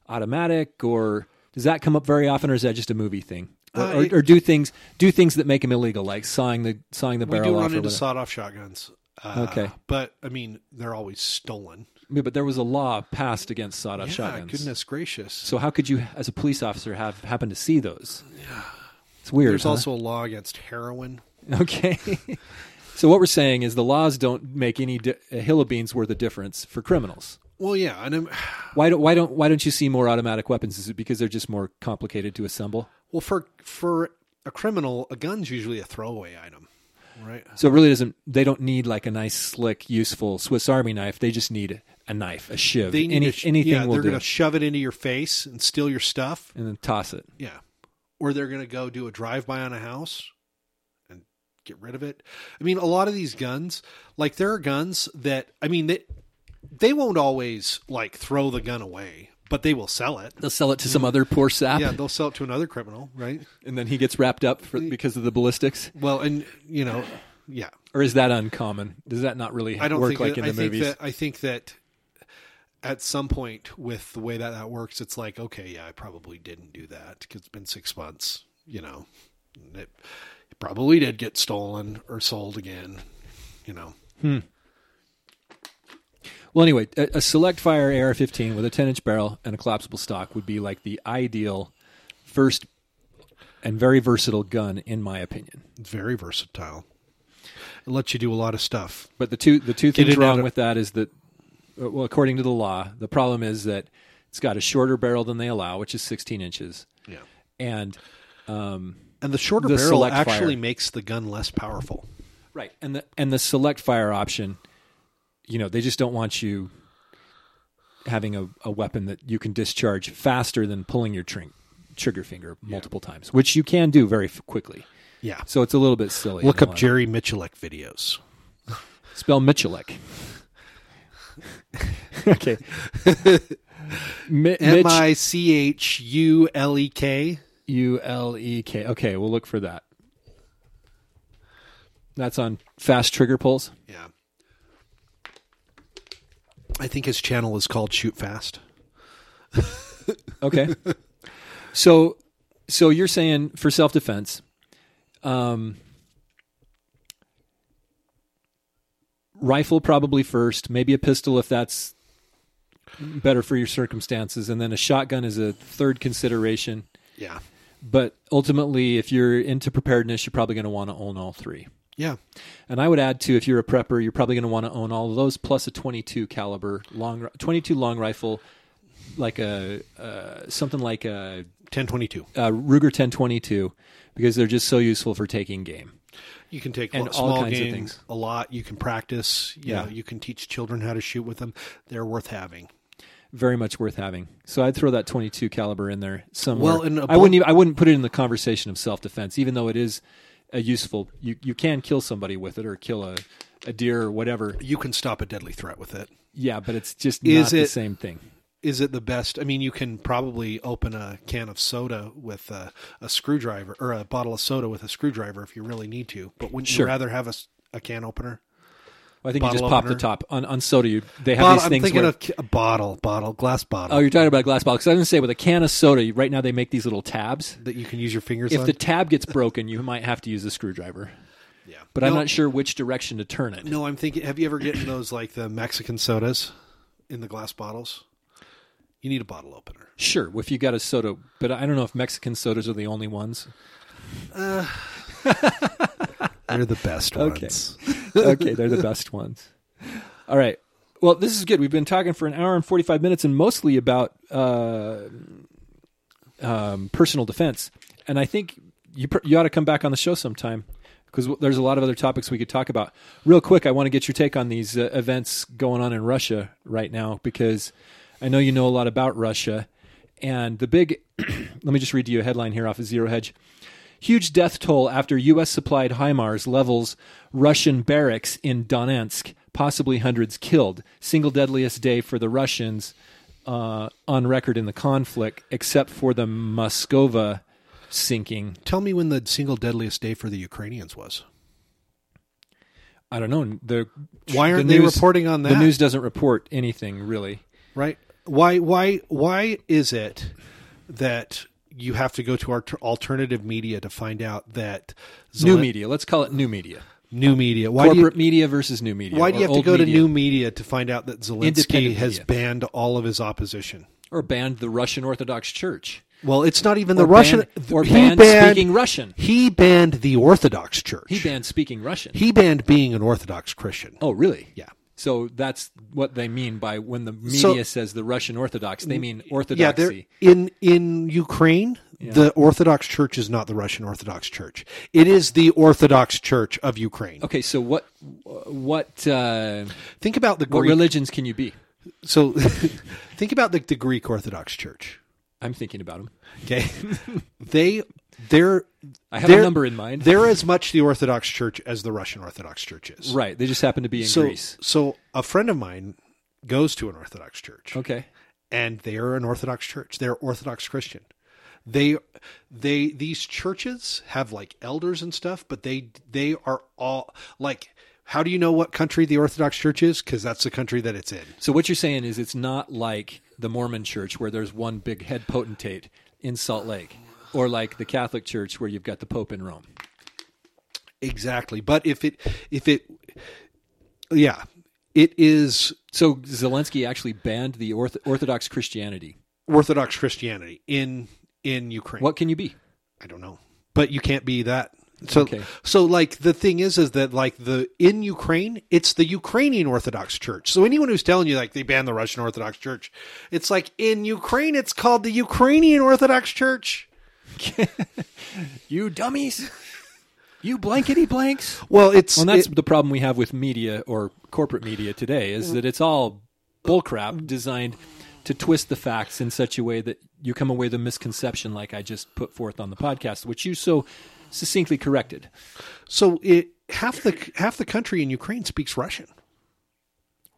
A: automatic, or does that come up very often, or is that just a movie thing? Or,
B: Uh,
A: or,
B: it-
A: or do things do things that make them illegal, like sawing the sawing the
B: We
A: barrel
B: do
A: off.
B: run
A: or
B: into
A: whatever.
B: sawed off shotguns. Uh,
A: Okay.
B: But, I mean, they're always stolen.
A: Yeah, but there was a law passed against sawed-off
B: yeah,
A: shotguns.
B: goodness gracious.
A: So how could you, as a police officer, have happen to see those? It's weird.
B: There's
A: huh?
B: also a law against heroin.
A: Okay. so what we're saying is the laws don't make any di- a hill of beans worth of difference for criminals.
B: Well, yeah. And um, I'm,
A: Why don't why don't why don't you see more automatic weapons? Is it because they're just more complicated to assemble?
B: well, for, for a criminal, a gun's usually a throwaway item, right?
A: So it really doesn't. They don't need like a nice, slick, useful Swiss Army knife. They just need a knife, a shiv.
B: They need
A: Any-
B: to sh-
A: anything
B: yeah,
A: will
B: they're
A: do,
B: to shove it into your face and steal your stuff.
A: and then toss it.
B: Yeah. Or they're going to go do a drive by on a house and get rid of it. I mean, a lot of these guns, like there are guns that, I mean, they, they won't always like throw the gun away, but they will sell it.
A: They'll sell it to some other poor sap,
B: Yeah, they'll sell it to another criminal, right?
A: and then he gets wrapped up for, because of the ballistics.
B: Well, and you know, yeah.
A: Or is that uncommon? Does that not really
B: I don't
A: work
B: think
A: like
B: that,
A: in
B: I
A: the
B: think
A: movies?
B: that I think that at some point with the way that that works, it's like, okay, yeah, I probably didn't do that because it's been six months, you know, And it, it probably did get stolen or sold again, you know.
A: Well, anyway, a, a select fire AR-15 with a 10-inch barrel and a collapsible stock would be like the ideal first and very versatile gun, in my opinion.
B: It's very versatile. It lets you do a lot of stuff.
A: But the two the two things
B: it out
A: wrong
B: of-
A: with that is that, uh, well, according to the law, the problem is that it's got a shorter barrel than they allow, which is 16 inches,
B: Yeah.
A: and
B: And the shorter
A: The
B: barrel
A: select
B: actually
A: fire.
B: makes the gun less powerful.
A: right and the and the select fire option, you know, they just don't want you having a, a weapon that you can discharge faster than pulling your trin- trigger finger multiple times, which you can do very f- quickly.
B: Yeah.
A: So it's a little bit silly.
B: Look up
A: Hold on.
B: Jerry Michalek videos.
A: Spell Michalek. okay. Mi-
B: M
A: Mitch
B: I C H U L E K.
A: U L E K. Okay, we'll look for that. That's on fast trigger pulls.
B: Yeah. I think his channel is called Shoot Fast.
A: Okay. so, so you're saying for self defense, um, rifle probably first, maybe a pistol if that's better for your circumstances, and then a shotgun is a third consideration.
B: Yeah.
A: But ultimately, if you're into preparedness, you're probably going to want to own all three.
B: Yeah.
A: And I would add too, if you're a prepper, you're probably going to want to own all of those plus a 22 caliber long, 22 long rifle, like a uh, something like a,
B: 1022.
A: a uh, Ruger 1022, because they're just so useful for taking game.
B: You can take
A: And
B: lo-
A: all
B: small
A: kinds of
B: games
A: things.
B: a lot. You can practice. You
A: Yeah.
B: know, you can teach children how to shoot with them. They're worth having.
A: Very much worth having. So I'd throw that 22 caliber in there somewhere.
B: Well, and a
A: I wouldn't. Even, I wouldn't put it in the conversation of self defense, even though it is a useful. You you can kill somebody with it, or kill a a deer or whatever.
B: You can stop a deadly threat with it.
A: Yeah, but it's just
B: Is
A: not the
B: it-
A: same thing.
B: Is it the best? I mean, you can probably open a can of soda with a, a screwdriver or a bottle of soda with a screwdriver if you really need to. But wouldn't
A: Sure.
B: you rather have a, s- a can opener?
A: I think you just
B: Bottle
A: pop the
B: opener.
A: top on on soda. You they have
B: Bottle,
A: these
B: I'm
A: things.
B: thinking
A: where-
B: of ki- a bottle, bottle, glass bottle
A: Oh, you're talking about glass bottles. I was gonna say with a can of soda, you- right now they make these little tabs.
B: that you can use your fingers
A: If
B: on.
A: the tab gets broken, you might have to use a screwdriver.
B: yeah.
A: But I'm
B: No,
A: not sure which direction to turn it.
B: No, I'm thinking. Have you ever gotten those like the Mexican sodas in the glass bottles? You need a bottle opener.
A: Sure, if you got a soda, but I don't know if Mexican sodas are the only ones.
B: They're the best
A: Okay.
B: ones.
A: okay, they're the best ones. All right. Well, this is good. We've been talking for an hour and 45 minutes and mostly about uh, um, personal defense. And I think you, pr- you ought to come back on the show sometime because there's a lot of other topics we could talk about. Real quick, I want to get your take on these uh, events going on in Russia right now because I know you know a lot about Russia. And the big, let me just read to you a headline here off of Zero Hedge. Huge death toll after U.S. supplied HIMARS levels Russian barracks in Donetsk, possibly hundreds killed. Single deadliest day for the Russians uh, on record in the conflict, except for the Moskova sinking.
B: Tell me when the single deadliest day for the Ukrainians was.
A: I don't know. The,
B: Why
A: the
B: aren't they
A: news-
B: reporting on that?
A: The news doesn't report anything really.
B: right? Why why why is it that you have to go to our alternative media to find out that
A: New
B: Zelen-
A: media. Let's call it new media.
B: new media? Why do you,
A: Corporate media versus new media.
B: why do
A: or
B: you have to
A: old
B: go to
A: media,
B: new media to find out that Zelensky
A: Independent
B: has
A: media.
B: banned all of his opposition?
A: or banned the Russian Orthodox Church
B: Well, it's not even the
A: Or
B: Russian.
A: banned- or
B: he
A: banned speaking Russian.
B: He banned the Orthodox Church.
A: He banned speaking Russian.
B: He banned being an Orthodox Christian.
A: oh, really?
B: Yeah.
A: So that's what they mean by when the
B: So-
A: media says the Russian Orthodox, they mean
B: Yeah, they're,
A: orthodoxy.
B: in in Ukraine, the Orthodox Church is not the Russian Orthodox Church. It is the Orthodox Church of Ukraine.
A: okay, so what what uh,
B: Think about the
A: what
B: Greek.
A: religions can you be?
B: so, think about the, the Greek Orthodox Church.
A: I'm thinking about them.
B: Okay, they they're
A: I have
B: They're-
A: a number in mind.
B: they're as much the Orthodox Church as the Russian Orthodox Church is.
A: Right. They just happen to be in
B: So,
A: Greece.
B: so a friend of mine goes to an Orthodox church,
A: Okay.
B: and they are an Orthodox church. They're Orthodox Christian. They, they, these churches have like elders and stuff, but they, they are all like. How do you know what country the Orthodox Church is? Because that's the country that it's in.
A: So what you're saying is it's not like the Mormon church where there's one big head potentate in Salt Lake or like the Catholic church where you've got the pope in Rome.
B: Exactly. But if it, if it, yeah, it is
A: So Zelensky actually banned the orth- orthodox Christianity.
B: Orthodox Christianity in in Ukraine.
A: What can you be?
B: I don't know, but you can't be that. So,
A: Okay.
B: so like the thing is, is that like the in Ukraine, it's the Ukrainian Orthodox Church. So anyone who's telling you like they banned the Russian Orthodox Church, it's like in Ukraine, it's called the Ukrainian Orthodox Church.
A: You dummies. You blankety blanks.
B: Well, it's
A: Well, that's
B: it-
A: the problem we have with media or corporate media today is that it's all bullcrap designed to twist the facts in such a way that you come away with a misconception like I just put forth on the podcast, which you so succinctly corrected.
B: so it half the half the country in Ukraine speaks Russian.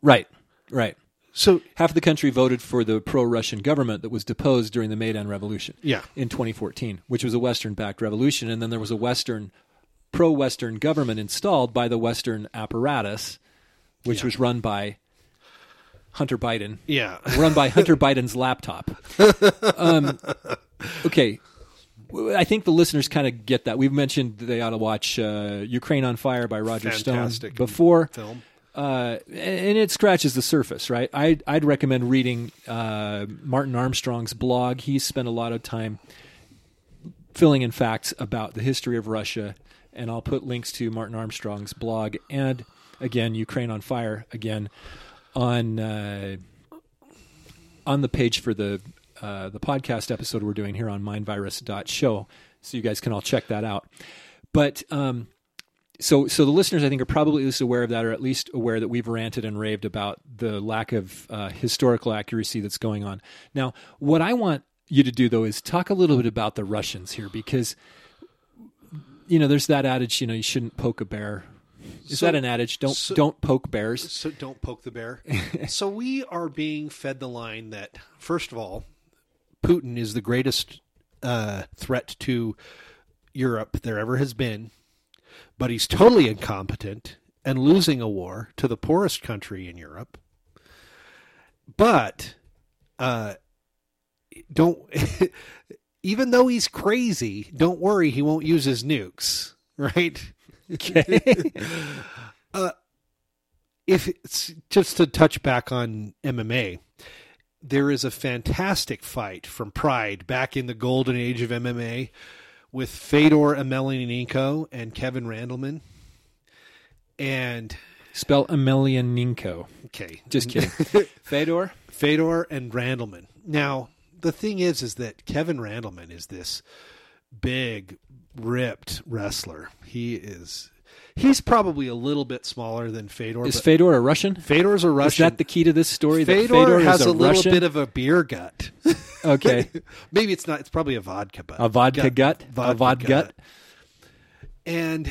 A: Right, right.
B: So
A: Half the country voted for the pro Russian government that was deposed during the Maidan Revolution
B: Yeah.
A: in 2014, which was a Western backed revolution. And then there was a Western, pro Western government installed by the Western apparatus, which was run by Hunter Biden.
B: yeah,
A: run by Hunter Biden's laptop. Um, okay. W- I think the listeners kind of get that. We've mentioned that they ought to watch uh, Ukraine on Fire by Roger
B: Fantastic
A: Stone before.
B: film.
A: Uh, and it scratches the surface, right? I'd, I'd recommend reading uh, Martin Armstrong's blog. He spent a lot of time filling in facts about the history of Russia, and I'll put links to Martin Armstrong's blog and again Ukraine on Fire again on uh, on the page for the uh, the podcast episode we're doing here on mindvirus.show. So you guys can all check that out. But um, so so the listeners I think are probably at least aware of that, or at least aware that we've ranted and raved about the lack of uh, historical accuracy that's going on. Now, what I want you to do though is talk a little bit about the Russians here, because you know there's that adage, you know, you shouldn't poke a bear. Is
B: So-
A: that an adage? Don't don't poke bears.
B: So don't poke the bear. so we are being fed the line that first of all, Putin is the greatest uh, threat to Europe there ever has been, but he's totally incompetent and losing a war to the poorest country in Europe. But uh, don't even though he's crazy, don't worry, he won't use his nukes, right? if it's just to touch back on MMA, there is a fantastic fight from Pride back in the golden age of MMA with Fedor Emelianenko and Kevin Randleman. And
A: Spell Emelianenko.
B: okay,
A: Just kidding. Fedor.
B: Fedor and Randleman. Now, the thing is, is that Kevin Randleman is this big, ripped wrestler. He is. He's probably a little bit smaller than Fedor.
A: Is
B: but
A: Fedor a Russian?
B: Fedor's a
A: Is
B: Russian.
A: that the key to this story? that
B: Fedor,
A: Fedor
B: has
A: is
B: a, little
A: Russian?
B: bit of a beer gut.
A: okay.
B: Maybe it's not. It's probably a vodka, but
A: A vodka gut. a vodka gut.
B: And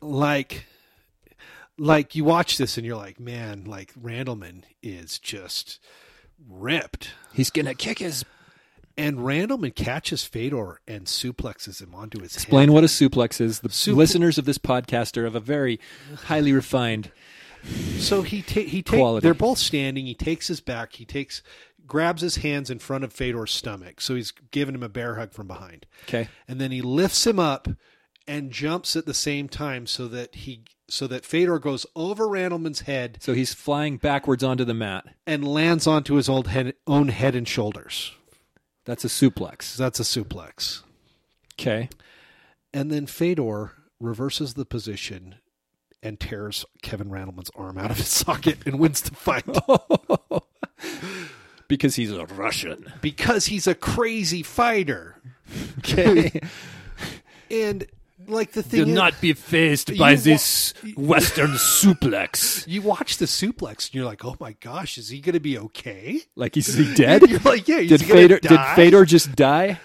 B: like, like you watch this and you're like, man, like Randleman is just ripped,
A: He's gonna kick his
B: And Randleman catches Fedor and suplexes him onto his head.
A: Explain what a suplex is. The
B: Suple-
A: listeners of this podcast are of a very highly refined.
B: So he ta- he ta-
A: Quality.
B: they're both standing. He takes his back. He takes grabs his hands in front of Fedor's stomach. So he's giving him a bear hug from behind.
A: Okay.
B: And then he lifts him up and jumps at the same time so that he so that Fedor goes over Randleman's head
A: So he's flying backwards onto the mat.
B: and lands onto his old head, own head and shoulders.
A: That's a suplex.
B: So that's a suplex.
A: Okay.
B: And then Fedor reverses the position and tears Kevin Randleman's arm out of his socket and wins the fight
A: Oh. because he's a Russian.
B: because he's a crazy fighter.
A: Okay.
B: And like the
A: Do
B: thing is,
A: not be phased
B: You
A: by
B: wa-
A: this Western suplex.
B: you watch the suplex and you're like, "Oh my gosh, is he going to be okay?"
A: Like, is he dead?
B: You're like, "Yeah,
A: Did
B: he's going
A: Fedor,
B: to
A: did
B: die."
A: Fedor just die?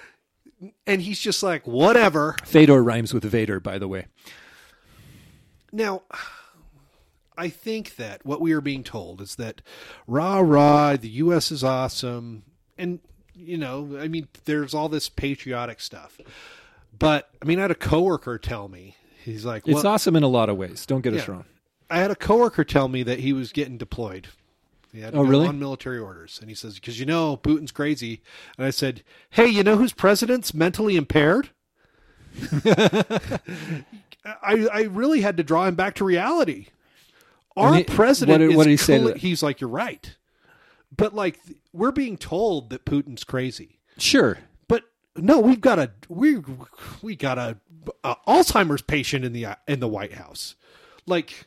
B: and he's just like, "Whatever."
A: Fedor rhymes with Vader, by the way.
B: Now, I think that what we are being told is that rah rah, the U.S. is awesome, and you know, I mean, there's all this patriotic stuff. But I mean, I had a coworker tell me he's like,
A: It's
B: "Well,
A: awesome in a lot of ways. Don't get us
B: Yeah.
A: wrong.
B: I had a coworker tell me that he was getting deployed. He had to
A: Oh,
B: go
A: really?
B: On military orders, and he says, "Because you know, Putin's crazy." And I said, "Hey, you know whose president's mentally impaired?" I I really had to draw him back to reality. Our
A: And he-
B: president.
A: what did-
B: is
A: what did he say to
B: clear-
A: that?
B: He's like, "You're right," but like th- we're being told that Putin's crazy.
A: Sure.
B: But no, we've got a we we got a, a Alzheimer's patient in the in the White House. Like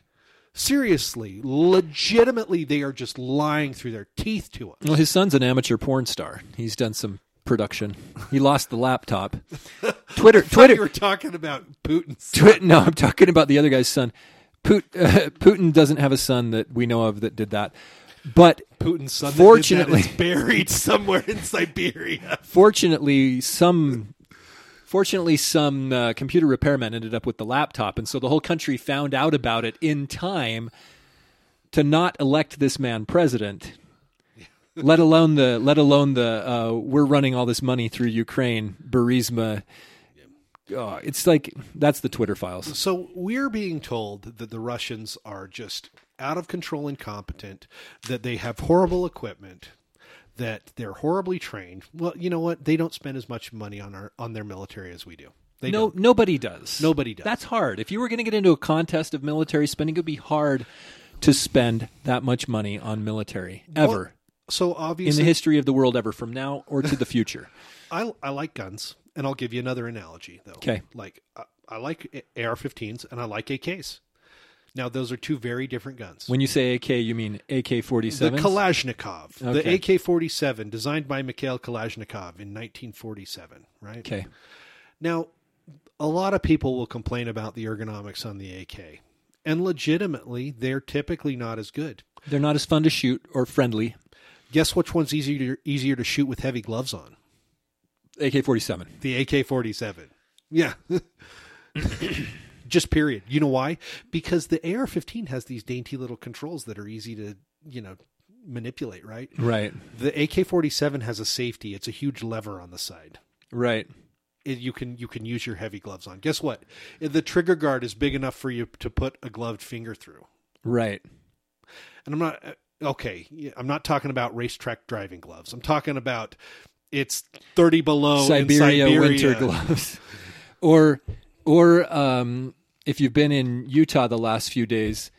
B: seriously, legitimately, they are just lying through their teeth to us.
A: Well, his son's an amateur porn star. He's done some production. He lost the laptop. Twitter,
B: Twitter, you
A: Twitter,
B: were talking about Putin's.
A: Twitter. No, I'm talking about the other guy's son. Put, uh, Putin doesn't have a son that we know of that did that. But
B: Putin's son,
A: Fortunately-
B: that did that is buried somewhere in Siberia.
A: fortunately, some. Fortunately, some uh, computer repairman ended up with the laptop, and so the whole country found out about it in time to not elect this man president. let alone the let alone the uh, we're running all this money through Ukraine, Burisma. Oh, it's like that's the Twitter files.
B: So we're being told that the Russians are just out of control, incompetent, that they have horrible equipment, that they're horribly trained. Well, you know what? They don't spend as much money on our on their military as we do. They
A: No,
B: don't.
A: nobody does.
B: Nobody does.
A: That's hard. If you were going to get into a contest of military spending, it would be hard to spend that much money on military ever
B: So
A: in
B: obviously,
A: the history of the world ever from now or to the future.
B: I I like guns, and I'll give you another analogy though.
A: 'Kay.
B: Like I, I like AR-15s and I like AKs. Now those are two very different guns.
A: when you say AK, you mean AK
B: the
A: 47.
B: Kalashnikov,
A: Okay.
B: the AK-47, designed by Mikhail Kalashnikov in 1947, right?
A: okay.
B: Now, a lot of people will complain about the ergonomics on the AK, and legitimately, they're typically not as good.
A: They're not as fun to shoot or friendly.
B: Guess which one's easier to, easier to shoot with heavy gloves on?
A: AK 47.
B: The AK 47. Yeah. Just period. You know why? Because the AR 15 has these dainty little controls that are easy to, you know, manipulate, right?
A: Right.
B: The AK 47 has a safety, it's a huge lever on the side.
A: Right.
B: it- you can you can use your heavy gloves on. Guess what? The trigger guard is big enough for you to put a gloved finger through.
A: Right.
B: And I'm not uh, okay. yeah, I'm not talking about racetrack driving gloves. I'm talking about it's 30 below
A: Siberia,
B: in Siberia.
A: winter gloves, or or um, if you've been in Utah the last few days,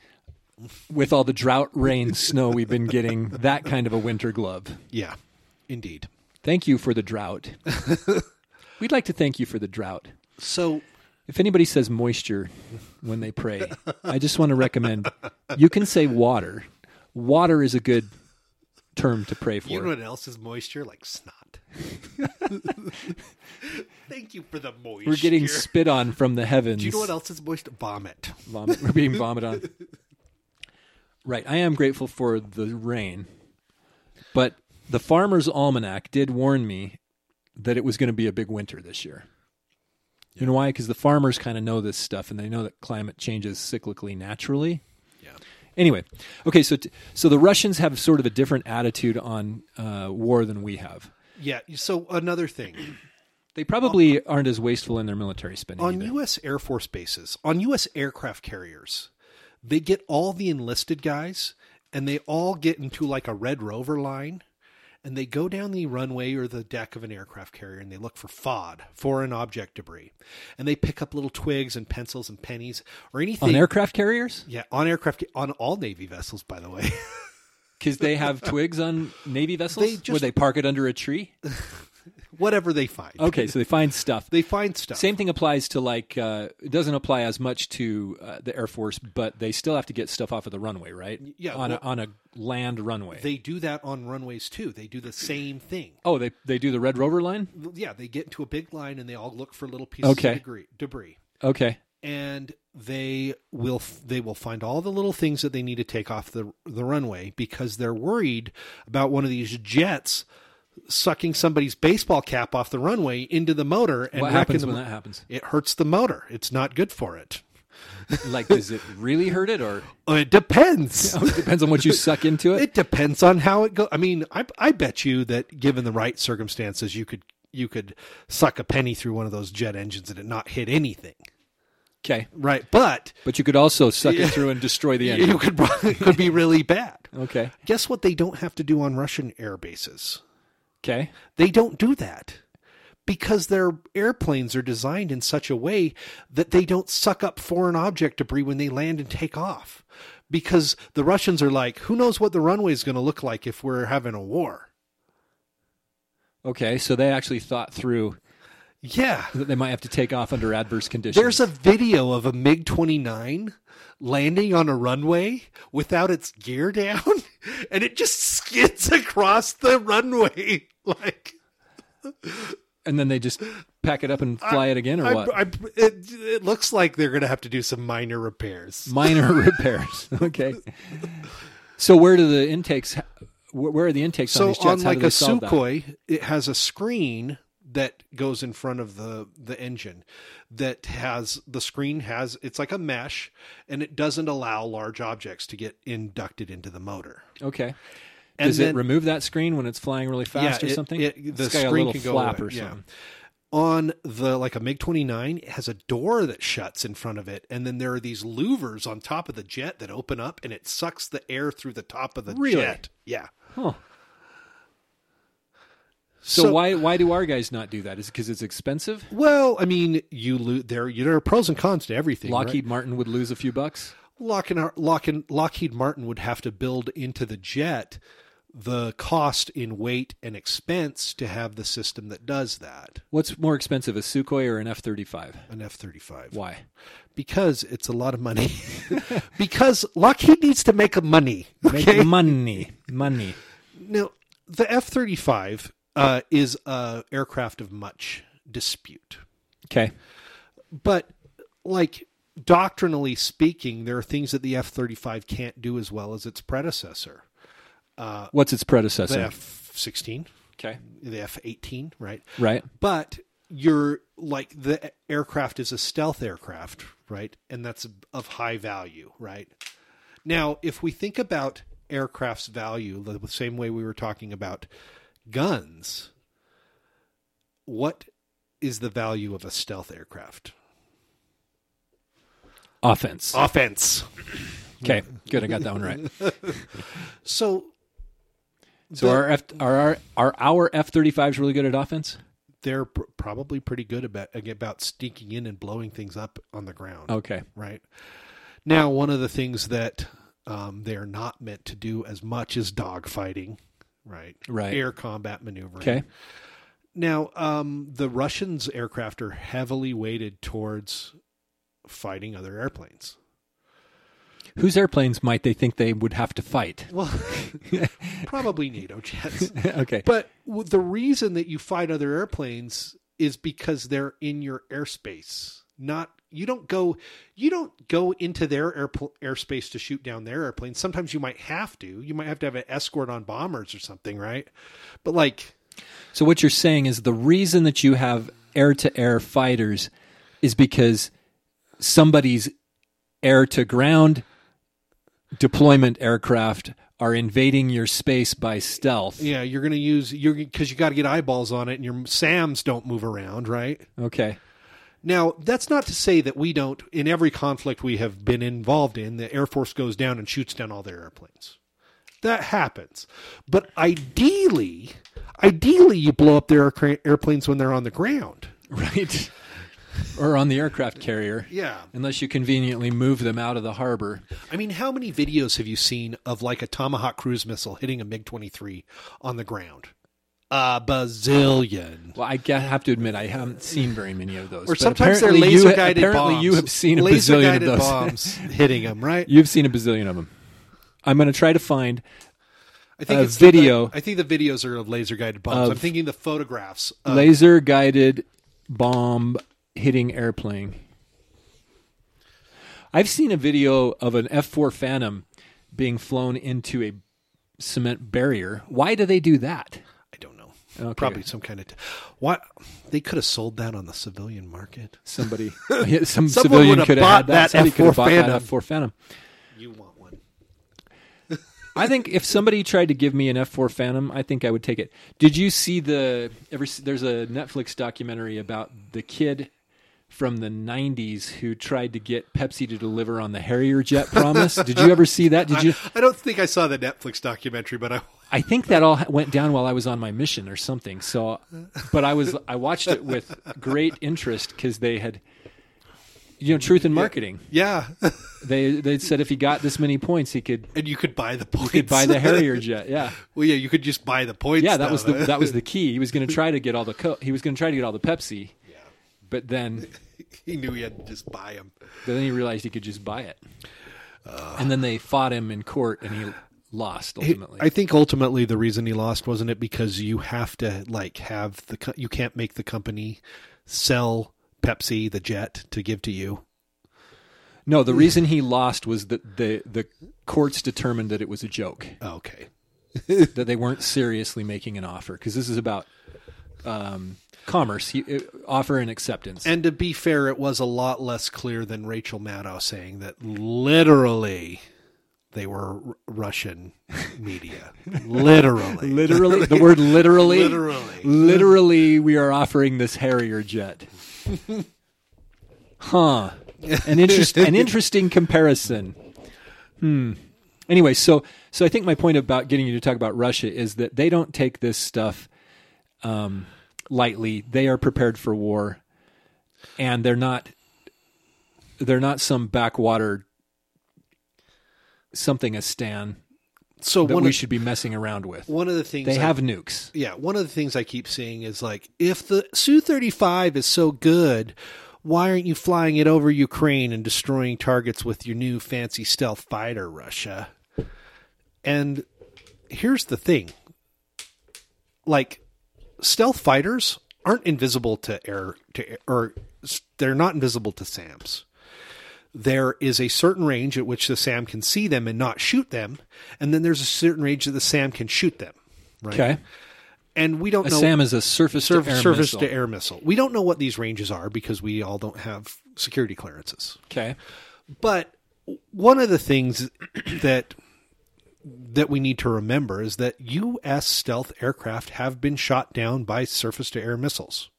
A: with all the drought, rain, snow we've been getting, that kind of a winter glove.
B: Yeah, indeed.
A: Thank you for the drought. We'd like to thank you for the drought.
B: So
A: If anybody says moisture when they pray, I just want to recommend you can say water. Water is a good term to pray for.
B: you know what else is moisture like snot. Thank you for the moisture.
A: We're getting spit on from the heavens.
B: Do you know what else is moist? Vomit.
A: vomit. We're being vomited on. Right. I am grateful for the rain, but the Farmer's Almanac did warn me that it was going to be a big winter this year. You know why? Because the farmers kind of know this stuff, and they know that climate changes cyclically naturally.
B: Yeah.
A: Anyway, okay, so t- so the Russians have sort of a different attitude on uh, war than we have.
B: yeah. So another thing
A: They probably aren't as wasteful in their military spending.
B: on
A: either.
B: U.S. Air Force bases, on U.S. aircraft carriers, they get all the enlisted guys, and they all get into like a Red Rover line, and they go down the runway or the deck of an aircraft carrier, and they look for FOD, foreign object debris, and they pick up little twigs and pencils and pennies or anything.
A: on aircraft carriers
B: yeah, on aircraft, on all Navy vessels, by the way.
A: because they have twigs on navy vessels
B: They just-
A: where they park it under a tree.
B: Whatever they find,
A: Okay, so they find stuff.
B: they find stuff.
A: Same thing applies to like uh, it doesn't apply as much to uh, the Air Force, but they still have to get stuff off of the runway, right?
B: yeah,
A: on
B: well-
A: a, on a land runway.
B: They do that on runways too. They do the same thing.
A: oh, they they do the Red Rover line.
B: yeah, they get into a big line and they all look for little pieces
A: Okay.
B: of debris, debris,
A: Okay,
B: and they will f- they will find all the little things that they need to take off the the runway because they're worried about one of these jets sucking somebody's baseball cap off the runway into the motor and
A: what
B: wrecking
A: happens
B: the,
A: when that happens?
B: it hurts the motor. It's not good for it.
A: Like, does it really hurt it, or
B: Oh, It depends.
A: it depends on what you suck into it?
B: It depends on how it goes. I mean, I, I bet you that given the right circumstances, you could you could suck a penny through one of those jet engines and it not hit anything.
A: Okay,
B: Right, but
A: but you could also suck it through and destroy the engine.
B: you could it could be really bad.
A: Okay,
B: Guess what they don't have to do on Russian air bases?
A: okay,
B: They don't do that because their airplanes are designed in such a way that they don't suck up foreign object debris when they land and take off. Because the Russians are like, who knows what the runway is going to look like if we're having a war?
A: okay. So they actually thought through
B: Yeah.
A: that they might have to take off under adverse conditions.
B: There's a video of a MiG 29 landing on a runway without its gear down, and it just skids across the runway. Like,
A: and then they just pack it up and fly it again, or
B: I,
A: what?
B: I, it, it looks like they're going to have to do some minor repairs.
A: minor repairs. Okay. So where do the intakes? wh- Where are the intakes on
B: So,
A: these jets?
B: on
A: How do
B: like
A: they
B: a
A: solve that?
B: Sukhoi, it has a screen that goes in front of the the engine that has the screen has it's like a mesh and it doesn't allow large objects to get inducted into the motor
A: Okay.
B: and
A: Does it
B: then-
A: remove that screen when it's flying really fast
B: Yeah,
A: or
B: it-
A: something?
B: it-
A: It's
B: the
A: got a
B: screen
A: little
B: can go
A: flap
B: away,
A: or
B: yeah.
A: something.
B: on the like a MiG 29 it has a door that shuts in front of it and then there are these louvers on top of the jet that open up and it sucks the air through the top of the
A: Really?
B: jet. Yeah.
A: Huh. So, why why do our guys not do that? Is it because it's expensive?
B: Well, I mean, you lo- there you there are pros and cons to everything.
A: Lockheed Martin would lose a few bucks.
B: right? Lockheed, Lockheed Lockheed Martin would have to build into the jet the cost in weight and expense to have the system that does that.
A: What's more expensive, a Sukhoi or an F thirty five?
B: An F thirty five.
A: Why?
B: Because it's a lot of money. because Lockheed needs to make money.
A: Make
B: Okay? Uh,
A: money, money.
B: Now, the F 35 uh, is a aircraft of much dispute.
A: Okay.
B: But, like, doctrinally speaking, there are things that the F 35 can't do as well as its predecessor.
A: What's its predecessor?
B: The F 16,
A: Okay.
B: the F 18, right?
A: Right.
B: But you're like the aircraft is a stealth aircraft, right? And that's of high value, right? Now, if we think about aircraft's value the same way we were talking about guns, what is the value of a stealth aircraft?
A: Offense.
B: Offense.
A: Okay. Good. I got that one right.
B: So
A: So
B: The-
A: are F, are our are our F thirty fives really good at offense?
B: they're pr- probably pretty good about about sneaking in and blowing things up on the ground.
A: Okay,
B: right? Now, one of the things that um, they're not meant to do as much is dogfighting, right?
A: Right.
B: Air combat maneuvering.
A: okay,
B: Now, um, the Russians' aircraft are heavily weighted towards fighting other airplanes.
A: whose airplanes might they think they would have to fight?
B: Well, probably NATO jets.
A: okay,
B: But w- the reason that you fight other airplanes is because they're in your airspace. Not you don't go you don't go into their airpl- airspace to shoot down their airplanes. Sometimes you might have to. You might have to have an escort on bombers or something, right? But like
A: so what you're saying is the reason that you have air to air fighters is because somebody's air to ground deployment aircraft are invading your space by stealth.
B: Yeah, you're going to use you're because you got to get eyeballs on it, and your Sam's don't move around, right?
A: Okay.
B: Now, that's not to say that we don't, in every conflict we have been involved in, the Air Force goes down and shoots down all their airplanes. That happens. But ideally, ideally, you blow up their aircra- airplanes when they're on the ground.
A: Right. or on the aircraft carrier.
B: Yeah.
A: Unless you conveniently move them out of the harbor.
B: I mean, how many videos have you seen of like a Tomahawk cruise missile hitting a MiG 23 on the ground? A bazillion.
A: Well, I ga- have to admit, I haven't seen very many of those.
B: Or
A: but
B: sometimes they're
A: apparently
B: laser
A: you,
B: guided
A: Apparently,
B: bombs.
A: you have seen a
B: laser
A: bazillion of
B: guided
A: those.
B: bombs hitting them, right?
A: You've seen a bazillion of them. I'm going to try to find
B: I think
A: a
B: it's the-
A: video-
B: I think the videos are of laser guided bombs. I'm thinking the photographs. Uh, Of,
A: laser guided bomb hitting airplane. I've seen a video of an F 4 Phantom being flown into a cement barrier. Why do they do that?
B: I don't know.
A: Okay.
B: Probably some kind of. T- what they could have sold that on the civilian market.
A: Somebody, yeah, some
B: Someone would
A: civilian
B: have
A: could have had
B: bought
A: that.
B: that
A: Somebody could have
B: F4
A: bought that
B: Phantom.
A: F 4 Phantom.
B: You want one?
A: I think if somebody tried to give me an F4 Phantom, I think I would take it. Did you see the ever s- there's a Netflix documentary about the kid from the 90s who tried to get Pepsi to deliver on the Harrier jet promise? Did you ever see that? Did you
B: I don't think I saw the Netflix documentary, but I.
A: I think that all went down while I was on my mission or something. So, but I was I watched it with great interest cuz they had you know, truth in marketing.
B: Yeah,
A: They they said if he got this many points, he could
B: and you could buy the points.
A: could buy the Harrier jet. Yeah.
B: well, yeah, you could just buy the points.
A: Yeah, that was the
B: though.
A: that was the key. He was going to try to get all the co- he was going to try to get all the Pepsi,
B: yeah.
A: but then
B: He knew he had to just buy them.
A: but then he realized he could just buy it. and then they fought him in court, and he lost ultimately.
B: I think ultimately the reason he lost wasn't it because you have to like have the co- you can't make the company sell Pepsi the jet to give to you.
A: no, the reason he lost was that the the courts determined that it was a joke,
B: Oh, Okay.
A: that they weren't seriously making an offer because this is about um, commerce, he, uh, offer and acceptance.
B: And to be fair, it was a lot less clear than Rachel Maddow saying that literally they were R- Russian media. literally.
A: literally, the word literally,
B: Literally.
A: literally, we are offering this Harrier jet. huh. An, interest, an interesting comparison. Hmm. Anyway, so so I think my point about getting you to talk about Russia is that they don't take this stuff um, lightly. They are prepared for war, and they're not they're not some backwater something a stan
B: So
A: that
B: one
A: we
B: of,
A: should be messing around with.
B: one of the things
A: They
B: I-
A: have nukes.
B: yeah, one of the things I keep seeing is like if the Su-35 is so good, why aren't you flying it over Ukraine and destroying targets with your new fancy stealth fighter, Russia? And here's the thing. Like stealth fighters aren't invisible to air to air, or s- they're not invisible to SAMs. There is a certain range at which the SAM can see them and not shoot them, and then there's a certain range that the SAM can shoot them. Right
A: Okay.
B: and we don't
A: A
B: know
A: SAM is a surface
B: surf-
A: to air
B: surface
A: missile.
B: to air missile. We don't know what these ranges are because we all don't have security clearances.
A: Okay.
B: But one of the things that that we need to remember is that U.S. stealth aircraft have been shot down by surface to air missiles.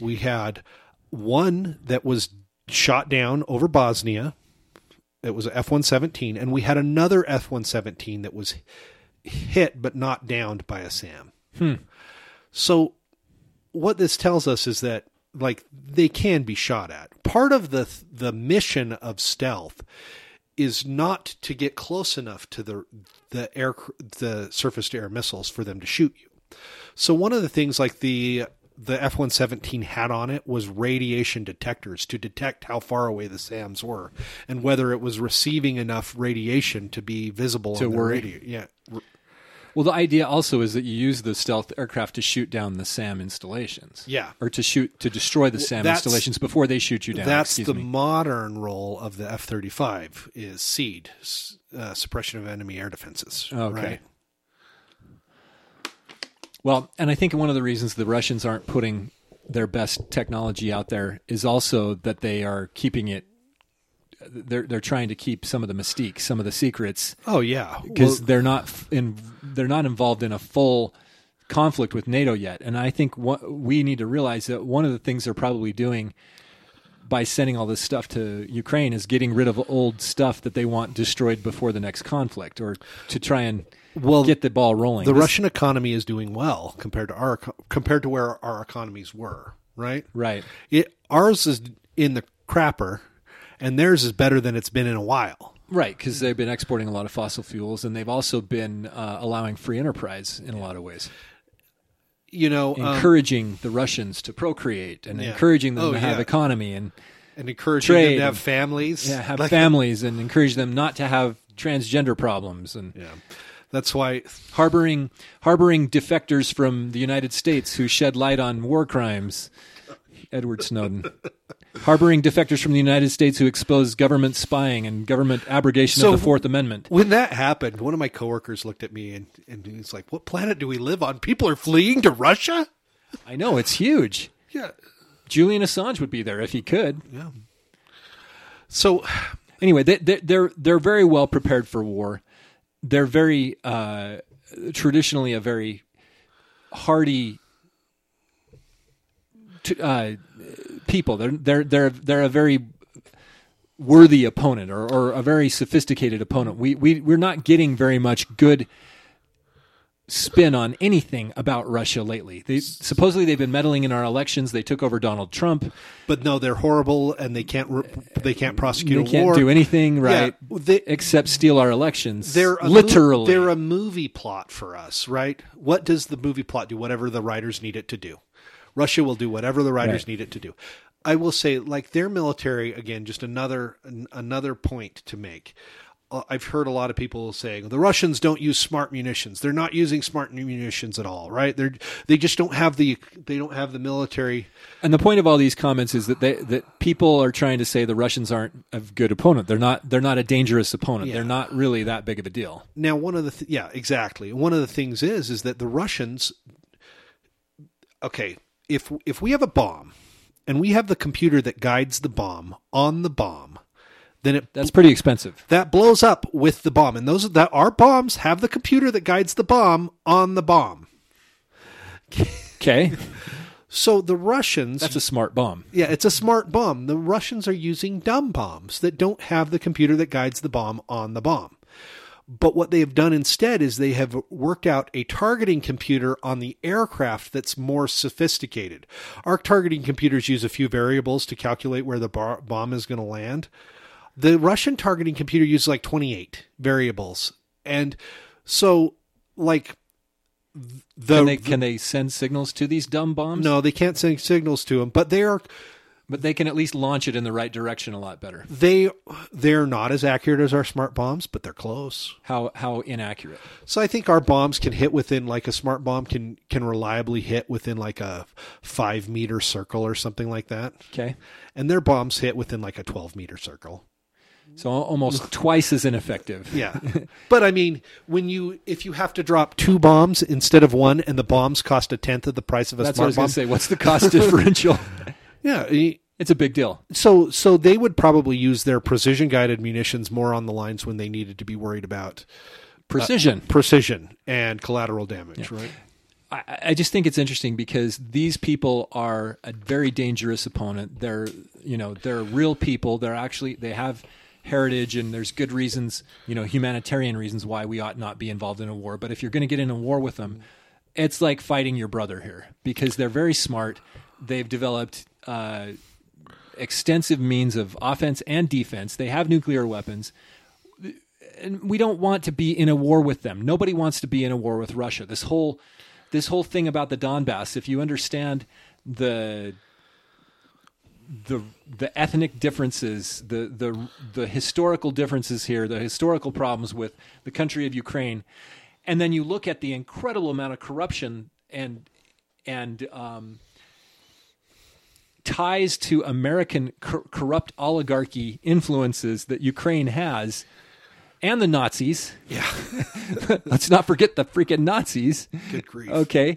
B: We had one that was shot down over Bosnia. It was a F 117. And we had another F 117 that was hit but not downed by a SAM. So what this tells us is that like they can be shot at. Part of the the mission of stealth is not to get close enough to the the air the surface to air missiles for them to shoot you. So one of the things like the the F-117 had on it was radiation detectors to detect how far away the SAMs were and whether it was receiving enough radiation to be visible to on the
A: worry.
B: radio. Yeah.
A: Well, the idea also is that you use the stealth aircraft to shoot down the SAM installations.
B: Yeah.
A: Or to shoot to destroy the SAM
B: that's-
A: installations before they shoot you down.
B: That's
A: Excuse
B: the
A: me.
B: modern role of the F-35 is SEED, s- uh, suppression of enemy air defenses.
A: Okay.
B: Right?
A: Well, and I think one of the reasons the Russians aren't putting their best technology out there is also that they are keeping it they're they're trying to keep some of the mystique, some of the secrets,
B: Oh yeah,
A: because
B: Well,
A: they're not f- in they're not involved in a full conflict with NATO yet. And I think wha- we need to realize that one of the things they're probably doing by sending all this stuff to Ukraine is getting rid of old stuff that they want destroyed before the next conflict, or to try and
B: Well,
A: get the ball rolling.
B: the
A: This-
B: Russian economy is doing well compared to our eco- compared to where our economies were. Right.
A: right?
B: It ours is in the crapper, and theirs is better than it's been in a while.
A: Right, because they've been exporting a lot of fossil fuels, and they've also been uh, allowing free enterprise in a lot of ways,
B: You know, um,
A: encouraging the Russians to procreate and
B: Yeah.
A: encouraging them
B: Oh,
A: to have
B: yeah.
A: economy and
B: and encouraging them
A: trade
B: to have
A: and-
B: families.
A: yeah, have
B: Like-
A: families and encourage them not to have transgender problems and
B: yeah. That's why.
A: harboring harboring defectors from the United States who shed light on war crimes. Edward Snowden. Harboring defectors from the United States who expose government spying and government abrogation
B: So-
A: of the Fourth Amendment.
B: When that happened, one of my coworkers looked at me and, and he's like, What planet do we live on? People are fleeing to Russia?
A: I know, it's huge.
B: Yeah.
A: Julian Assange would be there if he could.
B: Yeah. So,
A: anyway, they, they, they're they're very well prepared for war. They're very uh, traditionally a very hardy t- uh, people. They're they're they're they're a very worthy opponent or, or a very sophisticated opponent. We we we're not getting very much good spin on anything about Russia lately. They supposedly they've been meddling in our elections. They took over Donald Trump.
B: but no, they're horrible and they can't re- they can't prosecute
A: They
B: a
A: can't
B: war.
A: do anything right
B: Yeah, they-
A: except steal our elections.
B: They're a mo-
A: literally
B: they're a movie plot for us, right? What does the movie plot do? Whatever the writers need it to do. Russia will do whatever the writers
A: Right.
B: need it to do. I will say, like their military again, just another an, another point to make. Uh, I've heard a lot of people saying the Russians don't use smart munitions. They're not using smart munitions at all, right? They're they just don't have the they don't have the military.
A: and the point of all these comments is that they, that people are trying to say the Russians aren't a good opponent. They're not. They're not a dangerous opponent. They're not really that big of a deal.
B: now one of the th- yeah exactly one of the things is is that the russians okay if if we have a bomb and we have the computer that guides the bomb on the bomb then it
A: That's pretty expensive.
B: that blows up with the bomb and those that our bombs have the computer that guides the bomb on the bomb
A: Okay,
B: so the russians
A: that's a smart bomb.
B: yeah it's a smart bomb the russians are using dumb bombs that don't have the computer that guides the bomb on the bomb But what they have done instead is they have worked out a targeting computer on the aircraft that's more sophisticated. Our targeting computers use a few variables to calculate where the bar- bomb is going to land. The Russian targeting computer uses like 28 variables. And so, like, th- the.
A: Can they can they send signals to these dumb bombs?
B: no, they can't send signals to them, but they are
A: but they can at least launch it in the right direction a lot better.
B: they they're not as accurate as our smart bombs, but they're close.
A: How how inaccurate?
B: So I think our bombs can hit within like a smart bomb can can reliably hit within like a five meter circle or something like that,
A: Okay,
B: and their bombs hit within like a twelve meter circle.
A: so al- almost twice as ineffective.
B: Yeah, but I mean, when you if you have to drop two bombs instead of one, and the bombs cost a tenth of the price of a
A: that's what I
B: smart
A: was going
B: bomb,
A: to say. What's the cost differential?
B: yeah. y-
A: It's a big deal.
B: So so they would probably use their precision guided munitions more on the lines when they needed to be worried about
A: Precision.
B: precision and collateral damage, right?
A: I, I just think it's interesting because these people are a very dangerous opponent. They're you know they're real people. They're actually they have heritage and there's good reasons you know humanitarian reasons why we ought not be involved in a war. But if you're going to get in a war with them, it's like fighting your brother here because they're very smart. They've developed. Uh, extensive means of offense and defense. They have nuclear weapons. And we don't want to be in a war with them. Nobody wants to be in a war with Russia. This whole this whole thing about the Donbass, if you understand the the the ethnic differences, the the the historical differences here, the historical problems with the country of Ukraine, and then you look at the incredible amount of corruption and and um, ties to American cor- corrupt oligarchy influences that Ukraine has, and the Nazis.
B: Yeah,
A: Let's not forget the freaking Nazis.
B: good grief.
A: Okay.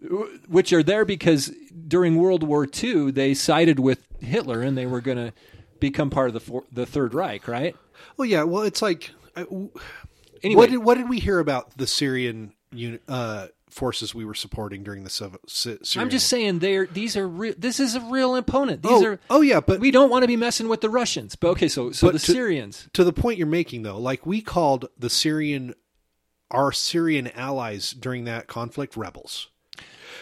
A: W- Which are there because during World War II, they sided with Hitler and they were going to become part of the four, the Third Reich, right?
B: Well, yeah. Well, it's like, I- w-
A: Anyway,
B: what did what did we hear about the Syrian uni- uh, forces we were supporting during the Sev- Sy- Syrian?
A: I'm just saying they are these are re- this is a real opponent. These
B: Oh,
A: are
B: oh yeah, but
A: we don't want to be messing with the Russians. But okay, so so
B: But
A: the
B: to-
A: Syrians.
B: to the point you're making though, like we called the Syrian our Syrian allies during that conflict rebels.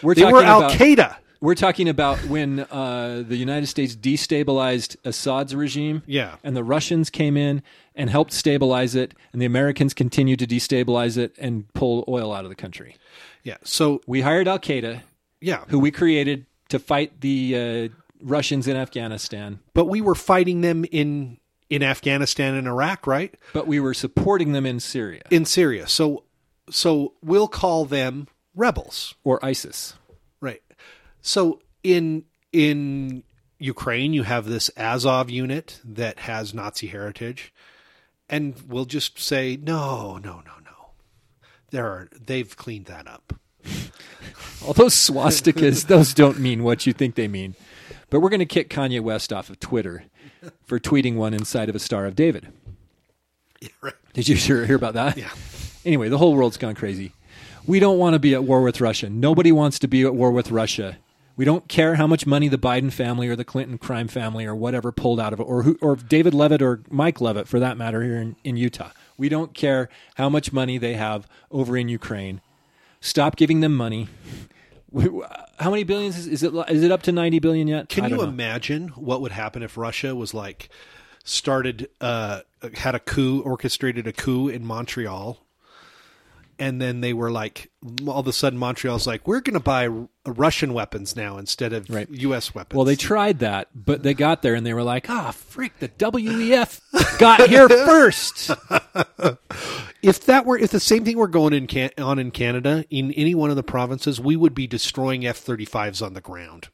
A: We're
B: They
A: talking
B: were Al
A: about
B: Qaeda.
A: we're talking about when uh, the United States destabilized Assad's regime.
B: Yeah.
A: and the Russians came in and helped stabilize it, and the Americans continued to destabilize it and pull oil out of the country.
B: Yeah. So
A: We hired Al Qaeda,
B: yeah,
A: who we created to fight the uh, Russians in Afghanistan,
B: but we were fighting them in in Afghanistan and Iraq, right?
A: but we were supporting them in Syria
B: In Syria. So so we'll call them rebels,
A: or ISIS.
B: right? So in in Ukraine, you have this Azov unit that has Nazi heritage, and we'll just say no, no, no, no. There are they've cleaned that up.
A: All those swastikas, those don't mean what you think they mean. But we're going to kick Kanye West off of Twitter for tweeting one inside of a Star of David.
B: right.
A: Did you sure hear about that?
B: Yeah.
A: Anyway, the whole world's gone crazy. We don't want to be at war with Russia. Nobody wants to be at war with Russia. We don't care how much money the Biden family or the Clinton crime family or whatever pulled out of it, or who, or David Levitt or Mike Levitt for that matter here in, in Utah. We don't care how much money they have over in Ukraine. Stop giving them money. We- How many billions is, is it? Is it up to ninety billion yet? I
B: Can
A: don't
B: you
A: know.
B: imagine what would happen if Russia was like started uh had a coup orchestrated a coup in Montreal and then they were like all of a sudden Montreal's like we're going to buy R- Russian weapons now instead of
A: Right.
B: US weapons.
A: Well, they tried that, but they got there and they were like, "Ah, freak! The WEF got here first.
B: if that were if the same thing were going in can- on in Canada in any one of the provinces, we would be destroying F35s on the ground.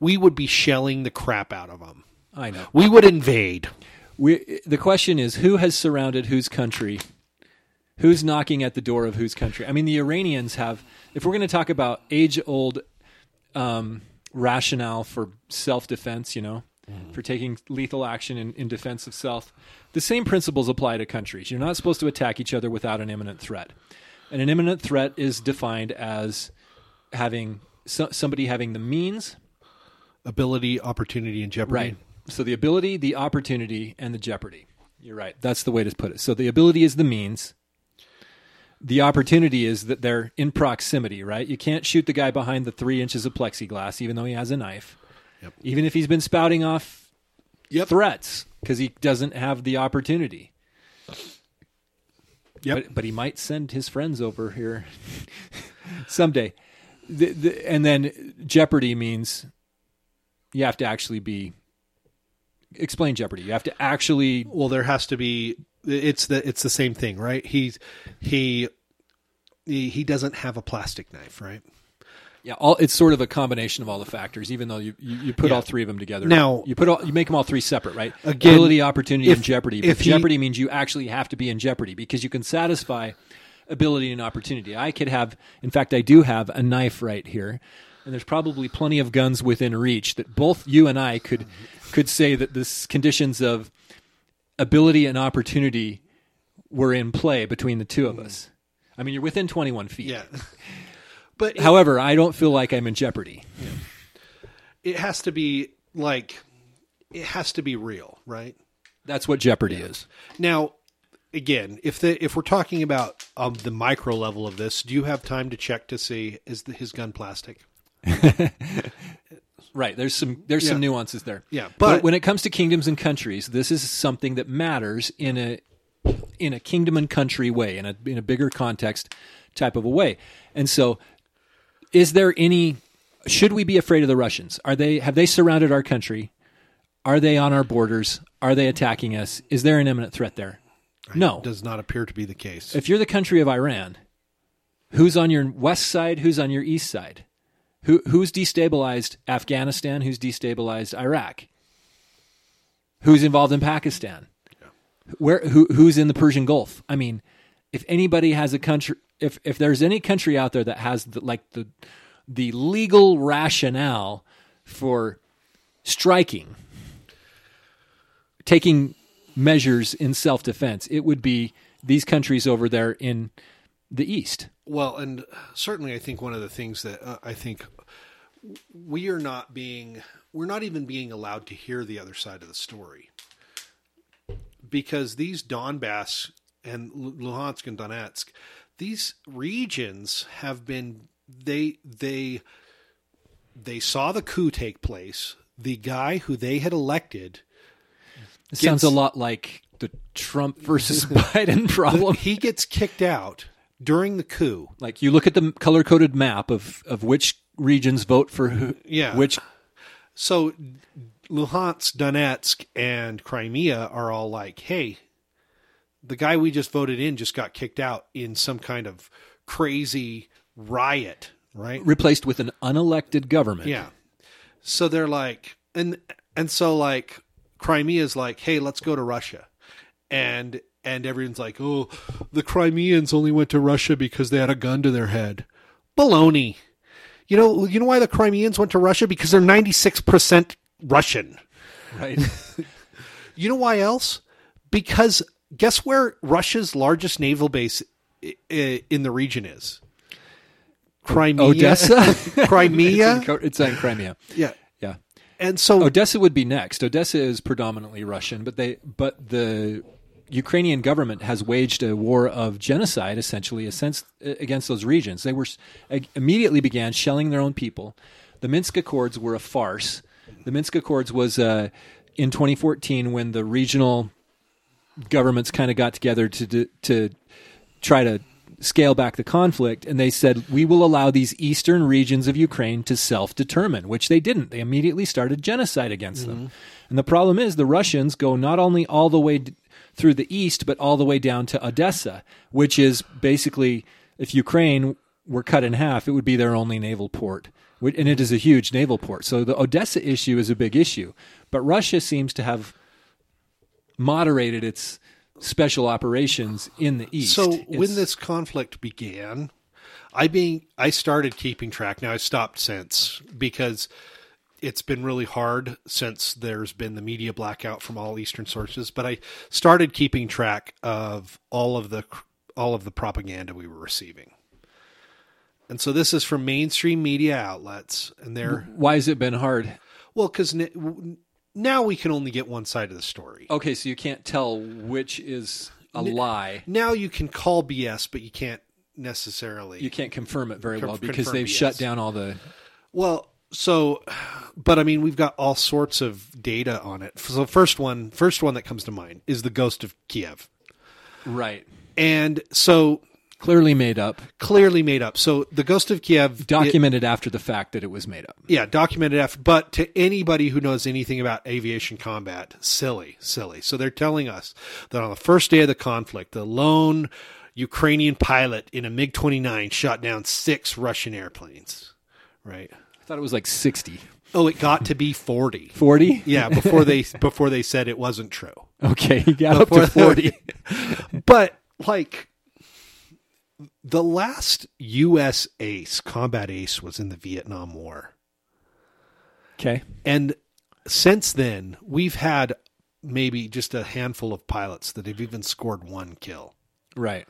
B: We would be shelling the crap out of them.
A: I know.
B: We would invade.
A: We, the question is, who has surrounded whose country? Who's knocking at the door of whose country? I mean, the Iranians have. If we're going to talk about age-old um, rationale for self-defense, you know, for taking lethal action in, in defense of self, the same principles apply to countries. You're not supposed to attack each other without an imminent threat, and an imminent threat is defined as having so, somebody having the means
B: Ability, opportunity, and jeopardy.
A: Right. So the ability, the opportunity, and the jeopardy. You're right. That's the way to put it. So the ability is the means. The opportunity is that they're in proximity, right? You can't shoot the guy behind the three inches of plexiglass, even though he has a knife,
B: Yep.
A: even if he's been spouting off
B: Yep.
A: threats because he doesn't have the opportunity.
B: Yep.
A: But, but he might send his friends over here someday. The, the, and then Jeopardy means you have to actually be. Explain Jeopardy. You have to actually.
B: well there has to be it's the it's the same thing right he's he he he doesn't have a plastic knife right
A: Yeah, all it's sort of a combination of all the factors. Even though you you, you put
B: Yeah.
A: all three of them together.
B: Now-
A: you put all you make them all three separate, right?
B: Again,
A: Ability, opportunity, and
B: if-
A: Jeopardy.
B: if
A: But
B: he-
A: Jeopardy means you actually have to be in Jeopardy because you can satisfy ability and opportunity. I could have, in fact, I do have a knife right here, and there's probably plenty of guns within reach that both you and I could could say that this conditions of ability and opportunity were in play between the two of
B: Hmm.
A: us. I mean, you're within 21 feet.
B: but it,
A: However, I don't feel like I'm in jeopardy.
B: it has to be like it has to be real right
A: That's what Jeopardy is.
B: now again if the if we're talking about um, the micro level of this do you have time to check to see is the, his gun plastic
A: Right. There's some there's some nuances there.
B: Yeah,
A: But
B: but-
A: when it comes to kingdoms and countries, this is something that matters in a in a kingdom and country way, in a in a bigger context type of a way. And so is there any should we be afraid of the Russians? Are they have they surrounded our country? Are they on our borders? Are they attacking us? Is there an imminent threat there? No.
B: does not appear to be the case
A: if you're the country of Iran, who's on your west side? Who's on your east side? Who who's destabilized Afghanistan? Who's destabilized Iraq? Who's involved in Pakistan? Where who who's in the Persian Gulf? I mean, if anybody has a country, if if there's any country out there that has the, like the the legal rationale for striking taking measures in self defense. It would be these countries over there in the East.
B: Well, and certainly, I think one of the things that uh, I think we are not being, we're not even being allowed to hear the other side of the story because these Donbass and Lu- Luhansk and Donetsk, these regions have been they they they saw the coup take place. The guy who they had elected,
A: It sounds a lot like the Trump versus Biden problem.
B: he gets kicked out during the coup.
A: Like you look at the color coded map of, of which regions vote for who,
B: Yeah.
A: which
B: So Luhansk, Donetsk, and Crimea are all like, hey, the guy we just voted in just got kicked out in some kind of crazy riot, right?
A: replaced with an unelected government.
B: Yeah. So they're like, and and so like Crimea's like, hey, let's go to Russia, and and everyone's like, oh, the Crimeans only went to Russia because they had a gun to their head. Baloney. You know, you know why the Crimeans went to Russia because they're ninety six percent Russian.
A: Right.
B: You know why else? Because guess where Russia's largest naval base i- i- in the region is? Crimea.
A: Odessa?
B: Crimea.
A: It's in- it's in Crimea.
B: yeah.
A: Yeah.
B: And so
A: Oh, Odessa would be next. Odessa is predominantly Russian, but they but the Ukrainian government has waged a war of genocide essentially since against those regions. They were immediately began shelling their own people. The Minsk Accords were a farce. The Minsk Accords was uh, in 2014 when the regional governments kind of got together to do, to try to scale back the conflict and they said we will allow these eastern regions of Ukraine to self-determine which they didn't they immediately started genocide against them and the problem is the Russians go not only all the way d- through the east but all the way down to Odessa which is basically if Ukraine were cut in half it would be their only naval port Wh- and it is a huge naval port so the Odessa issue is a big issue but Russia seems to have moderated its special operations in the east.
B: So
A: It's-
B: when this conflict began, I being I started keeping track. Now I stopped since because it's been really hard since there's been the media blackout from all eastern sources, but I started keeping track of all of the all of the propaganda we were receiving. And so this is from mainstream media outlets and they're
A: why has it been hard?
B: well cuz now we can only get one side of the story.
A: Okay, so you can't tell which is a lie.
B: Now you can call BS, but you can't necessarily
A: You can't confirm it very well because
B: confirm
A: they've
B: BS.
A: shut down all the.
B: Well, so, but I mean, we've got all sorts of data on it. So, first one, first one that comes to mind is the ghost of Kiev,
A: Right.
B: and so
A: Clearly made up,
B: clearly made up. So, the ghost of Kiev,
A: documented after the fact that it was made up.
B: yeah, documented F. But to anybody who knows anything about aviation combat, silly, silly. So they're telling us that on the first day of the conflict, the lone Ukrainian pilot in a MiG twenty nine shot down six Russian airplanes. Right.
A: I thought it was like 60.
B: Oh, it got to be forty.
A: 40?
B: Yeah, before they before they said it wasn't true.
A: Okay, he got up to 40.
B: 40. but like the last US ace, combat ace was in the Vietnam War.
A: okay.
B: And since then, we've had maybe just a handful of pilots that have even scored one kill.
A: Right.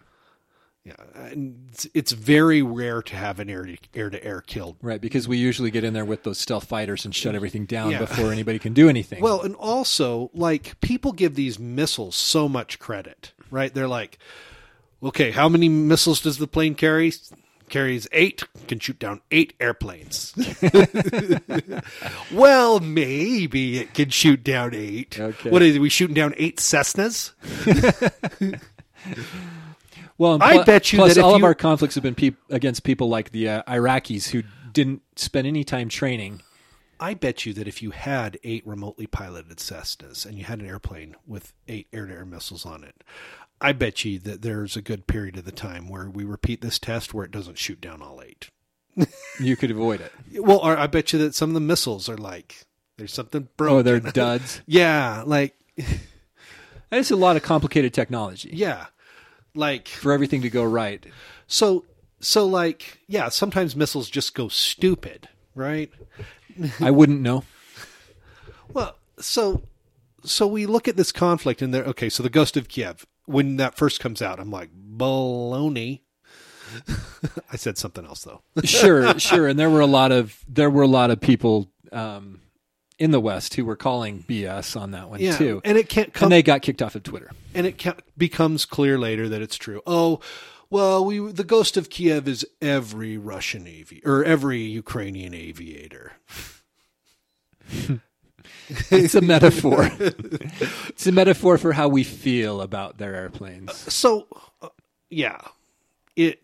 B: Yeah, and it's, it's very rare to have an air to air, to air kill.
A: Right, because we usually get in there with those stealth fighters and shut everything down
B: Yeah.
A: before anybody can do anything.
B: Well, and also, like, people give these missiles so much credit, right? They're like, okay, how many missiles does the plane carry? Carries eight, can shoot down eight airplanes. well, maybe it can shoot down eight.
A: Okay.
B: What is it? We shooting down eight Cessnas?
A: Well, and
B: I
A: plu-
B: bet you
A: plus
B: that if
A: all of
B: you-
A: our conflicts have been peop against people like the uh, Iraqis who didn't spend any time training.
B: I bet you that if you had eight remotely piloted Cessnas and you had an airplane with eight air to air missiles on it, I bet you that there's a good period of the time where we repeat this test where it doesn't shoot down all eight.
A: You could avoid it.
B: Well, or I bet you that some of the missiles are like, there's something broken.
A: Oh, they're duds.
B: yeah, like,
A: That's a lot of complicated technology
B: yeah. Like,
A: for everything to go right.
B: so, so, like, yeah, sometimes missiles just go stupid, right?
A: I wouldn't know.
B: Well, so so we look at this conflict and there okay so the ghost of kiev when that first comes out i'm like baloney i said something else though
A: sure, sure. And there were a lot of there were a lot of people um, in the West who were calling BS on that one too,
B: and it can't come
A: and they got kicked off of Twitter.
B: and it ca- becomes clear later that it's true. Oh, well, we the ghost of Kiev is every Russian avi or every Ukrainian aviator.
A: It's a metaphor. it's a metaphor for how we feel about their airplanes.
B: So, uh, yeah, it,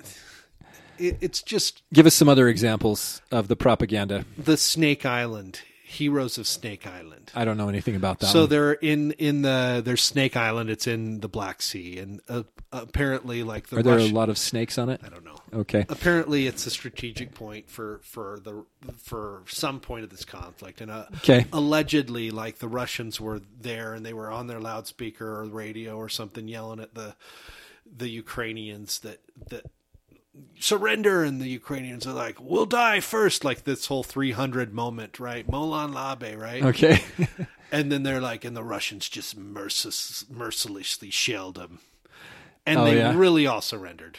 B: it it's just
A: Give us some other examples of the propaganda.
B: the Snake Island heroes of Snake Island.
A: I don't know anything about that.
B: So
A: one.
B: they're in in the there's Snake Island. It's in the Black Sea, and uh, apparently, like the
A: are there a
B: Russian-
A: lot of snakes on it?
B: I don't know.
A: Okay.
B: apparently it's a strategic point for for the for some point of this conflict and uh,
A: Okay.
B: allegedly like the russians were there and they were on their loudspeaker or radio or something yelling at the the ukrainians that that surrender and the ukrainians are like we'll die first like this whole 300 moment right molan labe right
A: Okay.
B: and then they're like, and the Russians just merciless, mercilessly shelled them, and
A: Oh,
B: they
A: yeah.
B: really all surrendered.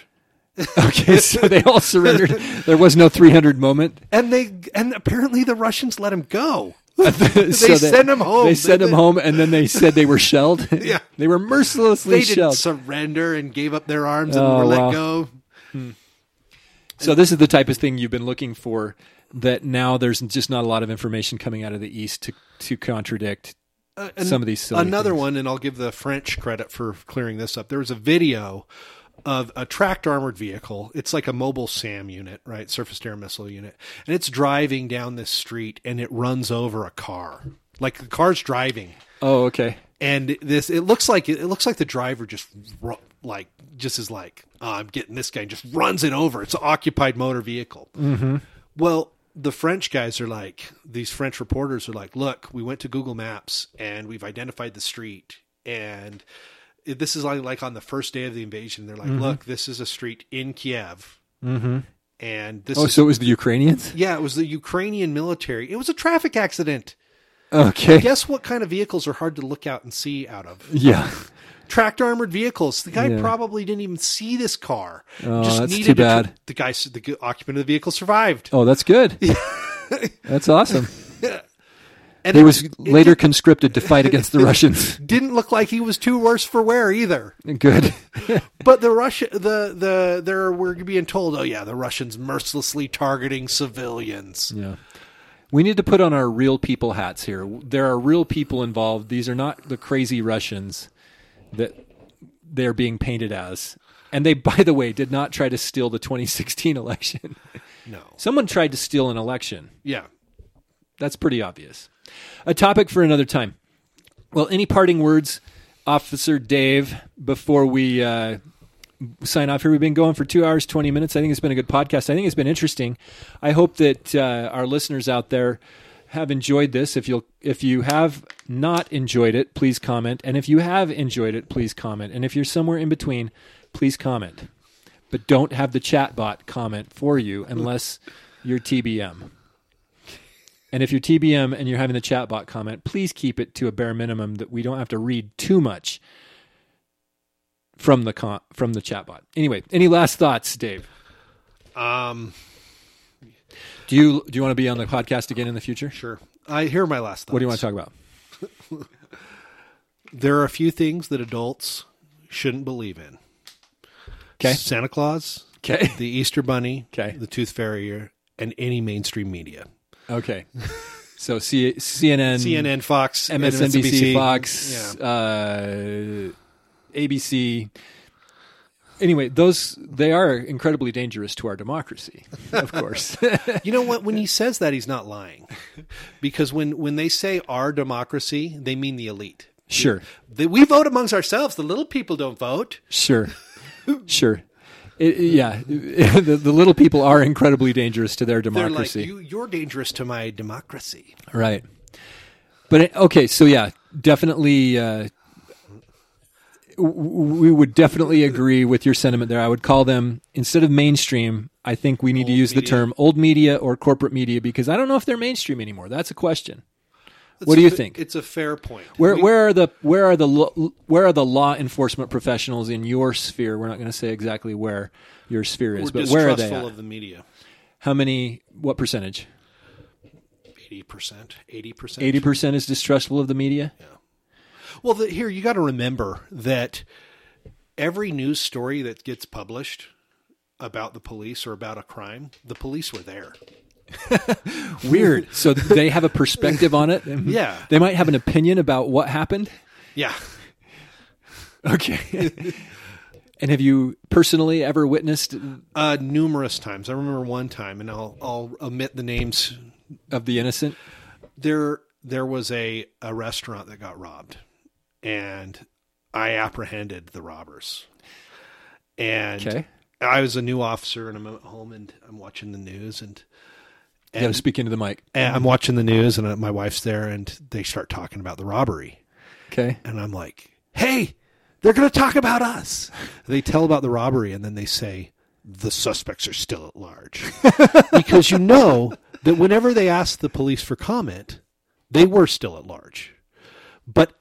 A: okay. So they all surrendered. There was no 300 moment.
B: And they and apparently the Russians let him go.
A: they
B: sent 'em home,
A: They
B: didn't
A: sent them
B: they?
A: home, and then they said they were shelled.
B: Yeah.
A: they were mercilessly
B: They didn't
A: shelled.
B: surrender and gave up their arms and
A: Oh,
B: were
A: wow.
B: let go.
A: So this is the type of thing you've been looking for. That now there's just not a lot of information coming out of the east to to contradict
B: Uh,
A: some of these. Silly
B: another
A: things.
B: one, and I'll give the French credit for clearing this up. There was a video of a tracked armored vehicle. It's like a mobile SAM unit, right? Surface to air missile unit. And it's driving down this street and it runs over a car. Like the car's driving.
A: Oh, okay.
B: and this it looks like it looks like the driver just ru- like just is like "Oh, I'm getting this guy and just runs it over. It's an occupied motor vehicle.
A: Mm-hmm.
B: Well, the French guys are like these French reporters are like, look, we went to Google Maps and we've identified the street and it- this is like like on the first day of the invasion. They're like,
A: Mm-hmm.
B: look, this is a street in Kiev. Mm-hmm. And this
A: Oh,
B: is
A: so it was the Ukrainians.
B: yeah, it was the Ukrainian military. It was a traffic accident.
A: Okay.
B: Guess what kind of vehicles are hard to look out and see out of?
A: Yeah.
B: tracked armored vehicles. The guy
A: Yeah.
B: probably didn't even see this car.
A: Oh, that's too
B: a tr-
A: bad.
B: the guy, s- the g- occupant of the vehicle, survived.
A: Oh, that's good. that's awesome.
B: And
A: He
B: it
A: was
B: it
A: later conscripted to fight against the Russians.
B: didn't look like he was too worse for wear either.
A: Good.
B: But the Russia, the the there we're being told, oh yeah, the Russians mercilessly targeting civilians.
A: Yeah. We need to put on our real people hats here. There are real people involved. These are not the crazy Russians that they're being painted as. And they, by the way, did not try to steal the 2016 election.
B: No,
A: Someone tried to steal an election.
B: yeah,
A: That's pretty obvious. A topic for another time. Well, any parting words, Officer Dave, before we uh, sign off here? We've been going for two hours, 20 minutes. I think it's been a good podcast. I think it's been interesting. I hope that uh, our listeners out there have enjoyed this. If you'll, if you have not enjoyed it, please comment. And if you have enjoyed it, please comment. And if you're somewhere in between, please comment. But don't have the chat bot comment for you unless you're TBM. And if you're TBM and you're having the chat bot comment, please keep it to a bare minimum that we don't have to read too much from the con- from the chat bot. Anyway, any last thoughts, Dave?
B: um,
A: Do you do you want to be on the podcast again in the future?
B: sure. I hear my last thoughts.
A: What do you want to talk about?
B: There are a few things that adults shouldn't believe in.
A: Okay.
B: Santa Claus,
A: Okay.
B: the Easter Bunny,
A: Okay.
B: the Tooth Fairy, and any mainstream media.
A: Okay. So C- CNN,
B: CNN, Fox,
A: MSNBC,
B: MSNBC,
A: Fox,
B: Yeah.
A: uh, ABC. Anyway, those they are incredibly dangerous to our democracy, of course.
B: You know what? When he says that, he's not lying, because when when they say our democracy, they mean the elite.
A: sure.
B: They, we vote amongst ourselves. The little people don't vote.
A: Sure, sure. It, yeah, the, the little people are incredibly dangerous to their
B: They're
A: democracy,
B: like you. You're dangerous to my democracy.
A: right? But it- okay, so yeah, definitely. Uh, w- w- we would definitely agree with your sentiment there. I would call them instead of mainstream. I think we need to use the
B: media.
A: term old media or corporate media because I don't know if they're mainstream anymore. That's a question. What do
B: a
A: you
B: fa-
A: think?
B: It's a fair point.
A: Where
B: We-
A: where are the where are the lo- where are the law enforcement professionals in your sphere? We're not going to say exactly where your sphere
B: we're
A: is, but where are they?
B: distrustful
A: at?
B: of the media?
A: How many? What percentage?
B: Eighty percent. Eighty percent.
A: Eighty percent is distrustful of the media.
B: Well, the, here you got to remember that every news story that gets published about the police or about a crime, the police were there.
A: Weird. so they have a perspective on it.
B: Yeah.
A: They might have an opinion about what happened.
B: Yeah.
A: Okay. and have you personally ever witnessed
B: Uh, numerous times. I remember one time, and I'll I'll omit the names.
A: of the innocent?
B: There there was a a restaurant that got robbed, and I apprehended the robbers. And
A: Okay.
B: I was a new officer, and I'm at home, and I'm watching the news, and
A: You got to speak into the mic.
B: and I'm watching the news, and uh, my wife's there, and they start talking about the robbery,
A: Okay.
B: and I'm like, "Hey, they're going to talk about us." They tell about the robbery, and then they say the suspects are still at large, because you know that whenever they asked the police for comment, they were still at large, but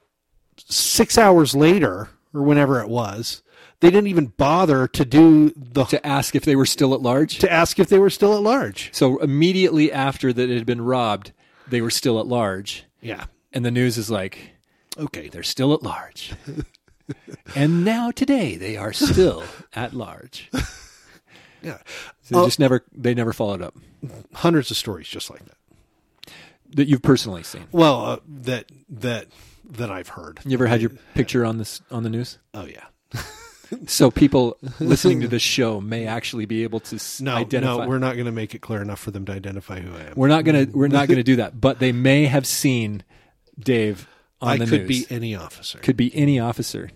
B: six hours later, or whenever it was, they didn't even bother to do the
A: To ask if they were still at large.
B: to ask if they were still at large.
A: So immediately after that it had been robbed, they were still at large.
B: Yeah.
A: And the news is like,
B: Okay.
A: they're still at large. and now today they are still at large. So
B: Yeah. Oh.
A: they just never they never followed up.
B: hundreds of stories just like that.
A: That you've personally seen.
B: Well, uh, that that that I've heard.
A: You ever had your picture on this on the news?
B: Oh yeah.
A: So people listening to this show may actually be able to s-
B: No,
A: identify.
B: no, we're not going to make it clear enough for them to identify who I am.
A: We're not gonna we're not gonna do that. But they may have seen Dave on
B: I
A: the
B: could
A: news.
B: be any officer.
A: could be any officer.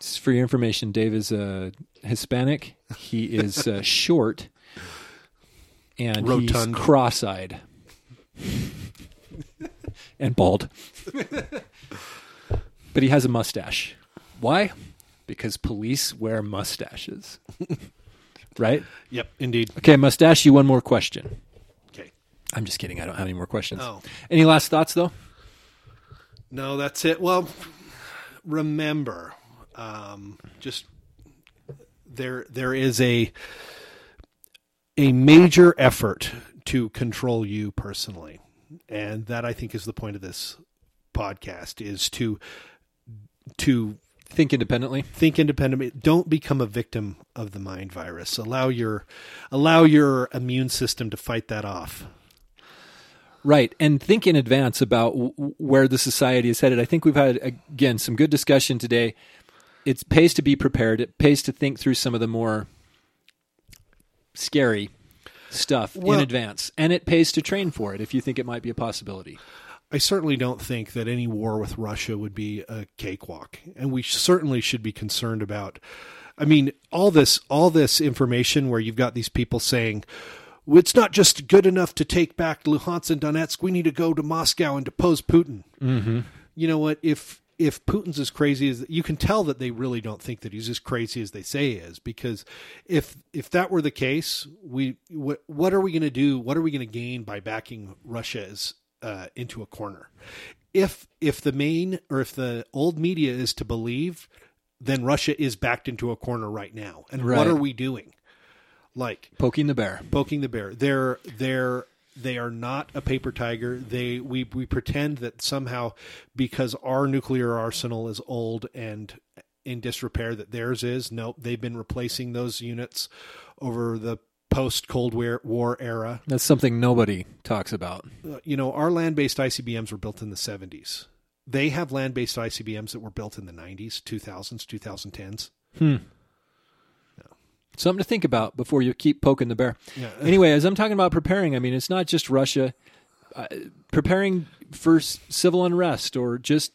A: Just for your information, Dave is a Hispanic. He is uh, short, and
B: Rotund.
A: he's cross-eyed and bald. but he has a mustache. Why? Because police wear mustaches, right?
B: Yep, indeed.
A: Okay, I'm mustache you one more question.
B: Okay.
A: I'm just kidding. I don't have any more questions.
B: Oh.
A: Any last thoughts, though?
B: No, that's it. Well, remember, um, just there there is a a major effort to control you personally, and that I think is the point of this podcast is to to
A: Think independently.
B: think independently don't become a victim of the mind virus allow your allow your immune system to fight that off
A: Right, and think in advance about w- w- where the society is headed. I think we've had again some good discussion today. It pays to be prepared. It pays to think through some of the more scary stuff
B: Well-
A: in advance, and it pays to train for it if you think it might be a possibility.
B: i certainly don't think that any war with russia would be a cakewalk and we certainly should be concerned about i mean all this all this information where you've got these people saying "Well, it's not just good enough to take back luhansk and donetsk we need to go to moscow and depose putin you know what if if putin's as crazy as you can tell that they really don't think that he's as crazy as they say he is because if if that were the case we what what are we going to do what are we going to gain by backing russia as uh, into a corner if if the main or if the old media is to believe then russia is backed into a corner right now and
A: Right.
B: what are we doing like
A: Poking the bear.
B: poking the bear. They're they're they are not a paper tiger. They we we pretend that somehow because our nuclear arsenal is old and in disrepair that theirs is. Nope, they've been replacing those units over the post Cold War War era.
A: That's something nobody talks about.
B: Uh, You know, our land-based ICBMs were built in the 70s. They have land-based ICBMs that were built in the 90s, 2000s, 2010s.
A: Something to think about before you keep poking the bear.
B: Yeah.
A: Anyway, as I'm talking about preparing, I mean, it's not just Russia. Uh, preparing for s- civil unrest or just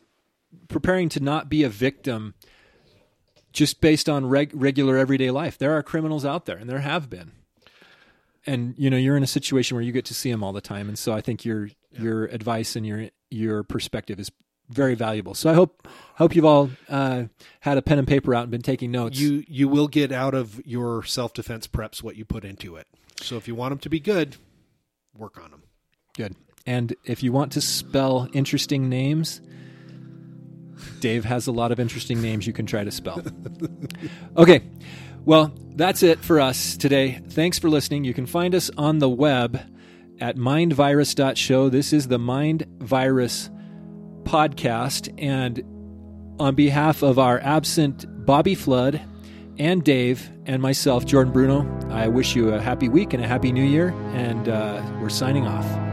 A: preparing to not be a victim just based on reg- regular everyday life. There are criminals out there, and there have been. And you know, you're in a situation where you get to see them all the time, and so I think your your advice and your your perspective is very valuable. So I hope hope you've all uh, had a pen and paper out and been taking notes.
B: You you will get out of your self-defense preps what you put into it. So if you want them to be good, work on them.
A: Good. And if you want to spell interesting names, Dave has a lot of interesting names you can try to spell. okay. Well, that's it for us today. Thanks for listening. You can find us on the web at mindvirus.show. This is the Mind Virus podcast. And on behalf of our absent Bobby Flood and Dave and myself, Jordan Bruno, I wish you a happy week and a happy new year. And uh, we're signing off.